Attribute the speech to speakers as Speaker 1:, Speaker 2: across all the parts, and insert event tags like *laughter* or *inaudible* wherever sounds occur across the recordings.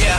Speaker 1: Yeah.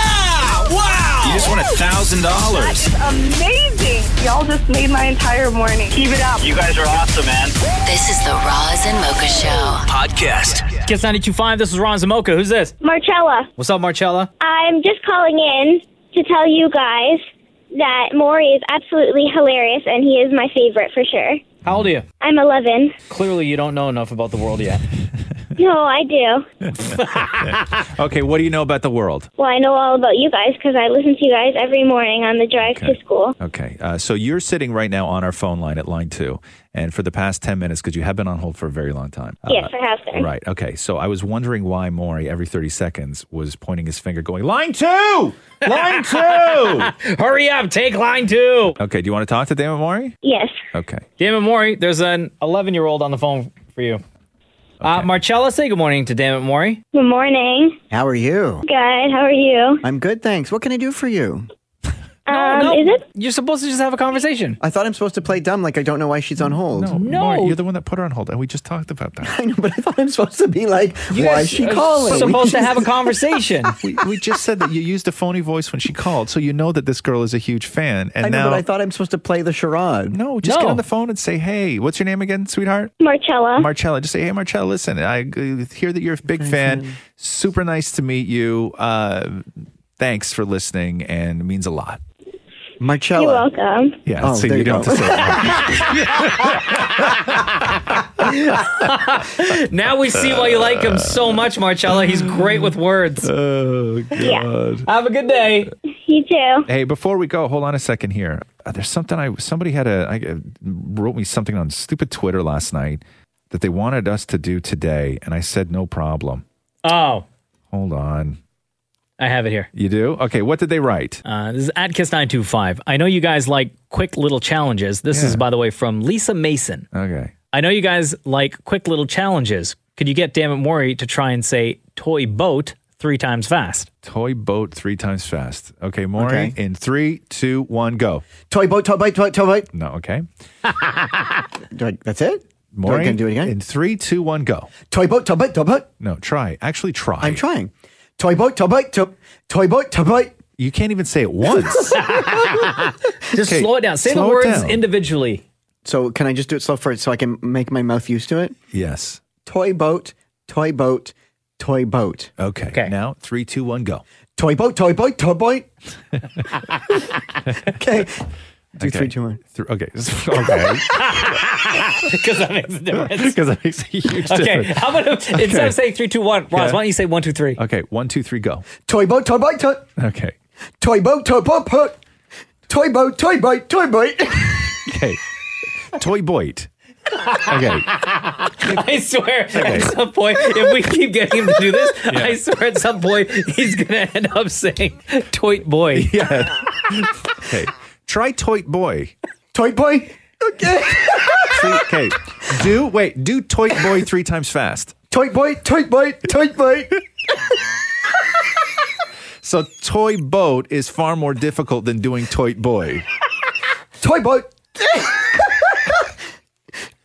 Speaker 1: Wow!
Speaker 2: You just won a thousand dollars.
Speaker 3: Amazing. Y'all just made my entire morning. Keep it up.
Speaker 1: You guys are awesome, man.
Speaker 4: This is the Roz and Mocha Show.
Speaker 1: Podcast. Kiss 925, this is Roz and Mocha. Who's this?
Speaker 5: Marcella,
Speaker 1: What's up, Marcella?
Speaker 5: I'm just calling in to tell you guys that Maury is absolutely hilarious and he is my favorite for sure.
Speaker 1: How old are you?
Speaker 5: I'm
Speaker 6: *laughs*
Speaker 5: 11.
Speaker 1: Clearly, you don't know enough about the world yet.
Speaker 5: No, I do.
Speaker 6: *laughs* Okay, what do you know about the world?
Speaker 5: Well, I know all about you guys because I listen to you guys every morning on the drive to school.
Speaker 6: Okay, uh, so you're sitting right now on our phone line at line two, and for the past 10 minutes, because you have been on hold for a very long time. Uh,
Speaker 5: yes, I have been.
Speaker 6: Right, okay, so I was wondering why Maury, every 30 seconds, was pointing his finger going, line two! Line two!
Speaker 1: *laughs* Hurry up, take line two.
Speaker 6: okay, do you want to talk to Damon Maury?
Speaker 5: Yes.
Speaker 6: Okay.
Speaker 1: Damon Mori, there's an 11 year old on the phone for you. Uh, Marcella, say good morning to Damon Mori.
Speaker 5: Good morning.
Speaker 7: How are you?
Speaker 5: Good. How are you?
Speaker 7: I'm good, thanks. What can I do for you?
Speaker 5: um,
Speaker 1: no.
Speaker 5: Is
Speaker 1: *laughs*
Speaker 5: it?
Speaker 1: You're supposed to just have a conversation. *laughs*
Speaker 7: I thought I'm supposed to play dumb, like I don't know why she's on hold.
Speaker 1: No.
Speaker 6: Maury, you're the one that put her on hold, and we just talked about that.
Speaker 7: *laughs* I know, but I thought I'm supposed to be like, why is she
Speaker 1: You're
Speaker 7: calling?
Speaker 1: Supposed to have a conversation.
Speaker 6: *laughs* we, we just said that you used a phony voice when she called, so you know that this girl is a huge fan. And
Speaker 7: I know,
Speaker 6: now,
Speaker 7: but I thought I'm supposed to play the charade.
Speaker 6: no, just get
Speaker 1: No.
Speaker 6: on the phone and say, hey, what's your name again, sweetheart?
Speaker 5: Marcella.
Speaker 6: Marcella, just say, hey, Marcella, listen, I uh, hear that you're a big fan. Super nice to meet you. Uh, thanks for listening, and it means a lot.
Speaker 7: *laughs* Marcella.
Speaker 5: You're welcome.
Speaker 6: Yeah,
Speaker 7: Oh,
Speaker 6: so
Speaker 7: there
Speaker 6: you
Speaker 7: you
Speaker 6: don't
Speaker 7: go.
Speaker 6: have to say that.
Speaker 1: now we see why you like him so much, Marcella. He's great with words.
Speaker 6: *laughs* oh, God.
Speaker 5: Yeah.
Speaker 1: Have a good day.
Speaker 5: You too.
Speaker 6: Hey, before we go, hold on a second here. Uh, there's something I, somebody had a, I, uh, wrote me something on stupid Twitter last night that they wanted us to do today, and I said, no problem.
Speaker 1: Oh,
Speaker 6: Hold on.
Speaker 1: I have it here.
Speaker 6: You do? Okay, what did they write?
Speaker 1: Uh, this is at Kiss925. I know you guys like quick little challenges. This is,
Speaker 6: Yeah.
Speaker 1: by the way, from Lisa Mason.
Speaker 6: Okay.
Speaker 1: I know you guys like quick little challenges. Could you get Dammit Mori to try and say toy boat three times fast?
Speaker 6: Toy boat three times fast. Okay, Maury,
Speaker 7: Okay.
Speaker 6: in three, two, one, go.
Speaker 7: Toy boat, toy boat, toy, toy boat.
Speaker 6: No, okay.
Speaker 7: *laughs* Do I, that's it?
Speaker 6: Maury,
Speaker 7: Do I, can I do it again?
Speaker 6: In three, two, one, go.
Speaker 7: Toy boat, toy boat, toy boat.
Speaker 6: No, try. Actually, try.
Speaker 7: I'm trying. Toy boat, toy boat, toy, *laughs* toy boat, toy boat.
Speaker 6: You can't even say it once.
Speaker 1: *laughs* Just
Speaker 6: Okay,
Speaker 1: slow it down. Say the
Speaker 6: slow it
Speaker 1: words
Speaker 6: down.
Speaker 1: individually.
Speaker 7: So can I just do it slow first so I can make my mouth used to it?
Speaker 6: yes.
Speaker 7: Toy boat, toy boat, toy boat.
Speaker 6: Okay.
Speaker 1: Okay.
Speaker 6: Now, three, two, one, go.
Speaker 7: Toy boat, toy boat, toy boat.
Speaker 6: *laughs*
Speaker 7: okay. Do three, two, one.
Speaker 6: Th- okay. *laughs*
Speaker 1: *laughs*
Speaker 6: okay.
Speaker 1: Because that makes
Speaker 6: *laughs*
Speaker 1: a difference.
Speaker 6: Because that makes a huge
Speaker 1: Okay,
Speaker 6: difference.
Speaker 1: how about if, instead of saying three, two, one, Roz,
Speaker 6: Yeah.
Speaker 1: why don't you say one, two, three?
Speaker 6: Okay. One, two, three, go.
Speaker 7: Toy boat, toy boat, toy.
Speaker 6: Okay.
Speaker 7: Toy boat, toy boat, toy. Toy boat, toy boat, toy boat.
Speaker 6: Okay. Toy boat. *laughs* Okay.
Speaker 1: *laughs* I swear, at some point, if we keep getting him to do this, I swear at some point he's gonna end up saying "toit boy."
Speaker 6: *laughs* Yeah. Okay. Try toy boy.
Speaker 7: toy boy. Okay.
Speaker 6: Three, okay. Do, wait, do toy boy three times fast.
Speaker 7: Toy boy, toy boy, toy boy.
Speaker 6: So, toy boat is far more difficult than doing toy boy.
Speaker 7: Toy boy.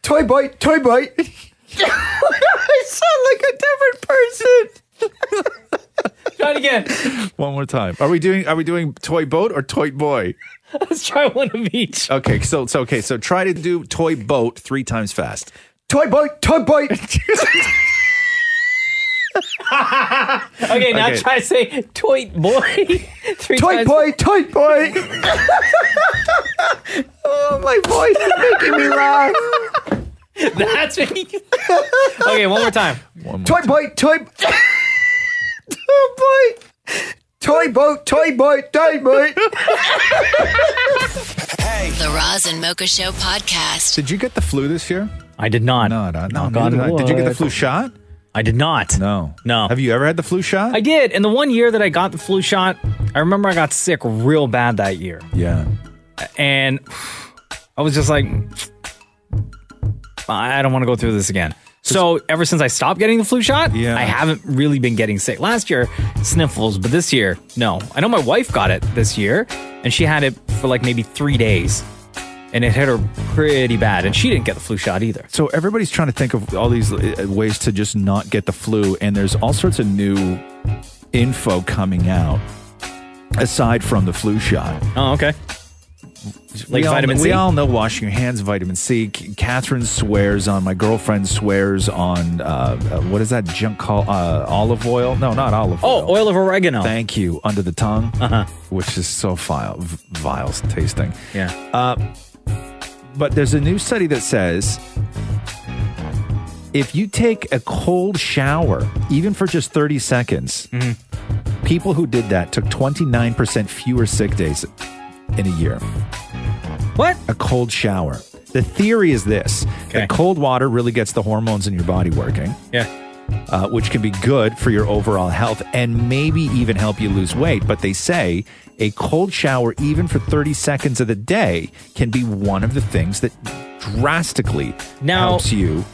Speaker 7: toy boy, toy boy. *laughs* I sound like a different person.
Speaker 1: Try it again.
Speaker 6: *laughs* One more time. Are we doing? Are we doing toy boat or toy boy?
Speaker 1: *laughs* Let's try one of each.
Speaker 6: Okay, so so okay, so try to do toy *laughs* boat three times fast.
Speaker 7: Toy boy, toy boy.
Speaker 1: *laughs* Okay, now
Speaker 7: Okay.
Speaker 1: try to say toit boy. *laughs* Three
Speaker 7: Toy
Speaker 1: times.
Speaker 7: boy, toy
Speaker 1: *laughs*
Speaker 7: boy. oh, my voice is making me
Speaker 1: *laughs*
Speaker 7: laugh.
Speaker 1: That's *laughs* okay, one more time.
Speaker 7: toy boy, toy. *laughs* toy boy. Toy boat, toy boy, toy boy.
Speaker 4: The Roz and Mocha Show podcast.
Speaker 6: Did you get the flu this year?
Speaker 1: I did not.
Speaker 6: No, no, no.
Speaker 1: Knock
Speaker 6: neither
Speaker 1: on
Speaker 6: did I. Did you get the flu
Speaker 1: wood.
Speaker 6: shot?
Speaker 1: I did not.
Speaker 6: No.
Speaker 1: No.
Speaker 6: Have you ever had the flu shot?
Speaker 1: I did. And the one year that I got the flu shot, I remember I got sick real bad that year.
Speaker 6: Yeah.
Speaker 1: And I was just like, I don't want to go through this again. So ever since I stopped getting the flu shot, yeah. I haven't really been getting sick. Last year, sniffles, but this year, no. I know my wife got it this year, and she had it for like maybe three days, and it hit her pretty bad, and she didn't get the flu shot either.
Speaker 6: So everybody's trying to think of all these uh, ways to just not get the flu, and there's all sorts of new info coming out aside from the flu shot.
Speaker 1: Oh, okay.
Speaker 6: we
Speaker 1: Like vitamin
Speaker 6: all,
Speaker 1: C?
Speaker 6: We all know washing your hands, vitamin C. C- Catherine swears on, my girlfriend swears on, uh, uh, what is that junk called? Uh, olive oil? No, not olive oil.
Speaker 1: Oh, oil of oregano. Uh-huh.
Speaker 6: Thank you. Under the tongue, which is so vile, vile tasting.
Speaker 1: Yeah.
Speaker 6: Uh, but there's a new study that says if you take a cold shower, even for just 30 seconds,
Speaker 1: Mm-hmm.
Speaker 6: people who did that took 29% fewer sick days in a year.
Speaker 1: What?
Speaker 6: A cold shower. The theory is this that cold water really gets the hormones in your body working
Speaker 1: *laughs* Yeah.
Speaker 6: uh, which can be good for your overall health and maybe even help you lose weight. But they say a cold shower, even for 30 seconds of the day, can be one of the things that drastically
Speaker 1: Now,
Speaker 6: helps you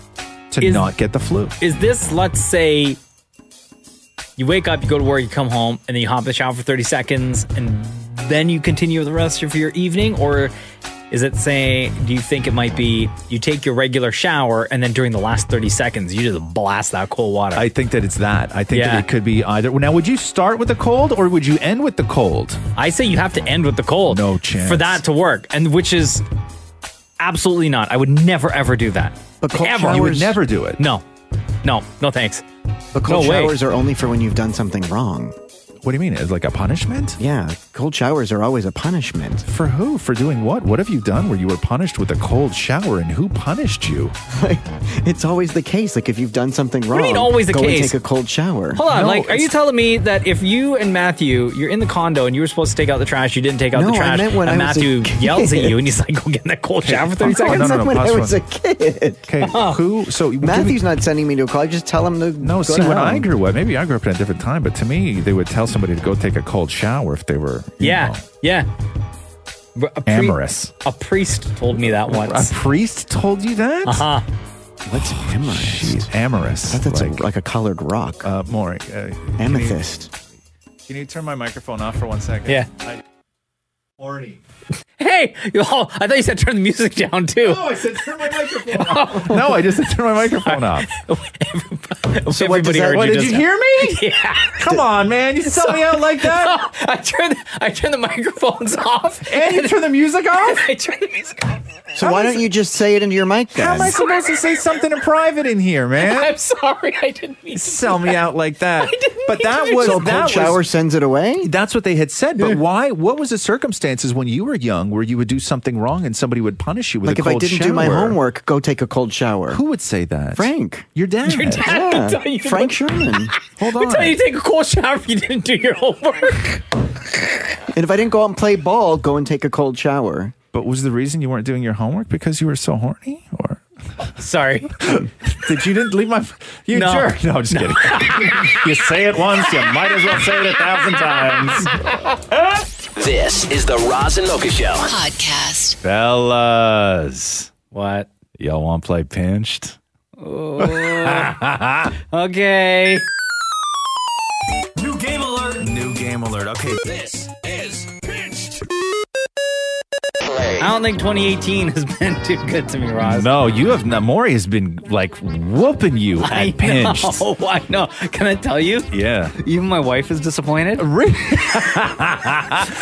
Speaker 6: to
Speaker 1: is-
Speaker 6: not get the flu.
Speaker 1: Is this, let's say, you wake up, you go to work, you come home, and then you hop in the shower for 30 seconds, and then you continue the rest of your evening? Or is it saying, do you think it might be you take your regular shower, and then during the last 30 seconds, you just blast out cold water?
Speaker 6: I think that it's that. I think
Speaker 1: Yeah.
Speaker 6: that it could be either. Now, would you start with the cold or would you end with the cold?
Speaker 1: I say you have to end with the cold. No
Speaker 6: chance.
Speaker 1: For that to work, and which is absolutely not. I would never, ever do that.
Speaker 8: But cold
Speaker 1: ever.
Speaker 8: You would showers- never
Speaker 6: do it.
Speaker 1: No. No. No, thanks.
Speaker 8: But cold
Speaker 1: No way.
Speaker 8: showers are only for when you've done something wrong. *laughs*
Speaker 6: What do you mean? It's like a punishment?
Speaker 8: Yeah, cold showers are always a punishment.
Speaker 6: For who? For doing what? What have you done where you were punished with a cold shower and who punished you?
Speaker 8: It's always the case. Like if you've done something wrong,
Speaker 1: do you mean always the
Speaker 8: go and
Speaker 1: case?
Speaker 8: take a cold shower.
Speaker 1: Hold on,
Speaker 8: No,
Speaker 1: like, are you telling me that if you and Matthew, you're in the condo and you were supposed to take out the trash, you didn't take out
Speaker 8: No,
Speaker 1: the
Speaker 8: I
Speaker 1: trash,
Speaker 8: meant when
Speaker 1: and
Speaker 8: I was a
Speaker 1: Matthew
Speaker 8: kid.
Speaker 1: yells at you and he's like, "Go get in that cold shower for 30
Speaker 8: Oh,
Speaker 1: seconds."
Speaker 8: no, no,
Speaker 1: *laughs*
Speaker 8: no, *laughs* when I
Speaker 6: pause
Speaker 8: was
Speaker 6: for
Speaker 8: a kid.
Speaker 6: Okay, who? So
Speaker 8: Matthew's not sending me to a call. Just tell him to
Speaker 6: No, see, when I grew up, maybe I grew up at a different time, but to me, they would tell somebody to go take a cold shower if they were
Speaker 1: Yeah, yeah. Br- A pri-
Speaker 6: amorous.
Speaker 1: A priest told me that once.
Speaker 6: A priest told you that?
Speaker 1: Uh huh.
Speaker 8: What's amorous?
Speaker 6: amorous.
Speaker 8: That's like, a, like a colored rock.
Speaker 6: Uh, more
Speaker 8: amethyst.
Speaker 6: Can you turn my microphone off for one second?
Speaker 1: Yeah.
Speaker 6: I, horny.
Speaker 1: Hey, you all, I thought you said turn the music down too.
Speaker 6: Oh, I said turn my microphone off. no, I just said turn my microphone off.
Speaker 1: So what
Speaker 6: does that- what, did you hear me?
Speaker 1: *laughs* Yeah.
Speaker 6: Come on, man. You sell me out like
Speaker 1: *laughs*
Speaker 6: that?
Speaker 1: I turned I turned the microphones off.
Speaker 6: And you turn the music off?
Speaker 1: *laughs* I turned the music off.
Speaker 8: So why don't you just say it into your mic then?
Speaker 6: How am I supposed to say something in private in here, man?
Speaker 1: I'm sorry, I didn't mean
Speaker 6: sell me out like that. *laughs* but that *laughs*
Speaker 8: to.
Speaker 6: was
Speaker 8: So a
Speaker 6: that
Speaker 8: cold shower
Speaker 6: sends it away. That's what they had said. But why? What was the circumstances when you were young where you would do something wrong and somebody would punish you with
Speaker 8: like
Speaker 6: a
Speaker 8: if I
Speaker 6: cold
Speaker 8: didn't
Speaker 6: shower?
Speaker 8: do my homework, go take a cold shower.
Speaker 6: Who would say that?
Speaker 8: Frank.
Speaker 6: Your dad.
Speaker 8: Your dad would tell you to Frank go-
Speaker 6: *laughs*
Speaker 8: Sherman. Hold
Speaker 1: We
Speaker 8: on.
Speaker 1: tell you to take a cold shower if you didn't do your homework.
Speaker 8: And if I didn't go out and play ball, go and take a cold
Speaker 6: *laughs*
Speaker 8: shower.
Speaker 6: But was the reason you weren't doing your homework because you were so horny?
Speaker 1: *laughs* Sorry.
Speaker 6: *laughs* Did you didn't leave my you
Speaker 1: No.
Speaker 6: jerk? No, I'm
Speaker 1: *laughs*
Speaker 6: just kidding. you say it once, you might as well say it a thousand times.
Speaker 9: This is the Roz and Mocha Show.
Speaker 4: Podcast.
Speaker 6: Fellas.
Speaker 1: What?
Speaker 6: Y'all want to play pinched?
Speaker 1: Oh.
Speaker 6: *laughs*
Speaker 1: *laughs* okay.
Speaker 6: New game alert. New game alert. Okay.
Speaker 9: This is pinched.
Speaker 1: I don't think 2018 has been too good to me, Roz.
Speaker 6: No, you have not. Maury has been like whooping you at
Speaker 1: I *laughs*
Speaker 6: pinched.
Speaker 1: know. I know. Can I tell you?
Speaker 6: Yeah.
Speaker 1: Even my wife is disappointed.
Speaker 6: *laughs* Really?
Speaker 1: *laughs*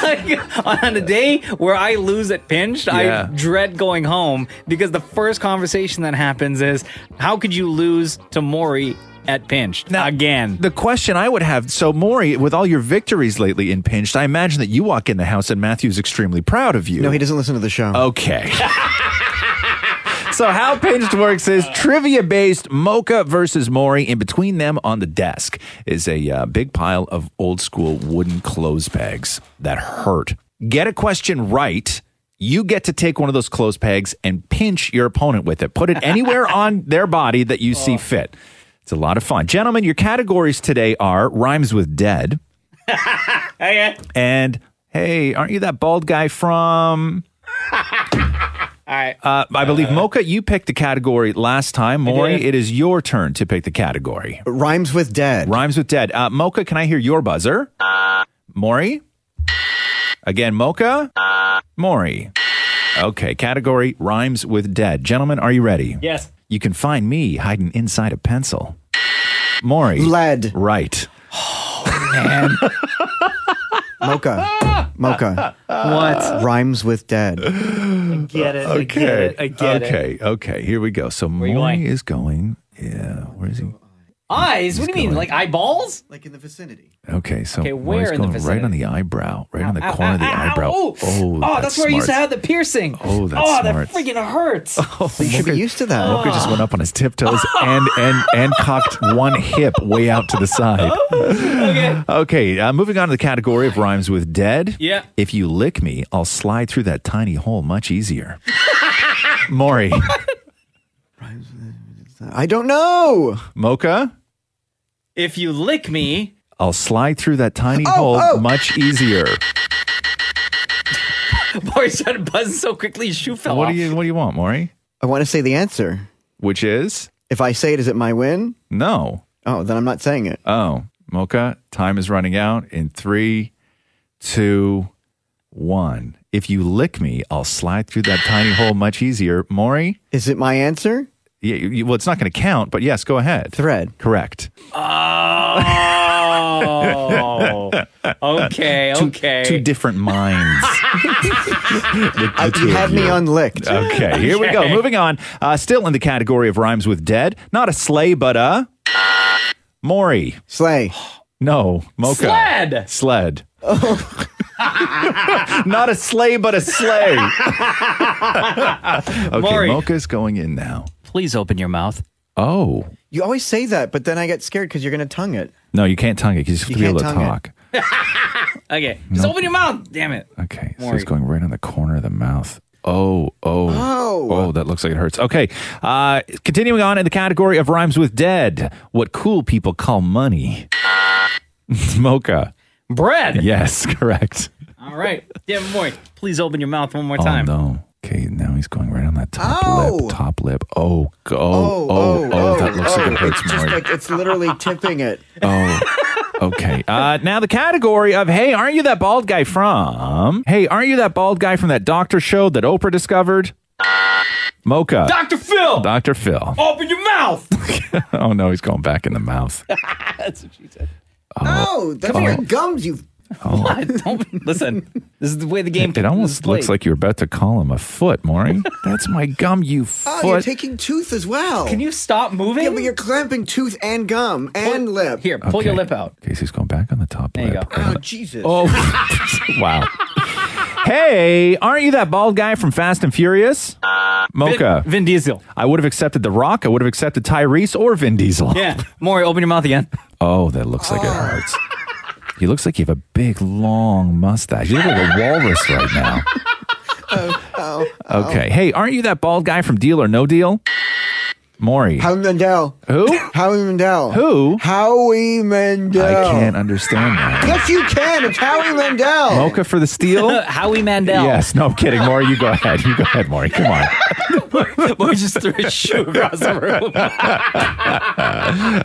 Speaker 1: like, on a day where I lose at pinched,
Speaker 6: Yeah.
Speaker 1: I dread going home because the first conversation that happens is, "How could you lose to Maury at Pinched again.
Speaker 6: The question I would have so, Maury, with all your victories lately in Pinched, I imagine that you walk in the house and Matthew's extremely proud of you. No, he
Speaker 8: doesn't listen to the show.
Speaker 1: *laughs*
Speaker 6: Okay. so, how Pinched works is trivia based Mocha versus Maury. In between them on the desk is a uh, big pile of old school wooden clothes bags that hurt. Get a question right. You get to take one of those clothes pegs and pinch your opponent with it. Put it anywhere on their body that you see fit. It's a lot of fun. Gentlemen, your categories today are rhymes with dead.
Speaker 1: Okay.
Speaker 6: *laughs* And hey, aren't you that bald guy
Speaker 8: *laughs*
Speaker 6: from?
Speaker 1: All right.
Speaker 6: Uh, I believe Mocha, you picked the category last time.
Speaker 8: I
Speaker 6: Maury,
Speaker 8: did.
Speaker 6: it is your turn to pick the category.
Speaker 8: Rhymes with dead.
Speaker 6: Rhymes with dead. Uh, Mocha, can I hear your buzzer? Maury? Again, Mocha? Maury. Okay, category rhymes with dead. Gentlemen, are you ready?
Speaker 1: Yes.
Speaker 6: You can find me hiding inside a pencil. Maury. Lead. Right.
Speaker 8: Oh, Man. Mocha. Mocha.
Speaker 1: What?
Speaker 8: Rhymes with dead.
Speaker 1: I get it. I get it. I get it.
Speaker 6: okay, okay. Here we go. So Maury is going. Yeah, where is he?
Speaker 1: Eyes? What do you mean? Like eyeballs?
Speaker 8: Like in the vicinity.
Speaker 6: Okay, so
Speaker 1: Okay, where
Speaker 6: Maury's
Speaker 1: in the
Speaker 6: going right
Speaker 1: vicinity?
Speaker 6: on the eyebrow, right on the
Speaker 1: Ow,
Speaker 6: corner of the
Speaker 1: ow, ow,
Speaker 6: eyebrow.
Speaker 1: Oh, oh, that's, where I used to have the piercing.
Speaker 6: Oh, that's
Speaker 1: oh,
Speaker 6: smart.
Speaker 1: that
Speaker 6: *laughs*
Speaker 1: freaking hurts. Oh,
Speaker 6: you should be
Speaker 8: used to that.
Speaker 6: Mocha just went up on his
Speaker 1: *laughs*
Speaker 6: tiptoes and and and cocked one hip way out to the side.
Speaker 1: Oh. *laughs* okay.
Speaker 6: Okay, uh, moving on to the category of rhymes with dead.
Speaker 1: Yeah.
Speaker 6: If you lick me, I'll slide through that tiny hole much
Speaker 1: *laughs*
Speaker 6: easier. Maury.
Speaker 8: I don't know.
Speaker 6: Mocha,
Speaker 1: If you lick me, *laughs*
Speaker 6: I'll slide through that tiny
Speaker 8: Oh,
Speaker 6: hole much easier.
Speaker 1: Maury started buzzing so quickly his shoe fell
Speaker 8: What
Speaker 1: off.
Speaker 8: do
Speaker 6: you What do you want, Maury?
Speaker 8: I want to say the answer.
Speaker 6: Which is?
Speaker 8: If I say it, is it my win?
Speaker 6: No.
Speaker 8: Oh, then I'm not saying it.
Speaker 6: Oh, Mocha, time is running out in three, two, one. If you lick me, I'll slide through that tiny hole much easier. Maury?
Speaker 8: Is it my answer?
Speaker 6: Yeah, you- you- well, it's not going to count, but yes, go ahead.
Speaker 8: Thread.
Speaker 6: Correct. *laughs*
Speaker 1: Oh. okay,
Speaker 6: Two-
Speaker 1: okay.
Speaker 6: Two, different
Speaker 1: *laughs*
Speaker 6: minds.
Speaker 8: I- Uh, you had me unlicked.
Speaker 1: *laughs*
Speaker 6: Okay, here we go.
Speaker 8: Okay.
Speaker 6: Moving on. Uh, still in the category of rhymes with dead. Not a sleigh, but a. Maury.
Speaker 8: Sleigh.
Speaker 6: *gasps* No, Mocha.
Speaker 1: Sled. Oh.
Speaker 6: Sled. *laughs* Not a sleigh, but a
Speaker 1: *laughs*
Speaker 6: sleigh. okay,
Speaker 1: Maury.
Speaker 6: Mocha's going in now.
Speaker 1: Please open your mouth.
Speaker 6: Oh.
Speaker 8: You always say that, but then I get scared because you're going to tongue it.
Speaker 6: No, you can't tongue it because you have to
Speaker 8: You
Speaker 6: be able
Speaker 8: can't
Speaker 6: to
Speaker 8: tongue it.
Speaker 6: talk.
Speaker 1: Okay, just open your mouth. Damn it.
Speaker 6: Okay, so
Speaker 1: Maury.
Speaker 6: it's going right on the corner of the mouth. Oh, oh,
Speaker 1: Oh.
Speaker 6: oh! That looks like it hurts. Okay, uh, continuing on in the category of rhymes with dead, what cool people call money, *laughs* mocha,
Speaker 1: bread.
Speaker 6: Yes, *laughs* correct.
Speaker 1: All right. Damn, Maury, please open your mouth one more time.
Speaker 6: Oh no! Okay, now he's going right on that top lip. Top lip. Oh, go- oh, oh, oh, That looks like it hurts,
Speaker 8: It's just
Speaker 6: *laughs* Maury.
Speaker 8: like it's
Speaker 1: *laughs*
Speaker 8: literally tipping it.
Speaker 6: Oh. Okay. Uh, now the category of hey, aren't you that bald guy from? Hey, aren't you that bald guy from that doctor show that Oprah discovered? Mocha.
Speaker 1: Dr. Phil.
Speaker 6: Dr. Phil. *laughs*
Speaker 1: Open your mouth.
Speaker 6: oh no, he's going back in the mouth.
Speaker 1: That's what she said.
Speaker 8: Oh, that's
Speaker 6: Come
Speaker 8: my
Speaker 6: here.
Speaker 8: gums. You.
Speaker 1: *laughs* What? Don't listen. This is the way the game.
Speaker 6: It, it almost looks like you're about to call him a foot,
Speaker 1: *laughs*
Speaker 6: Maury. That's my gum, you
Speaker 8: Oh, you're
Speaker 6: foot.
Speaker 8: taking tooth as well. Can
Speaker 1: you stop moving?
Speaker 8: Yeah, but you're clamping tooth and gum and lip.
Speaker 1: Here, pull your lip out.
Speaker 6: Casey's going back on the top
Speaker 1: There you
Speaker 6: lip.
Speaker 1: go.
Speaker 8: Oh, Jesus.
Speaker 1: *laughs*
Speaker 6: Oh, *laughs* wow. Hey, aren't you that bald guy from Fast and Furious? Mocha.
Speaker 1: Vin, Diesel.
Speaker 6: I would have accepted The Rock. I would have accepted Tyrese or Vin Diesel.
Speaker 1: Yeah. Maury, open your mouth again.
Speaker 6: Oh, that looks like it hurts. He looks like you have a big, long mustache. You look like a walrus right
Speaker 8: *laughs*
Speaker 6: now.
Speaker 8: Oh,
Speaker 6: Okay. Hey, aren't you that bald guy from Deal or No Deal? Maury.
Speaker 8: Howie Mandel.
Speaker 6: Who?
Speaker 8: Howie Mandel.
Speaker 6: Who?
Speaker 8: Howie Mandel.
Speaker 6: I can't understand that.
Speaker 8: Yes, you can. It's Howie Mandel.
Speaker 6: Mocha for
Speaker 8: *laughs*
Speaker 6: the steal?
Speaker 1: Howie Mandel.
Speaker 6: Yes. No, I'm kidding. Maury, you go ahead. You go ahead, Maury. Come on.
Speaker 1: Maury just threw his shoe across the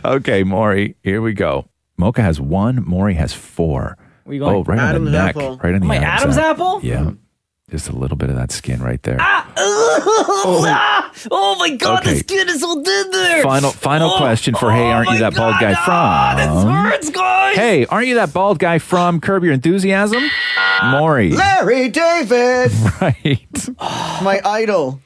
Speaker 6: *laughs*
Speaker 1: room. *laughs*
Speaker 6: okay, Maury, here we go. Mocha has one, Maury has four.
Speaker 1: Where you going?
Speaker 6: Oh, right on the
Speaker 1: Adam's
Speaker 6: neck.
Speaker 1: apple.
Speaker 6: Right on the
Speaker 1: My Adam's apple? Ah,
Speaker 6: Yeah. Just a little bit of that skin right there.
Speaker 1: oh. ah! *laughs* Oh my god,
Speaker 6: Okay.
Speaker 1: the skin is all in there.
Speaker 6: Final final
Speaker 1: Oh, ah,
Speaker 6: question for Hey, aren't you that bald guy from?
Speaker 1: hurts, guys.
Speaker 6: Hey, aren't you that bald guy from Curb Your Enthusiasm? Maury. *sighs*
Speaker 8: Larry David.
Speaker 6: *laughs* Right.
Speaker 8: my idol.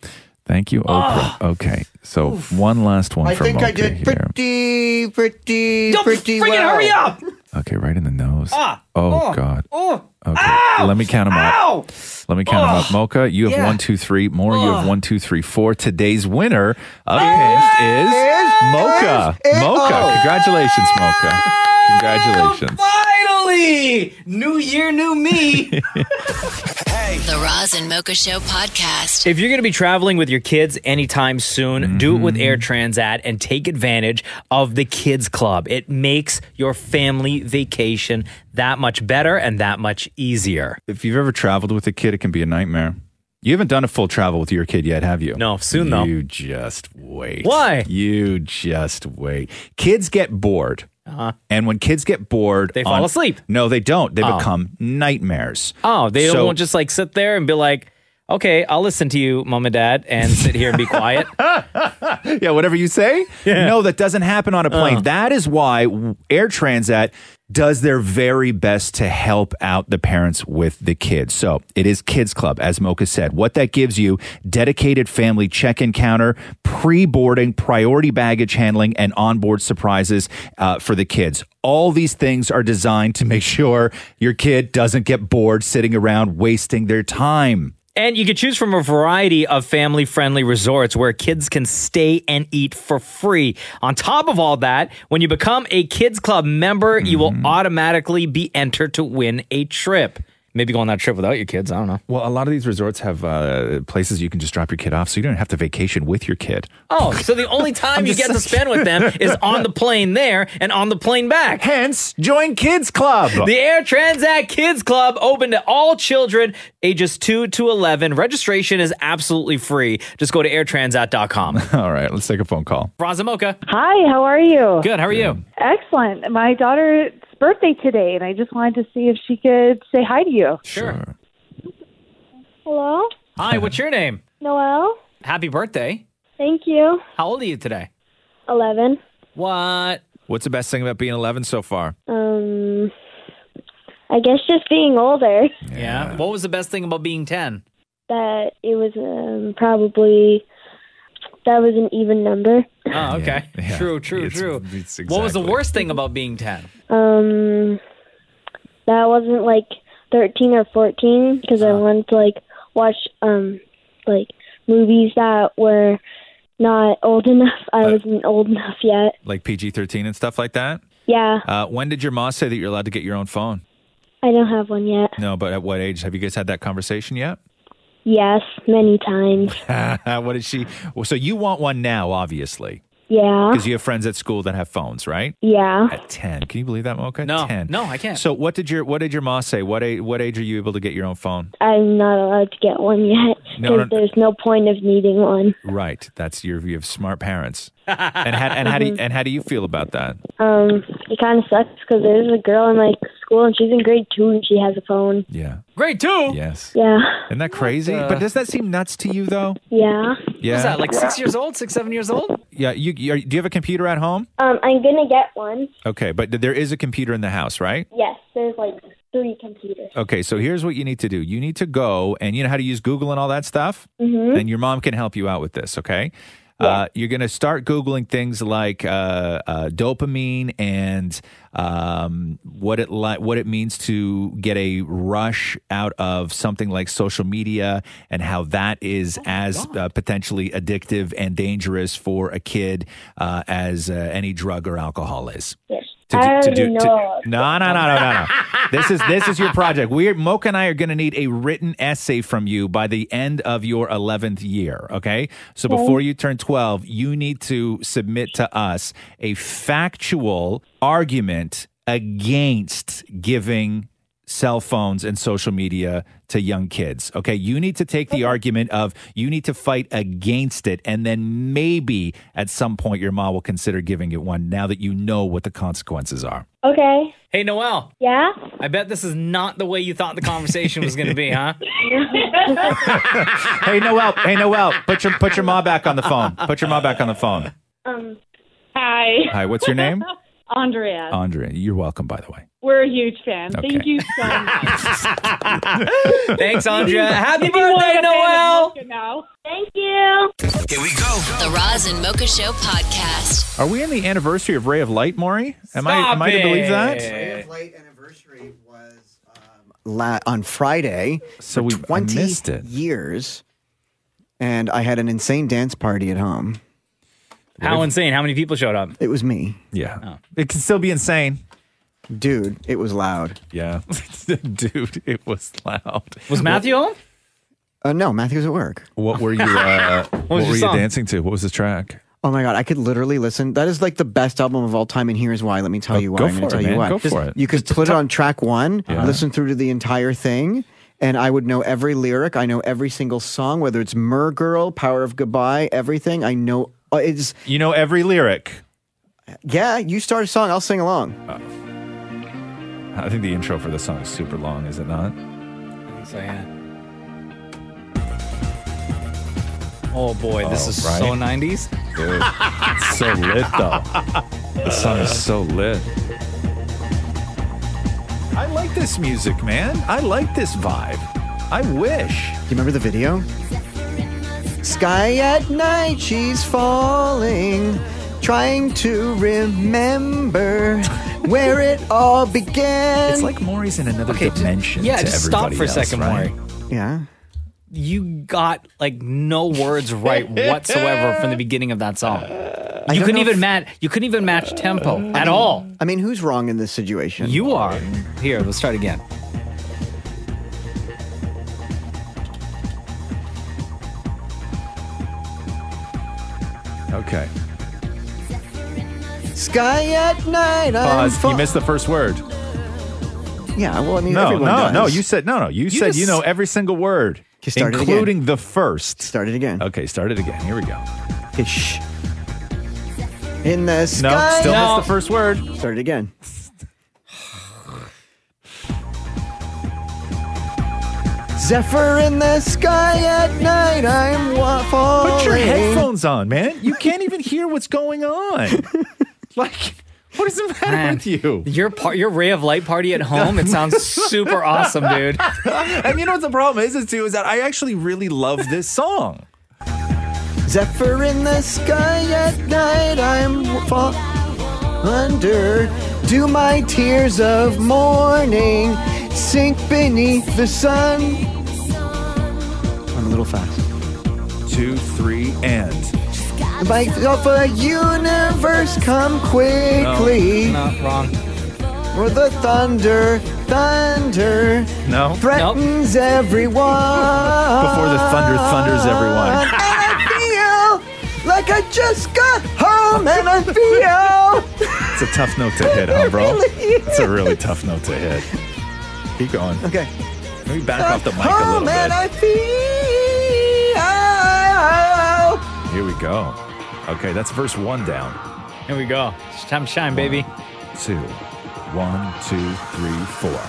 Speaker 6: Thank you,
Speaker 1: Ah.
Speaker 6: Oprah. Okay, so one last one
Speaker 7: I
Speaker 6: for
Speaker 7: think I
Speaker 6: Mocha
Speaker 7: did
Speaker 6: here.
Speaker 7: pretty, pretty,
Speaker 6: friggin'
Speaker 7: pretty well.
Speaker 6: hurry
Speaker 7: up!
Speaker 6: Okay, right in the nose.
Speaker 7: Ah,
Speaker 6: oh,
Speaker 7: oh,
Speaker 6: God.
Speaker 7: oh,
Speaker 6: okay. Let me count them up.
Speaker 7: ow.
Speaker 6: Let me count them up.
Speaker 7: Ugh.
Speaker 6: Mocha, you have
Speaker 7: Yeah.
Speaker 6: one, two, three. More, you have
Speaker 7: Ugh.
Speaker 6: one, two, three, four. Today's winner of Pinched is, Mocha.
Speaker 1: is- is-
Speaker 6: Mocha.
Speaker 1: oh.
Speaker 6: Congratulations, Mocha. Congratulations.
Speaker 1: Finally, new year, new
Speaker 6: *laughs*
Speaker 1: me.
Speaker 4: The Roz and Mocha Show
Speaker 1: *laughs*
Speaker 4: podcast.
Speaker 1: If you're going to be traveling with your kids anytime soon, do it with
Speaker 6: Mm-hmm.
Speaker 1: Air Transat and take advantage of the Kids Club. It makes your family vacation that much better and that much easier.
Speaker 6: If you've ever traveled with a kid, it can be a nightmare. You haven't done a full travel with your kid yet, have you? No,
Speaker 1: soon, though.
Speaker 6: You just wait.
Speaker 1: Why?
Speaker 6: You just wait. Kids get bored. And when kids get bored,
Speaker 1: Uh-huh. They fall asleep.
Speaker 6: No, they don't. They
Speaker 1: Oh.
Speaker 6: become nightmares.
Speaker 1: Oh, they
Speaker 6: So-
Speaker 1: won't just like sit there and be like, okay, I'll listen to you, mom and dad, and sit here and
Speaker 6: *laughs*
Speaker 1: be quiet.
Speaker 6: yeah, whatever you say. No, that doesn't happen on a plane.
Speaker 1: Uh.
Speaker 6: That is why Air Transat does their very best to help out the parents with the kids. So it is Kids Club, as Mocha said. What that gives you dedicated family check in counter, pre boarding, priority baggage handling, and onboard surprises uh, for the kids. All these things are designed to make sure your kid doesn't get bored sitting around wasting their time.
Speaker 1: And you can choose from a variety of family friendly resorts where kids can stay and eat for free. On top of all that, when you become a Kids Club member, you will
Speaker 6: Mm-hmm.
Speaker 1: automatically be entered to win a trip. Maybe go on that trip without your kids. I don't know.
Speaker 6: Well, a lot of these resorts have uh, places you can just drop your kid off, so you don't have to vacation with your kid. *laughs*
Speaker 1: Oh, so the only time you
Speaker 6: just
Speaker 1: get to
Speaker 6: saying.
Speaker 1: spend
Speaker 6: *laughs*
Speaker 1: with them is on the plane there and on the plane back.
Speaker 6: Hence, join Kids Club.
Speaker 1: The Air Transat Kids Club open to all children ages 2 to 11. Registration is absolutely free. Just go
Speaker 6: *laughs*
Speaker 1: to airtransat.com.
Speaker 6: All right, let's take a phone call.
Speaker 1: Razamoka.
Speaker 10: Hi, how are you?
Speaker 1: Good. How are you?
Speaker 10: Excellent. My daughter's birthday today, and I just wanted to see if she could say hi to you.
Speaker 1: Sure.
Speaker 10: Hello?
Speaker 6: *laughs*
Speaker 1: Hi, what's your name?
Speaker 10: Noel?
Speaker 1: Happy birthday.
Speaker 10: Thank you.
Speaker 1: How old are you today?
Speaker 10: 11.
Speaker 1: What?
Speaker 6: What's the best thing about being 11 so far?
Speaker 10: Um, I guess just being older,
Speaker 1: Yeah. What was the best thing about
Speaker 6: *laughs*
Speaker 1: being 10?
Speaker 10: that it was um, probably, that was an even number.
Speaker 1: Oh, okay. True, true, true. What was the worst thing about being 10?
Speaker 10: *laughs* Um, that wasn't like 13 or 14 because
Speaker 1: Oh.
Speaker 10: I wanted to like watch um like movies that were not old enough. I wasn't old enough yet.
Speaker 6: Like PG 13 and stuff like that?
Speaker 10: Yeah,
Speaker 6: Uh, when did your mom say that you're allowed to get your own phone?
Speaker 10: I don't have one yet.
Speaker 6: No, but at what age? Have you guys had that conversation yet? *laughs*
Speaker 10: Yes, many times.
Speaker 6: what did she? Well, so you want one now, obviously,
Speaker 10: Yeah.
Speaker 6: because you have friends at school that have phones, right?
Speaker 10: Yeah.
Speaker 6: At 10. Can you believe that, Mocha? No. 10.
Speaker 1: no, I can't.
Speaker 6: So what did your what did your mom say? What age, what age are you able to get your own phone?
Speaker 10: I'm not allowed to get one yet because
Speaker 6: No, no.
Speaker 10: there's no point of needing one.
Speaker 6: Right. That's your view of smart
Speaker 1: *laughs*
Speaker 6: parents. And how, and how do you,
Speaker 10: Mm-hmm.
Speaker 6: and how do you feel about that?
Speaker 10: Um, it kind of sucks because there's a girl in my school and she's in grade two and she has a phone.
Speaker 6: Yeah.
Speaker 1: Grade two.
Speaker 6: Yes.
Speaker 10: Yeah.
Speaker 6: Isn't that crazy?
Speaker 1: the-
Speaker 6: But does that seem nuts to you though?
Speaker 10: Yeah.
Speaker 6: Yeah.
Speaker 1: What's that, like six years old, six, seven years old?
Speaker 6: Yeah. You, you are, do you have a computer at home?
Speaker 10: Um, I'm gonna get one.
Speaker 6: Okay, but there is a computer in the house, right?
Speaker 10: Yes, there's like three computers.
Speaker 6: Okay, so here's what you need to do. You need to go and you know how to use Google and all that stuff?
Speaker 10: Mhm.
Speaker 6: And your mom can help you out with this, okay? Uh, you're going to start Googling things like uh, uh, dopamine and um, what it li- what it means to get a rush out of something like social media and how that is
Speaker 10: Oh
Speaker 6: as uh, potentially addictive and dangerous for a kid uh, as uh, any drug or alcohol is.
Speaker 10: Yes.
Speaker 6: To,
Speaker 10: I
Speaker 6: do- to
Speaker 10: already
Speaker 6: do, to-
Speaker 10: know.
Speaker 6: no, no, no, no, no, no. this is this is your *laughs* project. We're Mocha and I are going to need a written essay from you by the end of your eleventh year. Okay, so
Speaker 11: Okay.
Speaker 6: before you turn twelve, you need to submit to us a factual argument against giving cell phones and social media to young kids. Okay, you need to take the argument of you need to fight against it, and then maybe at some point your mom will consider giving it one. Now that you know what the consequences are.
Speaker 10: Okay.
Speaker 1: Hey, Noel.
Speaker 10: Yeah?
Speaker 1: I bet this is not the way you thought the conversation was going
Speaker 10: *laughs*
Speaker 1: to be, huh?
Speaker 6: hey Noel, hey Noel, put your put your ma back on the phone. Put your ma back on the phone.
Speaker 10: um, hi.
Speaker 6: Hi, what's your name?
Speaker 10: Andrea.
Speaker 1: Oh.
Speaker 6: Andrea. You're welcome, by the way.
Speaker 11: We're a huge fan. Thank you so
Speaker 1: *laughs*
Speaker 12: *laughs*
Speaker 1: Thanks, Andrea. Happy
Speaker 11: If you want
Speaker 1: birthday,
Speaker 11: a fan of
Speaker 1: Noel.
Speaker 11: much. Now.
Speaker 10: Thank you.
Speaker 4: Here we go. The Roz and Mocha Show podcast.
Speaker 6: Are we in the anniversary of Ray of Light, Maury? Am I
Speaker 8: Stop
Speaker 6: am I to believe that?
Speaker 8: Ray of Light anniversary was la- on Friday. So we twenty
Speaker 6: missed it.
Speaker 8: years, and I had an insane dance party at home.
Speaker 1: How insane! How many people showed up?
Speaker 8: It was me.
Speaker 6: Yeah, Oh. it can still be insane.
Speaker 8: Dude, it was loud.
Speaker 6: Yeah, *laughs* dude, it was loud.
Speaker 1: Was Matthew on?
Speaker 8: Uh, no, Matthew was at work.
Speaker 6: What were you?
Speaker 1: *laughs*
Speaker 6: Uh,
Speaker 8: What was
Speaker 6: what
Speaker 8: your
Speaker 6: were you
Speaker 8: song?
Speaker 6: dancing to? What was the track?
Speaker 8: Oh my god, I could literally listen. That is like the best album of all time, and here's why. Let me tell you why.
Speaker 6: go
Speaker 8: I'm going
Speaker 6: for
Speaker 8: to tell
Speaker 6: it,
Speaker 8: you
Speaker 6: man.
Speaker 8: why.
Speaker 6: Go
Speaker 8: Just-
Speaker 6: for it.
Speaker 8: You could put it on track one,
Speaker 6: Yeah.
Speaker 8: listen through to the entire thing, and I would know every lyric. I know every single song, whether it's Mer Girl, Power of Goodbye, everything. I know uh, it's.
Speaker 6: You know every lyric.
Speaker 8: Yeah, you start a song, I'll sing along.
Speaker 6: I think the intro for the song is super long, is it not?
Speaker 1: So yeah. Oh boy, this
Speaker 6: Oh,
Speaker 1: is
Speaker 6: right.
Speaker 1: so nineties.
Speaker 6: Dude, it's so lit though. The song is so lit. I like this music, man. I like this vibe. I wish.
Speaker 8: Do you remember the video? Sky at night, she's falling, trying to remember where it all began.
Speaker 6: It's like Maury's in another dimension.
Speaker 1: Um, yeah,
Speaker 6: to
Speaker 1: just stop
Speaker 6: everybody
Speaker 1: for a
Speaker 6: else,
Speaker 1: second,
Speaker 6: right?
Speaker 1: Maury.
Speaker 8: Yeah.
Speaker 1: You got like no words right whatsoever from the beginning of that song. You
Speaker 8: don't
Speaker 1: couldn't
Speaker 8: know
Speaker 1: even match. You couldn't even match tempo at all.
Speaker 8: I mean, who's wrong in this situation?
Speaker 1: You are. Here, let's try it again.
Speaker 6: Okay.
Speaker 8: Sky at night.
Speaker 1: Um,
Speaker 8: I'm
Speaker 6: Pause.
Speaker 8: fa-
Speaker 6: You missed the first word.
Speaker 8: yeah, well, I mean,
Speaker 6: no, no,
Speaker 8: everyone does.
Speaker 6: no. You said no, no. You,
Speaker 8: You
Speaker 6: said you
Speaker 8: just-
Speaker 6: know every single word,
Speaker 8: Okay, start it again.
Speaker 6: including the first.
Speaker 8: Start it again.
Speaker 6: Okay, start it again. Here we go.
Speaker 8: Okay, shh. In the
Speaker 6: No,
Speaker 8: sky.
Speaker 6: still missed the first word.
Speaker 8: Start it again. Zephyr in the sky at night, I'm wa- falling.
Speaker 6: Put your headphones on, man. You can't even hear what's going on. *laughs* like, what is the matter with you?
Speaker 1: Your par- your ray of light party at home. It sounds super awesome, dude.
Speaker 6: and you know what the problem is, is too, is that I actually really love this song.
Speaker 8: Zephyr in the sky at night, I'm fall under. Do my tears of mourning sink beneath the sun? I'm a little fast.
Speaker 6: Two, three, and.
Speaker 8: Like of a universe, come quickly.
Speaker 1: No, no, wrong.
Speaker 8: Or the thunder, thunder
Speaker 6: No.
Speaker 8: threatens everyone.
Speaker 6: Before the thunder thunders everyone.
Speaker 8: I feel like I just got home and I feel.
Speaker 6: It's a tough note to hit, huh,
Speaker 11: *laughs*
Speaker 6: bro? It's a really tough note to hit. Keep going.
Speaker 8: Okay.
Speaker 6: Maybe back off the mic
Speaker 11: Oh,
Speaker 6: a little
Speaker 8: home and
Speaker 6: bit.
Speaker 8: I feel.
Speaker 6: Here we go. Okay, that's verse one down.
Speaker 1: Here we go. It's time to shine, baby.
Speaker 6: Two, one, two, three, four.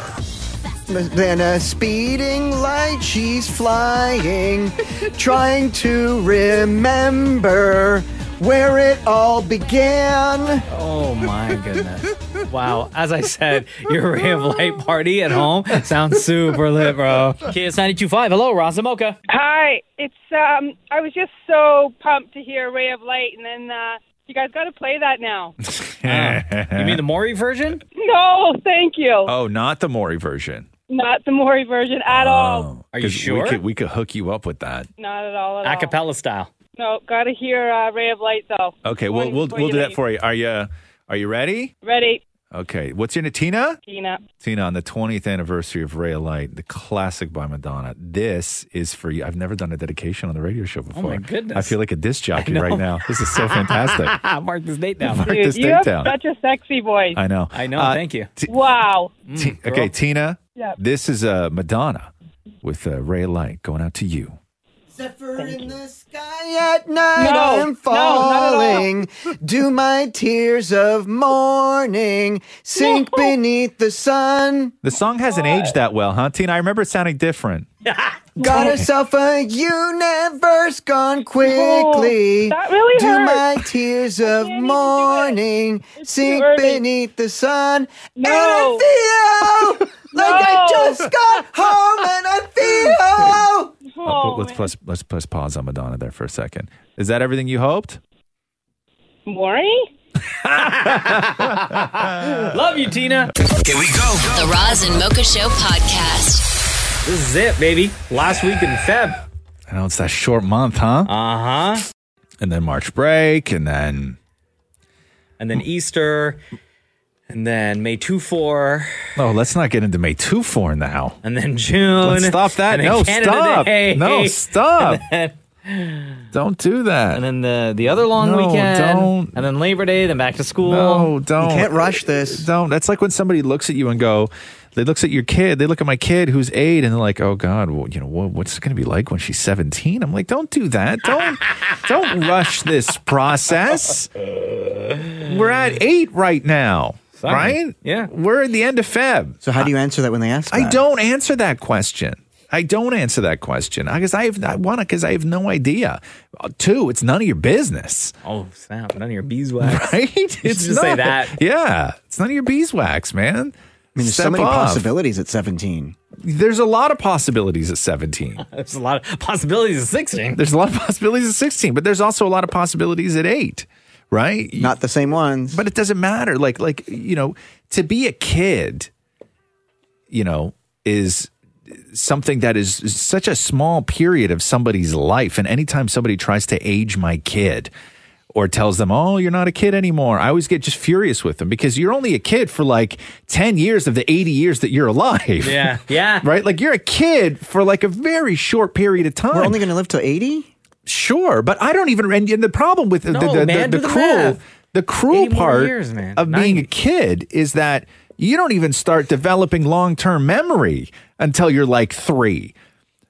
Speaker 8: Than a speeding light, she's flying, trying to remember where it all began.
Speaker 1: Oh my goodness. Wow. As I said, your ray of light party at home sounds super lit, bro. KS 925. Hello, Razamoka.
Speaker 11: Hi, it's um. I was just so pumped to hear Ray of Light, and then uh, you guys got to play that
Speaker 6: *laughs*
Speaker 11: now.
Speaker 1: *laughs* You mean the Maury version?
Speaker 11: no, thank you.
Speaker 6: Oh, not the Maury version.
Speaker 11: Not the Maury version at all.
Speaker 6: Are you sure? We could, we could hook you up with that.
Speaker 11: Not at all. At all.
Speaker 1: Acapella style.
Speaker 11: No, got to hear uh, Ray of Light though.
Speaker 6: Okay, we'll we'll,
Speaker 11: before
Speaker 6: we'll
Speaker 11: you
Speaker 6: do that
Speaker 11: leave.
Speaker 6: for you. Are you are you ready?
Speaker 11: Ready,
Speaker 6: Okay. What's your name? Tina?
Speaker 11: Tina?
Speaker 6: Tina, on the 20th anniversary of Ray of Light, the classic by Madonna. This is for you. I've never done a dedication on the radio show before.
Speaker 1: Oh, my goodness.
Speaker 6: I feel like a
Speaker 1: *laughs*
Speaker 6: disc jockey
Speaker 1: know.
Speaker 6: right now. This is so
Speaker 1: *laughs*
Speaker 6: fantastic.
Speaker 1: Mark this date down.
Speaker 6: Mark
Speaker 11: Dude,
Speaker 6: this
Speaker 11: you
Speaker 6: date
Speaker 11: have
Speaker 6: down.
Speaker 11: such a sexy voice.
Speaker 6: I know.
Speaker 1: I know.
Speaker 6: Uh,
Speaker 1: thank you.
Speaker 11: Wow.
Speaker 1: Mm,
Speaker 6: Ti- okay, Tina.
Speaker 11: Yep.
Speaker 6: This is uh, Madonna with uh, Ray of Light going out to you.
Speaker 8: Zephyr in the sky at night,
Speaker 11: No,
Speaker 8: I'm
Speaker 11: no, not at all.
Speaker 8: falling. Do my tears of mourning sink beneath the sun?
Speaker 6: The song hasn't aged that well, huh, Tina? I remember it sounding different.
Speaker 8: Got herself a universe gone quickly.
Speaker 7: that really
Speaker 8: Do
Speaker 7: hurt.
Speaker 8: my tears of mourning sink beneath the sun?
Speaker 7: No.
Speaker 8: And I feel like I
Speaker 7: No.
Speaker 8: just
Speaker 6: *laughs*
Speaker 8: got home and I feel.
Speaker 6: Well, Uh, let's, let's let's let's pause on Madonna there for a second. Is that everything you hoped? *laughs*
Speaker 11: Maury?
Speaker 1: Love you, Tina.
Speaker 4: Here we go. The Roz and Mocha Show podcast.
Speaker 1: This is it, baby. Last week in Feb.
Speaker 6: I know it's that short month, huh?
Speaker 1: Uh huh.
Speaker 6: Uh-huh. And then March break, and then
Speaker 1: And then Easter. And then May 2 4.
Speaker 6: no. Oh, Let's not get into May two four now.
Speaker 1: And then June.
Speaker 6: Let's stop that.
Speaker 1: And then
Speaker 6: No,
Speaker 1: Canada
Speaker 6: stop.
Speaker 1: Day.
Speaker 6: No, stop.
Speaker 1: And
Speaker 6: Don't do that. And
Speaker 1: then the the other long
Speaker 6: no,
Speaker 1: weekend.
Speaker 6: Don't.
Speaker 1: And then Labor Day. Then back to school.
Speaker 6: No, don't. rush this. Don't. That's like when somebody looks at you and go, they looks at your kid. They look at my kid who's eight, and they're like, "Oh God, well, you know what, what's it going to be like when she's 17? I'm like, "Don't do that. *laughs* Don't, don't rush this process. We're at eight right now,
Speaker 1: Sorry.
Speaker 6: right?
Speaker 1: Yeah.
Speaker 6: We're at the end of Feb. So how do you answer that when they ask? I
Speaker 1: that?
Speaker 6: don't answer that question. I don't answer that question because I have I want to because I have no idea. Uh, Two, it's none of your business.
Speaker 1: Oh, snap. None of your beeswax.
Speaker 6: *laughs* Right?
Speaker 1: *laughs* You should just say that.
Speaker 6: Yeah, it's none of your beeswax, man. I mean,
Speaker 8: there's so many possibilities at 17.
Speaker 6: There's a lot of possibilities at 17.
Speaker 1: There's a lot of possibilities of 16.
Speaker 6: There's a lot of *laughs* possibilities at 16, but there's also a lot of possibilities at 8, right? Not
Speaker 8: the same ones.
Speaker 6: But it doesn't matter. Like like, you know, to be a kid, you know, is something that is is such a small period of somebody's life and anytime somebody tries to age my kid or tells them, "Oh, you're not a kid anymore." I always get just furious with them because you're only a kid for like 10 years of the 80 years that you're alive.
Speaker 1: Yeah. Yeah.
Speaker 6: *laughs* Right? Like you're a kid for like a very short period of time. We're only
Speaker 8: going to live till 80?
Speaker 6: Sure, but I don't even and, and the problem with the,
Speaker 1: No,
Speaker 6: the, the,
Speaker 1: man,
Speaker 6: the,
Speaker 1: do the
Speaker 6: cruel
Speaker 1: math.
Speaker 6: the cruel
Speaker 1: 80 more
Speaker 6: part
Speaker 1: years, man.
Speaker 6: of being a kid is that you don't even start developing long-term memory until you're like 3.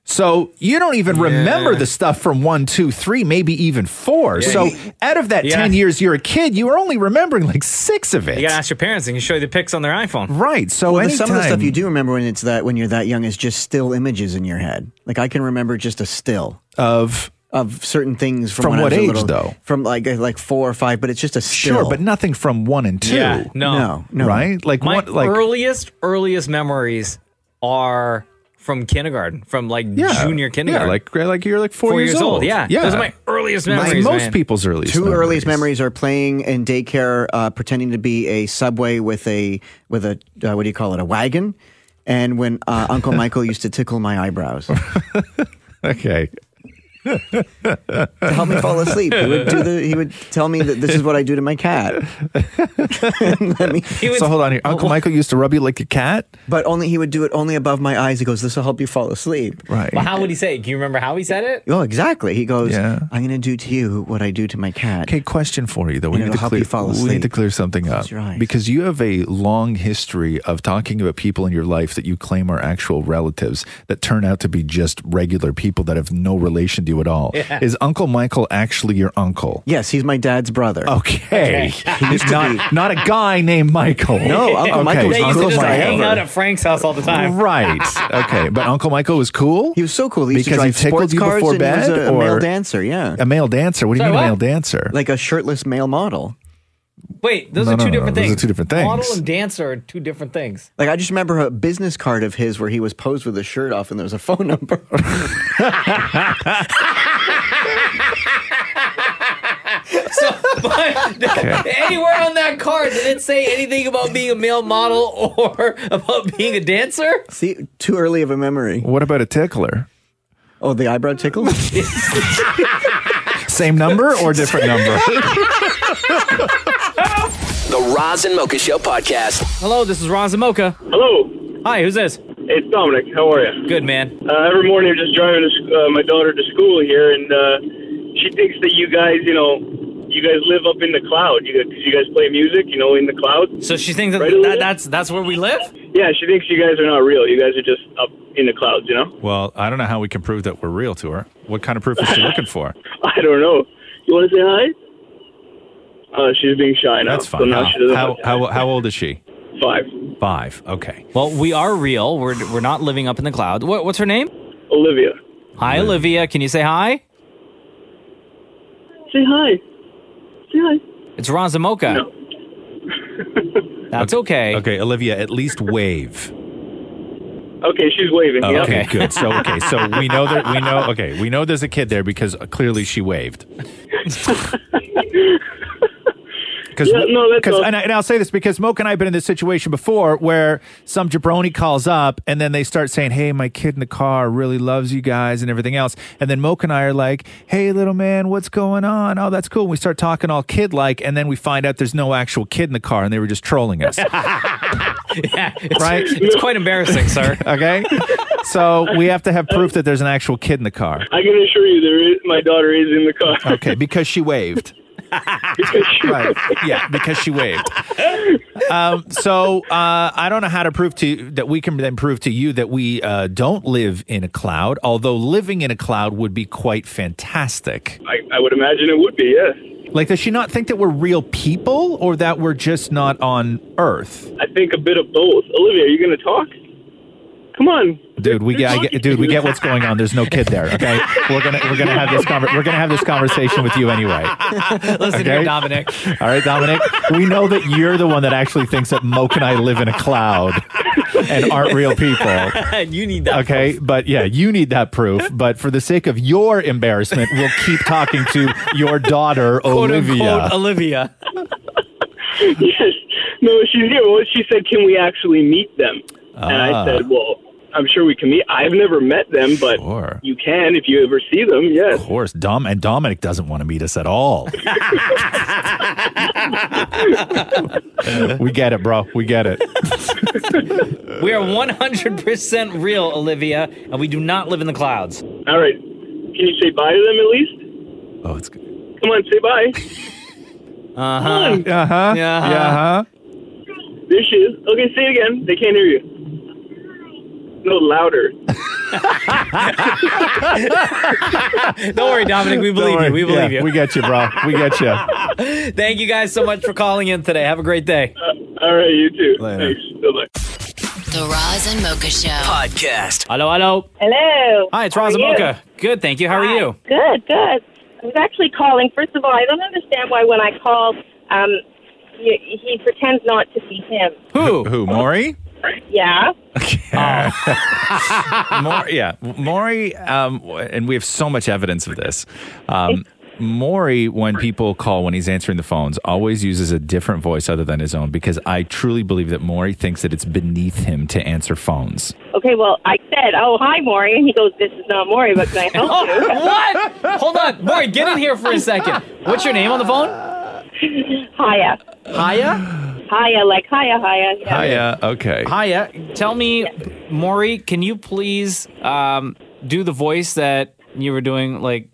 Speaker 6: So you don't even remember the stuff from one, two, three, maybe even four.
Speaker 1: Yeah,
Speaker 6: so
Speaker 1: you-
Speaker 6: out of that
Speaker 1: Yeah.
Speaker 6: ten years you're a kid, you are only remembering like six of it.
Speaker 1: You got to ask your parents. They can show you the pics on their iPhone.
Speaker 6: Right. So
Speaker 8: well, the- some of the stuff
Speaker 6: anytime-
Speaker 8: you do remember when it's that when you're that young is just still images in your head. Like I can remember just a still
Speaker 6: of
Speaker 8: of certain things from,
Speaker 6: From
Speaker 8: when I
Speaker 6: what
Speaker 8: was a
Speaker 6: age,
Speaker 8: little-
Speaker 6: though?
Speaker 8: From like like four or five, but it's just a still.
Speaker 6: Sure, but nothing from one and two.
Speaker 1: Yeah, no.
Speaker 8: no, no.
Speaker 6: Right? Like
Speaker 1: My
Speaker 6: one like
Speaker 1: earliest, earliest memories are from kindergarten, from like junior
Speaker 6: Yeah,
Speaker 1: kindergarten.
Speaker 6: like like you're like four,
Speaker 1: Four years old, yeah.
Speaker 6: yeah.
Speaker 1: Those are my earliest
Speaker 6: That's
Speaker 1: memories,
Speaker 6: most
Speaker 1: man.
Speaker 6: people's earliest.
Speaker 8: Two
Speaker 6: memories.
Speaker 8: earliest memories are playing in daycare, uh, pretending to be a subway with a with a uh, what do you call it, a wagon, and when uh, Uncle Michael used to tickle my eyebrows to
Speaker 6: *laughs* Okay.
Speaker 8: help me fall asleep. He would do the, he would tell me that this is what I do to my cat. *laughs* Let me-
Speaker 6: so hold on here.
Speaker 8: *laughs*
Speaker 6: Uncle Michael used to rub you like a cat,
Speaker 8: but only he would do it only above my eyes. He goes, "This will help you fall asleep."
Speaker 6: Right.
Speaker 1: Well, how would he say it? Do you remember how he said it?
Speaker 8: Oh, exactly. He goes, "I'm going to do to you what I do to my cat." Okay,
Speaker 6: question for you though.
Speaker 8: We need to help you fall asleep.
Speaker 6: We need to clear something up because you have a long history of talking about people in your life that you claim are actual relatives that turn out to be just regular people that have no relation to you at all.
Speaker 8: Yeah.
Speaker 6: Is Uncle Michael actually your uncle?
Speaker 8: Yes, he's my dad's brother.
Speaker 6: *laughs* Okay,
Speaker 8: He used to
Speaker 6: not
Speaker 8: be-
Speaker 6: not a guy named Michael.
Speaker 8: No, Uncle
Speaker 6: Okay,
Speaker 8: Michael's
Speaker 1: They used
Speaker 6: Uncle
Speaker 1: to just
Speaker 6: Michael.
Speaker 1: hang out at Frank's house all the time.
Speaker 6: Right. Okay. But Uncle Michael was cool. He
Speaker 8: was so cool. He used to
Speaker 6: because
Speaker 8: drive
Speaker 6: he tickled
Speaker 8: sports
Speaker 6: you
Speaker 8: cars
Speaker 6: before
Speaker 8: and he was
Speaker 6: bed,
Speaker 8: a- a
Speaker 6: or
Speaker 8: male dancer. Yeah,
Speaker 6: a male dancer. What do you
Speaker 8: Sorry,
Speaker 6: mean, a male
Speaker 8: what?
Speaker 6: dancer?
Speaker 8: like a shirtless male model.
Speaker 1: Wait, those
Speaker 6: No,
Speaker 1: are two
Speaker 6: no, no,
Speaker 1: different
Speaker 6: those are
Speaker 1: things.
Speaker 6: two different things.
Speaker 1: Model and dancer are two different things.
Speaker 8: Like I just remember a business card of his where he was posed with his shirt off, and there was a phone *laughs* number.
Speaker 1: So, but *laughs*
Speaker 8: Okay.
Speaker 1: anywhere on that card did it say anything about being a male model or about *laughs* being a dancer?
Speaker 8: See, too early of a memory.
Speaker 6: What about a tickler?
Speaker 8: Oh, the eyebrow tickle.
Speaker 6: *laughs* Same number
Speaker 8: *laughs*
Speaker 6: or different number?
Speaker 9: *laughs* The Roz and Mocha Show podcast.
Speaker 1: Hello, this is Ron Zamoka.
Speaker 13: Hello.
Speaker 1: Hi, who's this?
Speaker 13: It's Dominic. How are you?
Speaker 1: Good, man.
Speaker 13: Uh, every morning, I'm just driving to, sc- uh, my daughter to school here, and uh, she thinks that you guys, you know, you guys live up in the cloud. You guys, 'cause you guys play music, you know, in the cloud.
Speaker 1: So she thinks that,
Speaker 13: Right, Olivia?
Speaker 1: that that's that's where we live.
Speaker 13: Yeah, she thinks you guys are not real. You guys are just up in the clouds, you know? *laughs*
Speaker 6: *laughs* Well, I don't know how we can prove that we're real to her. What kind of proof is she looking for?
Speaker 13: I don't know. You want to say hi? Uh, she's being shy now.
Speaker 6: That's
Speaker 13: So
Speaker 6: fine.
Speaker 13: now she doesn't
Speaker 6: How,
Speaker 13: have
Speaker 6: how, how, how old is she?
Speaker 13: Five.
Speaker 6: Five. Okay.
Speaker 1: Well, we are real. We're we're not living up in the cloud. What, what's her name?
Speaker 13: Olivia.
Speaker 1: Hi, Olivia. Can you say hi?
Speaker 14: Say hi. Say hi.
Speaker 1: It's Ron Zamoka. That's okay.
Speaker 6: Okay, Olivia, at least
Speaker 1: *laughs*
Speaker 6: wave.
Speaker 13: Okay, she's waving.
Speaker 6: Oh,
Speaker 13: yeah. *laughs*
Speaker 6: okay, good. So okay, so we know that we know. Okay, we know there's a kid there because clearly she waved. Because
Speaker 13: Yeah, no, that's all.
Speaker 6: and, I- and I'll say this because Moke and I have been in this situation before where some jabroni calls up and then they start saying, "Hey, my kid in the car really loves you guys and everything else," and then Moke and I are like, "Hey, little man, what's going on? Oh, that's cool." we start talking all kid like, and then we find out there's no actual kid in the car and they were just
Speaker 13: *laughs*
Speaker 6: trolling us.
Speaker 1: yeah, it's,
Speaker 6: Right?
Speaker 1: It's quite embarrassing, sir.
Speaker 6: okay, so we have to have proof that there's an actual kid in the car.
Speaker 13: I can assure you, there is, my daughter is in the car. *laughs*
Speaker 6: Okay, because she waved. right. Yeah, because she waved. Um, so uh, I don't know how to prove to that we can then prove to you that we uh, don't live in a cloud. Although living in a cloud would be quite fantastic.
Speaker 13: I, I would imagine it would be, yes.
Speaker 6: Like, does she not think that we're real people, or that we're just not on Earth?
Speaker 13: I think a bit of both. Olivia, are you going to talk? Come on.
Speaker 6: Dude, we get, I get, dude, we get what's going on. There's no kid there. Okay, we're gonna we're gonna have this conver- we're gonna have this conversation with you anyway.
Speaker 1: *laughs* Listen here,
Speaker 6: Okay.
Speaker 1: Dominic.
Speaker 6: All right, Dominic. we know that you're the one that actually thinks that Moke and I live in a cloud and aren't real people.
Speaker 1: *laughs* you need that.
Speaker 6: Okay, but yeah, you need that proof. But for the sake of your embarrassment, we'll keep talking to your daughter,
Speaker 1: Quote
Speaker 6: Olivia.
Speaker 1: unquote, Olivia.
Speaker 13: *laughs* yes. No, she's here. Well, she said, can we actually meet them? And
Speaker 6: Ah.
Speaker 13: I said, well, I'm sure we can meet. I've never met them, but
Speaker 6: Oh.
Speaker 13: you can if you ever see them. Yes.
Speaker 6: Of course, Dom and Dominic doesn't want to meet us at
Speaker 1: *laughs*
Speaker 6: all. we get it, bro. We get it.
Speaker 1: We are 100% real, Olivia, and we do not live in the clouds.
Speaker 13: All right. Can you say bye to them at least?
Speaker 6: Oh, it's good.
Speaker 13: Come on, say bye.
Speaker 7: Uh-huh.
Speaker 1: Uh
Speaker 13: Come on.
Speaker 6: huh.
Speaker 13: Uh-huh. There she is. Okay, say it again. They can't hear you. No,
Speaker 6: *laughs*
Speaker 13: louder.
Speaker 1: Don't worry, Dominic. We
Speaker 6: Don't
Speaker 1: believe
Speaker 6: worry.
Speaker 1: you. We believe
Speaker 6: Yeah,
Speaker 1: you.
Speaker 6: We get you, bro. We get you.
Speaker 1: *laughs* Thank you guys so much for calling in today. Have a great day.
Speaker 13: Uh, all right, you too.
Speaker 6: Later.
Speaker 4: The Roz and Mocha Show podcast.
Speaker 1: Hello, hello.
Speaker 3: Hello.
Speaker 1: Hi, it's
Speaker 3: How
Speaker 1: Roz
Speaker 3: are
Speaker 1: and
Speaker 3: you?
Speaker 1: Mocha. Good, thank you. How are you?
Speaker 3: Good, good. I was actually calling. First of all, I don't understand why when I call, um, he, he pretends not to be him.
Speaker 1: Who?
Speaker 6: Who? Oh. *laughs* Maury?
Speaker 3: Yeah.
Speaker 6: Oh. *laughs* Maury, yeah, Maury, um, and we have so much evidence of this. Um, Maury, when people call when he's answering the phones, always uses a different voice other than his own because I truly believe that Maury thinks that it's beneath him to answer phones.
Speaker 3: Okay. Well, I said, "Oh, hi, Maury," and he goes, "This is not Maury, but can I help
Speaker 7: *laughs*
Speaker 1: Oh,
Speaker 3: you?"
Speaker 8: *laughs*
Speaker 1: what? *laughs* Hold on. Maury, get in here for a second. What's your name on the phone?
Speaker 3: Hiya.
Speaker 1: Hiya?
Speaker 3: Hiya, like hiya, hiya. Yeah.
Speaker 6: Hiya. Okay.
Speaker 1: Hiya. Tell me, Maury, can you please um, do the voice that you were doing, like,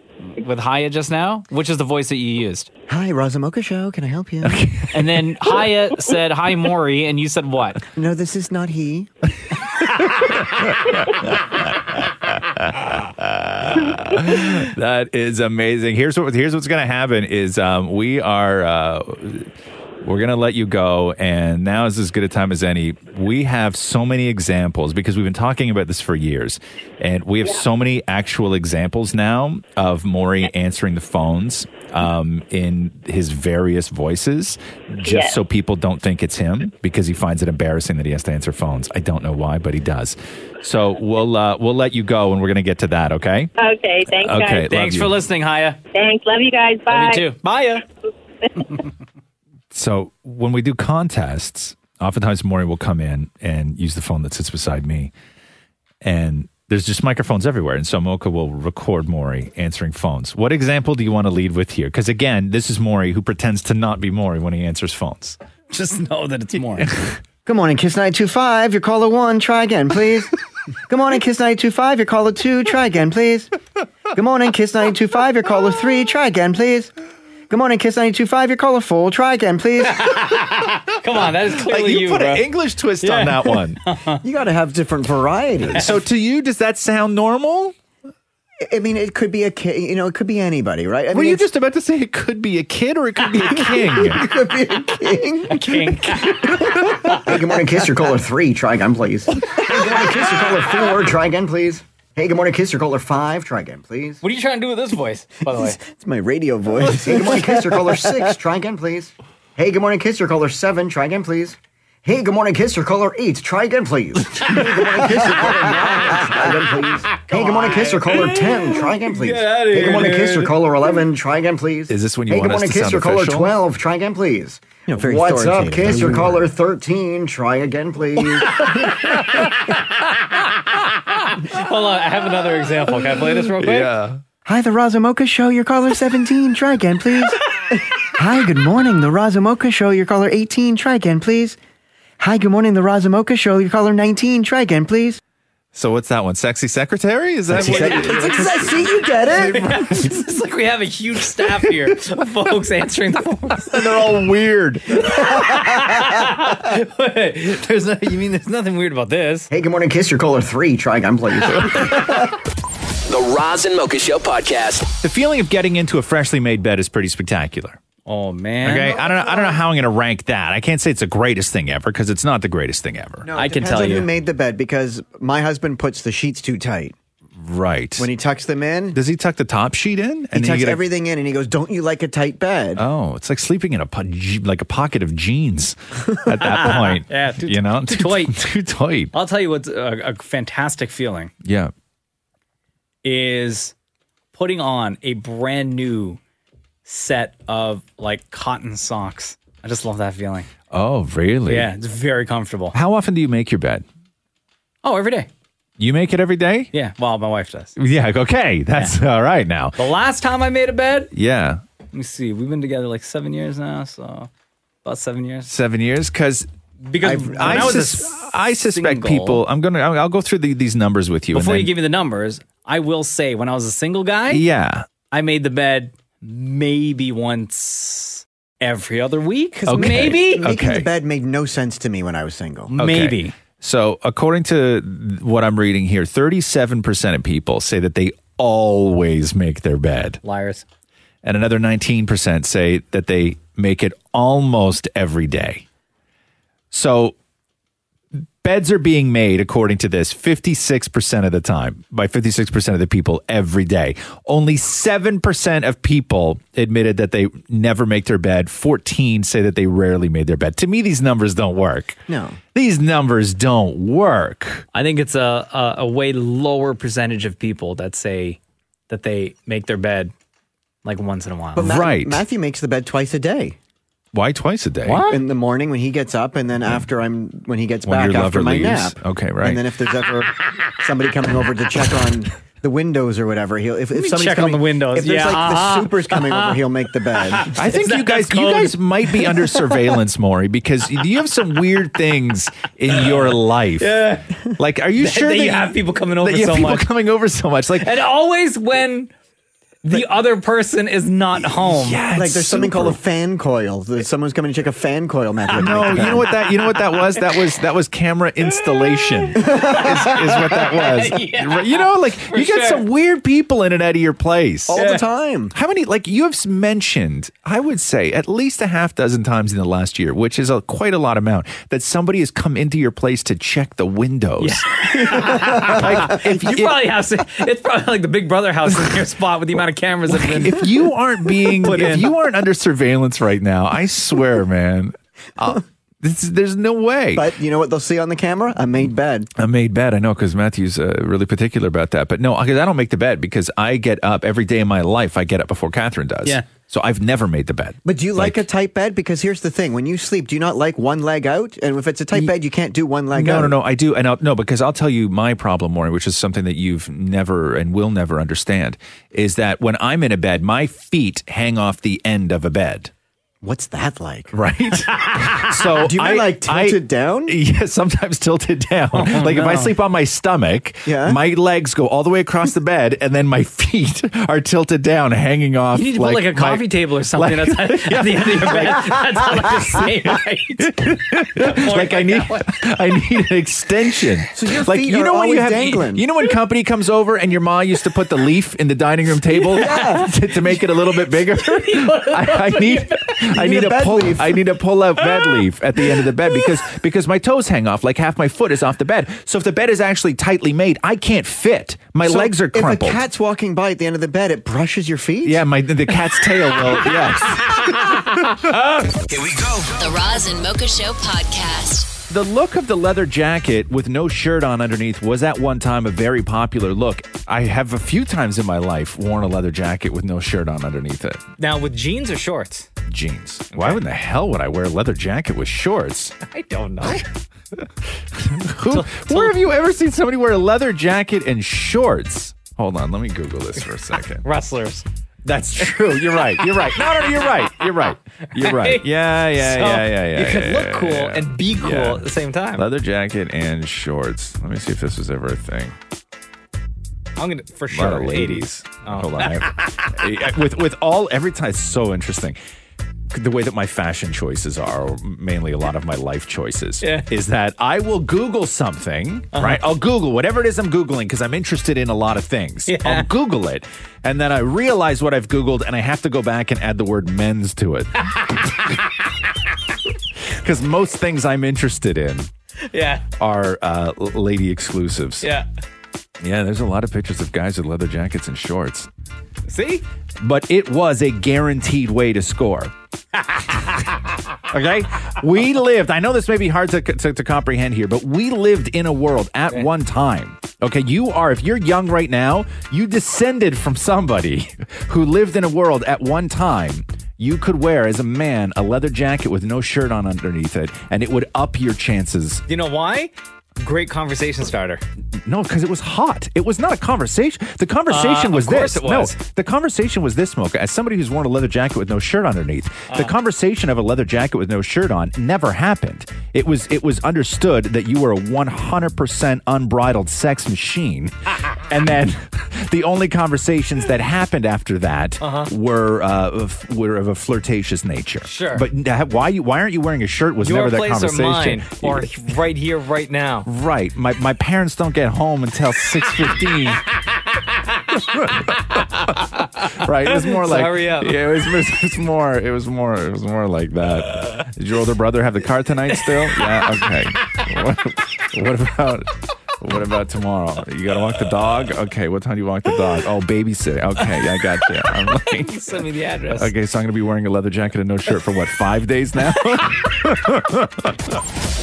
Speaker 1: with Hiya just now? Which is the voice that you used?
Speaker 8: Hi, Razamoka Show. Can I help you?
Speaker 1: And then Hiya said, Hi, Maury, and you said what?
Speaker 8: No, this is not he.
Speaker 6: that is amazing. Here's what here's what's going to happen is um, we are uh, we're going to let you go, and now is as good a time as any. We have so many examples because we've been talking about this for years, and we have so many actual examples now of Maury answering the phones um, in his various voices, just
Speaker 15: Yes.
Speaker 6: so people don't think it's him because he finds it embarrassing that he has to answer phones. I don't know why, but he does. So we'll uh, we'll let you go, and we're going to get to that. Okay.
Speaker 3: Okay. Thanks,
Speaker 6: Okay,
Speaker 3: guys.
Speaker 6: love Thanks you. for
Speaker 1: listening, Hiya. *laughs*
Speaker 3: Thanks. Love you guys. Bye.
Speaker 1: you too. Bye.
Speaker 6: So when we do contests, oftentimes Maury will come in and use the phone that sits beside me. And there's just microphones everywhere. And so Mocha will record Maury answering phones. What example do you want to lead with here? Because again, this is Maury who pretends to not be Maury when he answers phones.
Speaker 1: Just
Speaker 8: Oh,
Speaker 1: know that it's Maury.
Speaker 8: Good morning, Kiss 925. Your caller one, try again,
Speaker 1: *laughs*
Speaker 8: please. Good morning, Kiss 925. Your caller two, try again, please. Good morning, Kiss 925. Your caller three, try again, please. Good morning, Kiss 925. Your caller four, try again,
Speaker 1: *laughs*
Speaker 8: please.
Speaker 1: *laughs* Come on, that is clearly
Speaker 6: you
Speaker 1: you,
Speaker 6: put an
Speaker 1: bro.
Speaker 6: English twist on
Speaker 1: Yeah.
Speaker 6: that
Speaker 1: *laughs*
Speaker 6: one.
Speaker 8: you got to have different varieties.
Speaker 6: So to you, does that sound normal?
Speaker 8: I mean, it could be a kid. You know, it could be anybody, right? I
Speaker 6: Were
Speaker 8: mean,
Speaker 6: you
Speaker 8: it's-
Speaker 6: just about to say it could be a kid or it could be a
Speaker 8: *laughs*
Speaker 6: king?
Speaker 8: it could be a *laughs* king.
Speaker 1: A king.
Speaker 8: Hey, good morning, Kiss. Your caller three, try again, please. Hey, good morning, Kiss. Your caller four, try again, please. Hey, good morning, Kiss. Your caller five. Try again, please. Oh,
Speaker 1: What are you trying to do with this voice, by the way?
Speaker 8: It's my radio voice. hey, good morning, Kiss. Your caller six. Try again, please. Hey, good morning, Kiss. Your caller seven. Try again, please. Hey, good morning, Kiss. Your caller eight. Try again, please. hey, good morning, Kiss. Your caller nine. Try again, please. hey, good morning, Kiss. Your caller ten. Try again, please.
Speaker 6: Get outta
Speaker 8: hey,
Speaker 6: here,
Speaker 8: good morning, Kiss. Your
Speaker 6: dude.
Speaker 8: caller eleven. Try again, please. Is
Speaker 6: this when you
Speaker 8: hey,
Speaker 6: want
Speaker 8: good
Speaker 6: us
Speaker 8: morning,
Speaker 6: to
Speaker 8: Kiss.
Speaker 6: sound
Speaker 8: Your caller
Speaker 6: official?
Speaker 8: twelve. Try again, please.
Speaker 6: You know, very
Speaker 8: What's up,
Speaker 6: authoritative.
Speaker 8: Kiss? Your
Speaker 6: Ooh.
Speaker 8: caller thirteen. Try again, please.
Speaker 1: Hold on, I have another example. Can I play this real quick?
Speaker 6: Yeah.
Speaker 8: Hi, the Razumoka Show. Your caller 17. Try again, *laughs* please. Hi, good morning. The Razumoka Show. Your caller 18. Try again, please. Hi, good morning. The Razumoka Show. Your caller 19. Try again, please.
Speaker 6: So what's that one? Sexy secretary? Is that
Speaker 8: Sexy
Speaker 6: what
Speaker 8: sec-
Speaker 6: it
Speaker 8: *laughs*
Speaker 6: is?
Speaker 8: It's like, see, you get it.
Speaker 1: *laughs* it's like we have a huge staff here of folks answering the phones.
Speaker 6: And they're all weird.
Speaker 1: Wait, there's no, you mean there's nothing weird about this?
Speaker 8: Hey, good morning, Kiss. Your caller 3. Try again, please. *laughs*
Speaker 9: The Roz and Mocha Show podcast.
Speaker 6: The feeling of getting into a freshly made bed is pretty spectacular.
Speaker 1: Oh man.
Speaker 6: Okay, I don't know. I don't know how I'm going to rank that. I can't say it's the greatest thing ever because it's not the greatest thing ever.
Speaker 8: No, it depends on who made the bed because my husband puts the sheets too tight.
Speaker 6: Right.
Speaker 8: When he tucks them in,
Speaker 6: Does he tuck the top sheet in?
Speaker 8: he
Speaker 6: then you
Speaker 8: tucks
Speaker 6: get a-
Speaker 8: everything in and he goes, Don't you like a tight bed?
Speaker 6: Oh, it's like sleeping in a po- je- like a pocket of jeans at that
Speaker 1: *laughs*
Speaker 6: point.
Speaker 1: Yeah, too-
Speaker 6: you know,
Speaker 1: too tight.
Speaker 6: too tight.
Speaker 1: I'll tell you what's a, a fantastic feeling
Speaker 6: *laughs* Yeah,
Speaker 1: is putting on a brand new set of like cotton socks. I just love that feeling.
Speaker 6: Oh, really?
Speaker 1: Yeah, it's very comfortable.
Speaker 6: How often do you make your bed?
Speaker 1: Oh, every day.
Speaker 6: You make it every day?
Speaker 1: Yeah. Well, my wife does.
Speaker 6: Yeah. Okay, *laughs* that's all right now.
Speaker 1: The last time I made a bed,
Speaker 6: Yeah,
Speaker 1: let me see. We've been together like seven years now, so about seven years.
Speaker 6: seven years because
Speaker 1: Because when I was a s-
Speaker 6: I suspect
Speaker 1: single-
Speaker 6: people. I'm gonna. I'll I'll go through the, these numbers with you and
Speaker 1: Before you
Speaker 6: then-
Speaker 1: give me the numbers, I will say when I was a single guy,
Speaker 6: Yeah.
Speaker 1: I made the bed maybe once every other week.
Speaker 8: Okay.
Speaker 1: Maybe.
Speaker 8: Making the bed made no sense to me when I was single.
Speaker 6: Okay. So, according to th- what I'm reading here, 37% of people say that they always make their bed.
Speaker 1: Liars.
Speaker 6: And another 19% say that they make it almost every day. So, beds are being made, according to this, 56% of the time by 56% of the people every day. Only 7% of people admitted that they never make their bed. 14 say that they rarely made their bed. To me, these numbers don't work.
Speaker 8: No.
Speaker 6: These numbers don't work.
Speaker 1: I think it's a, a, a way lower percentage of people that say that they make their bed like once in a while.
Speaker 8: But Ma- Matthew makes the bed twice a day.
Speaker 6: Why twice a day?
Speaker 8: In the morning when he gets up, and then after I'm when he gets
Speaker 6: When
Speaker 8: back
Speaker 6: your
Speaker 8: after
Speaker 6: lover
Speaker 8: my
Speaker 6: leaves.
Speaker 8: nap.
Speaker 6: Okay, right.
Speaker 8: And then if there's ever somebody coming over to check on the windows or whatever, he'll if,
Speaker 1: Let
Speaker 8: if
Speaker 1: me
Speaker 8: somebody's
Speaker 1: check on
Speaker 8: coming,
Speaker 1: the windows.
Speaker 8: If there's
Speaker 1: Yeah,
Speaker 8: like
Speaker 1: uh-huh.
Speaker 8: the supers coming over, he'll make the bed.
Speaker 6: *laughs* I think you guys you
Speaker 8: code?
Speaker 6: guys might be under
Speaker 1: *laughs*
Speaker 6: surveillance, Maury, because you have some weird things in your life. Yeah. Like, are you
Speaker 1: That-
Speaker 6: sure
Speaker 1: that you have people coming over
Speaker 6: that you have
Speaker 1: so
Speaker 6: people
Speaker 1: much?
Speaker 6: coming over so much? Like,
Speaker 1: and always when the other person is not home.
Speaker 8: like there's something called a fan coil. There's Someone's coming to check a fan coil. Matthew.
Speaker 6: no, you know what that you know what that was? That was that was camera installation.
Speaker 1: *laughs*
Speaker 6: is, is what that was.
Speaker 7: Yeah.
Speaker 6: You know, like
Speaker 7: For
Speaker 6: you get
Speaker 7: sure.
Speaker 6: some weird people in and out of your place
Speaker 7: All the Yeah.
Speaker 8: time.
Speaker 6: How many? Like you have s- mentioned, I would say at least a half dozen times in the last year, which is a, quite a lot amount. That somebody has come into your place to check the windows. *laughs*
Speaker 1: you probably have to, it's probably like the Big Brother house in your spot with the amount of cameras that have been.
Speaker 6: if you aren't being
Speaker 1: Put
Speaker 6: if
Speaker 1: in.
Speaker 6: you aren't under surveillance right now, I swear, man. I'll- this, there's no way.
Speaker 8: But you know what they'll see on the camera? A made bed.
Speaker 6: I made bed. I know because Matthew's uh, really particular about that. But no, because I don't make the bed because I get up every day in my life. I get up before Catherine does.
Speaker 8: Yeah.
Speaker 6: So I've never made the bed.
Speaker 8: But do you like, a tight bed? Because here's the thing: when you sleep, do you not like one leg out? And if it's a tight bed, you can't do one leg
Speaker 6: No,
Speaker 8: out.
Speaker 6: no, no. I do, and I'll, no, because I'll tell you my problem, Maury, which is something that you've never and will never understand, is that when I'm in a bed, my feet hang off the end of a bed.
Speaker 8: What's that like? *laughs*
Speaker 6: Right. so
Speaker 8: Do you mean,
Speaker 6: I
Speaker 8: like, tilted
Speaker 6: down? *laughs* Yeah, sometimes tilted down.
Speaker 8: Oh,
Speaker 6: like if I
Speaker 8: no.
Speaker 6: sleep on my stomach,
Speaker 8: Yeah.
Speaker 6: my legs go all the way across the bed, and then my *laughs* feet are tilted down, hanging off.
Speaker 1: You need to put like a coffee table or
Speaker 6: *laughs*
Speaker 1: something
Speaker 6: like-
Speaker 1: that's *laughs* at, at the end of your bed. That's how I just say
Speaker 8: *laughs*
Speaker 1: right.
Speaker 6: like I need, *laughs* I need an extension. So
Speaker 8: your
Speaker 6: like
Speaker 8: feet are always dangling.
Speaker 6: You know when company comes over and your ma used to put the leaf in the dining room
Speaker 8: *laughs*
Speaker 6: table
Speaker 8: Yeah. *laughs*
Speaker 6: to, to make it a little bit bigger. I, I need, I need, a, pull. I need to pull
Speaker 8: *laughs*
Speaker 6: out bed leaf at the end of the bed because because my toes hang off. Like half my foot is off the bed. So if the bed is actually tightly made, I can't fit. My
Speaker 8: So
Speaker 6: legs are crumpled.
Speaker 8: If a cat's walking by at the end of the bed, it brushes your feet.
Speaker 6: Yeah, my the cat's
Speaker 8: *laughs*
Speaker 6: tail will. Yes.
Speaker 4: Here we go. The Roz and Mocha Show podcast.
Speaker 6: The look of the leather jacket with no shirt on underneath was at one time a very popular look. I have a few times in my life worn a leather jacket with no shirt on underneath it.
Speaker 1: Now with jeans or shorts?
Speaker 6: Jeans. Why in the hell would I wear a leather jacket with shorts?
Speaker 1: I don't know.
Speaker 6: Who, where have you ever seen somebody wear a leather jacket and shorts? Hold on, let me Google this for a second.
Speaker 1: *laughs* Wrestlers.
Speaker 6: That's true. You're right. You're right. No, no, no, you're right. You're right. You're right. Yeah, yeah,
Speaker 1: So,
Speaker 6: yeah, yeah, yeah.
Speaker 1: you could
Speaker 6: yeah,
Speaker 1: look
Speaker 6: yeah,
Speaker 1: cool
Speaker 6: yeah.
Speaker 1: and be cool
Speaker 6: Yeah.
Speaker 1: at the same time.
Speaker 6: Leather jacket and shorts. Let me see if this was ever a thing.
Speaker 1: I'm gonna for
Speaker 6: A lot
Speaker 1: sure.
Speaker 6: of ladies.
Speaker 1: Oh.
Speaker 6: Hold on. I
Speaker 1: *laughs*
Speaker 6: have- with with all every time it's so interesting. The way that my fashion choices are, or mainly a lot of my life choices,
Speaker 1: Yeah.
Speaker 6: is that I will Google something,
Speaker 1: Uh-huh.
Speaker 6: right? I'll Google whatever it is I'm Googling because I'm interested in a lot of things.
Speaker 1: Yeah.
Speaker 6: I'll Google it. And then I realize what I've Googled and I have to go back and add the word men's to
Speaker 1: *laughs*
Speaker 6: it. *laughs* Because most things I'm interested in
Speaker 1: Yeah.
Speaker 6: are uh, l- lady exclusives.
Speaker 1: Yeah.
Speaker 6: Yeah, there's a lot of pictures of guys with leather jackets and shorts.
Speaker 1: See?
Speaker 6: But it was a guaranteed way to
Speaker 1: *laughs*
Speaker 6: score. okay? We lived, I know this may be hard to, to, to comprehend here, but we lived in a world at one time. Okay, you are, if you're young right now, you descended from somebody *laughs* who lived in a world at one time. You could wear, as a man, a leather jacket with no shirt on underneath it, and it would up your chances
Speaker 1: You know why? Great conversation starter.
Speaker 6: no, because it was hot. It was not a conversation. The conversation
Speaker 1: Uh,
Speaker 6: was
Speaker 1: of course
Speaker 6: this.
Speaker 1: it was.
Speaker 6: No, the conversation was this, Mocha. As somebody who's worn a leather jacket with no shirt underneath, the
Speaker 1: Uh.
Speaker 6: conversation of a leather jacket with no shirt on never happened. It was it was understood that you were a 100% unbridled sex
Speaker 1: *laughs*
Speaker 6: machine, and then *laughs* the only conversations that happened after that
Speaker 1: Uh-huh.
Speaker 6: were uh, of- were of a flirtatious nature.
Speaker 1: Sure.
Speaker 6: but n- why you why aren't you wearing a shirt? Was
Speaker 1: Your
Speaker 6: never that
Speaker 1: place or
Speaker 6: conversation.
Speaker 1: mine, or right here, right *laughs* now.
Speaker 6: Right. My my parents don't get home until six
Speaker 1: *laughs*
Speaker 6: fifteen. right. It was more
Speaker 1: So
Speaker 6: like
Speaker 1: hurry up.
Speaker 6: Yeah, it was, it was- it was more it was more it was more like that. Did your older brother have the car tonight still? Yeah, okay. What, what about what about tomorrow? You gotta walk the dog? Okay, what time do you walk the dog? Oh babysit. Okay, I got you. I'm like
Speaker 1: *laughs* Send me the address.
Speaker 6: Okay, so I'm gonna be wearing a leather jacket and no shirt for what, five days now? *laughs*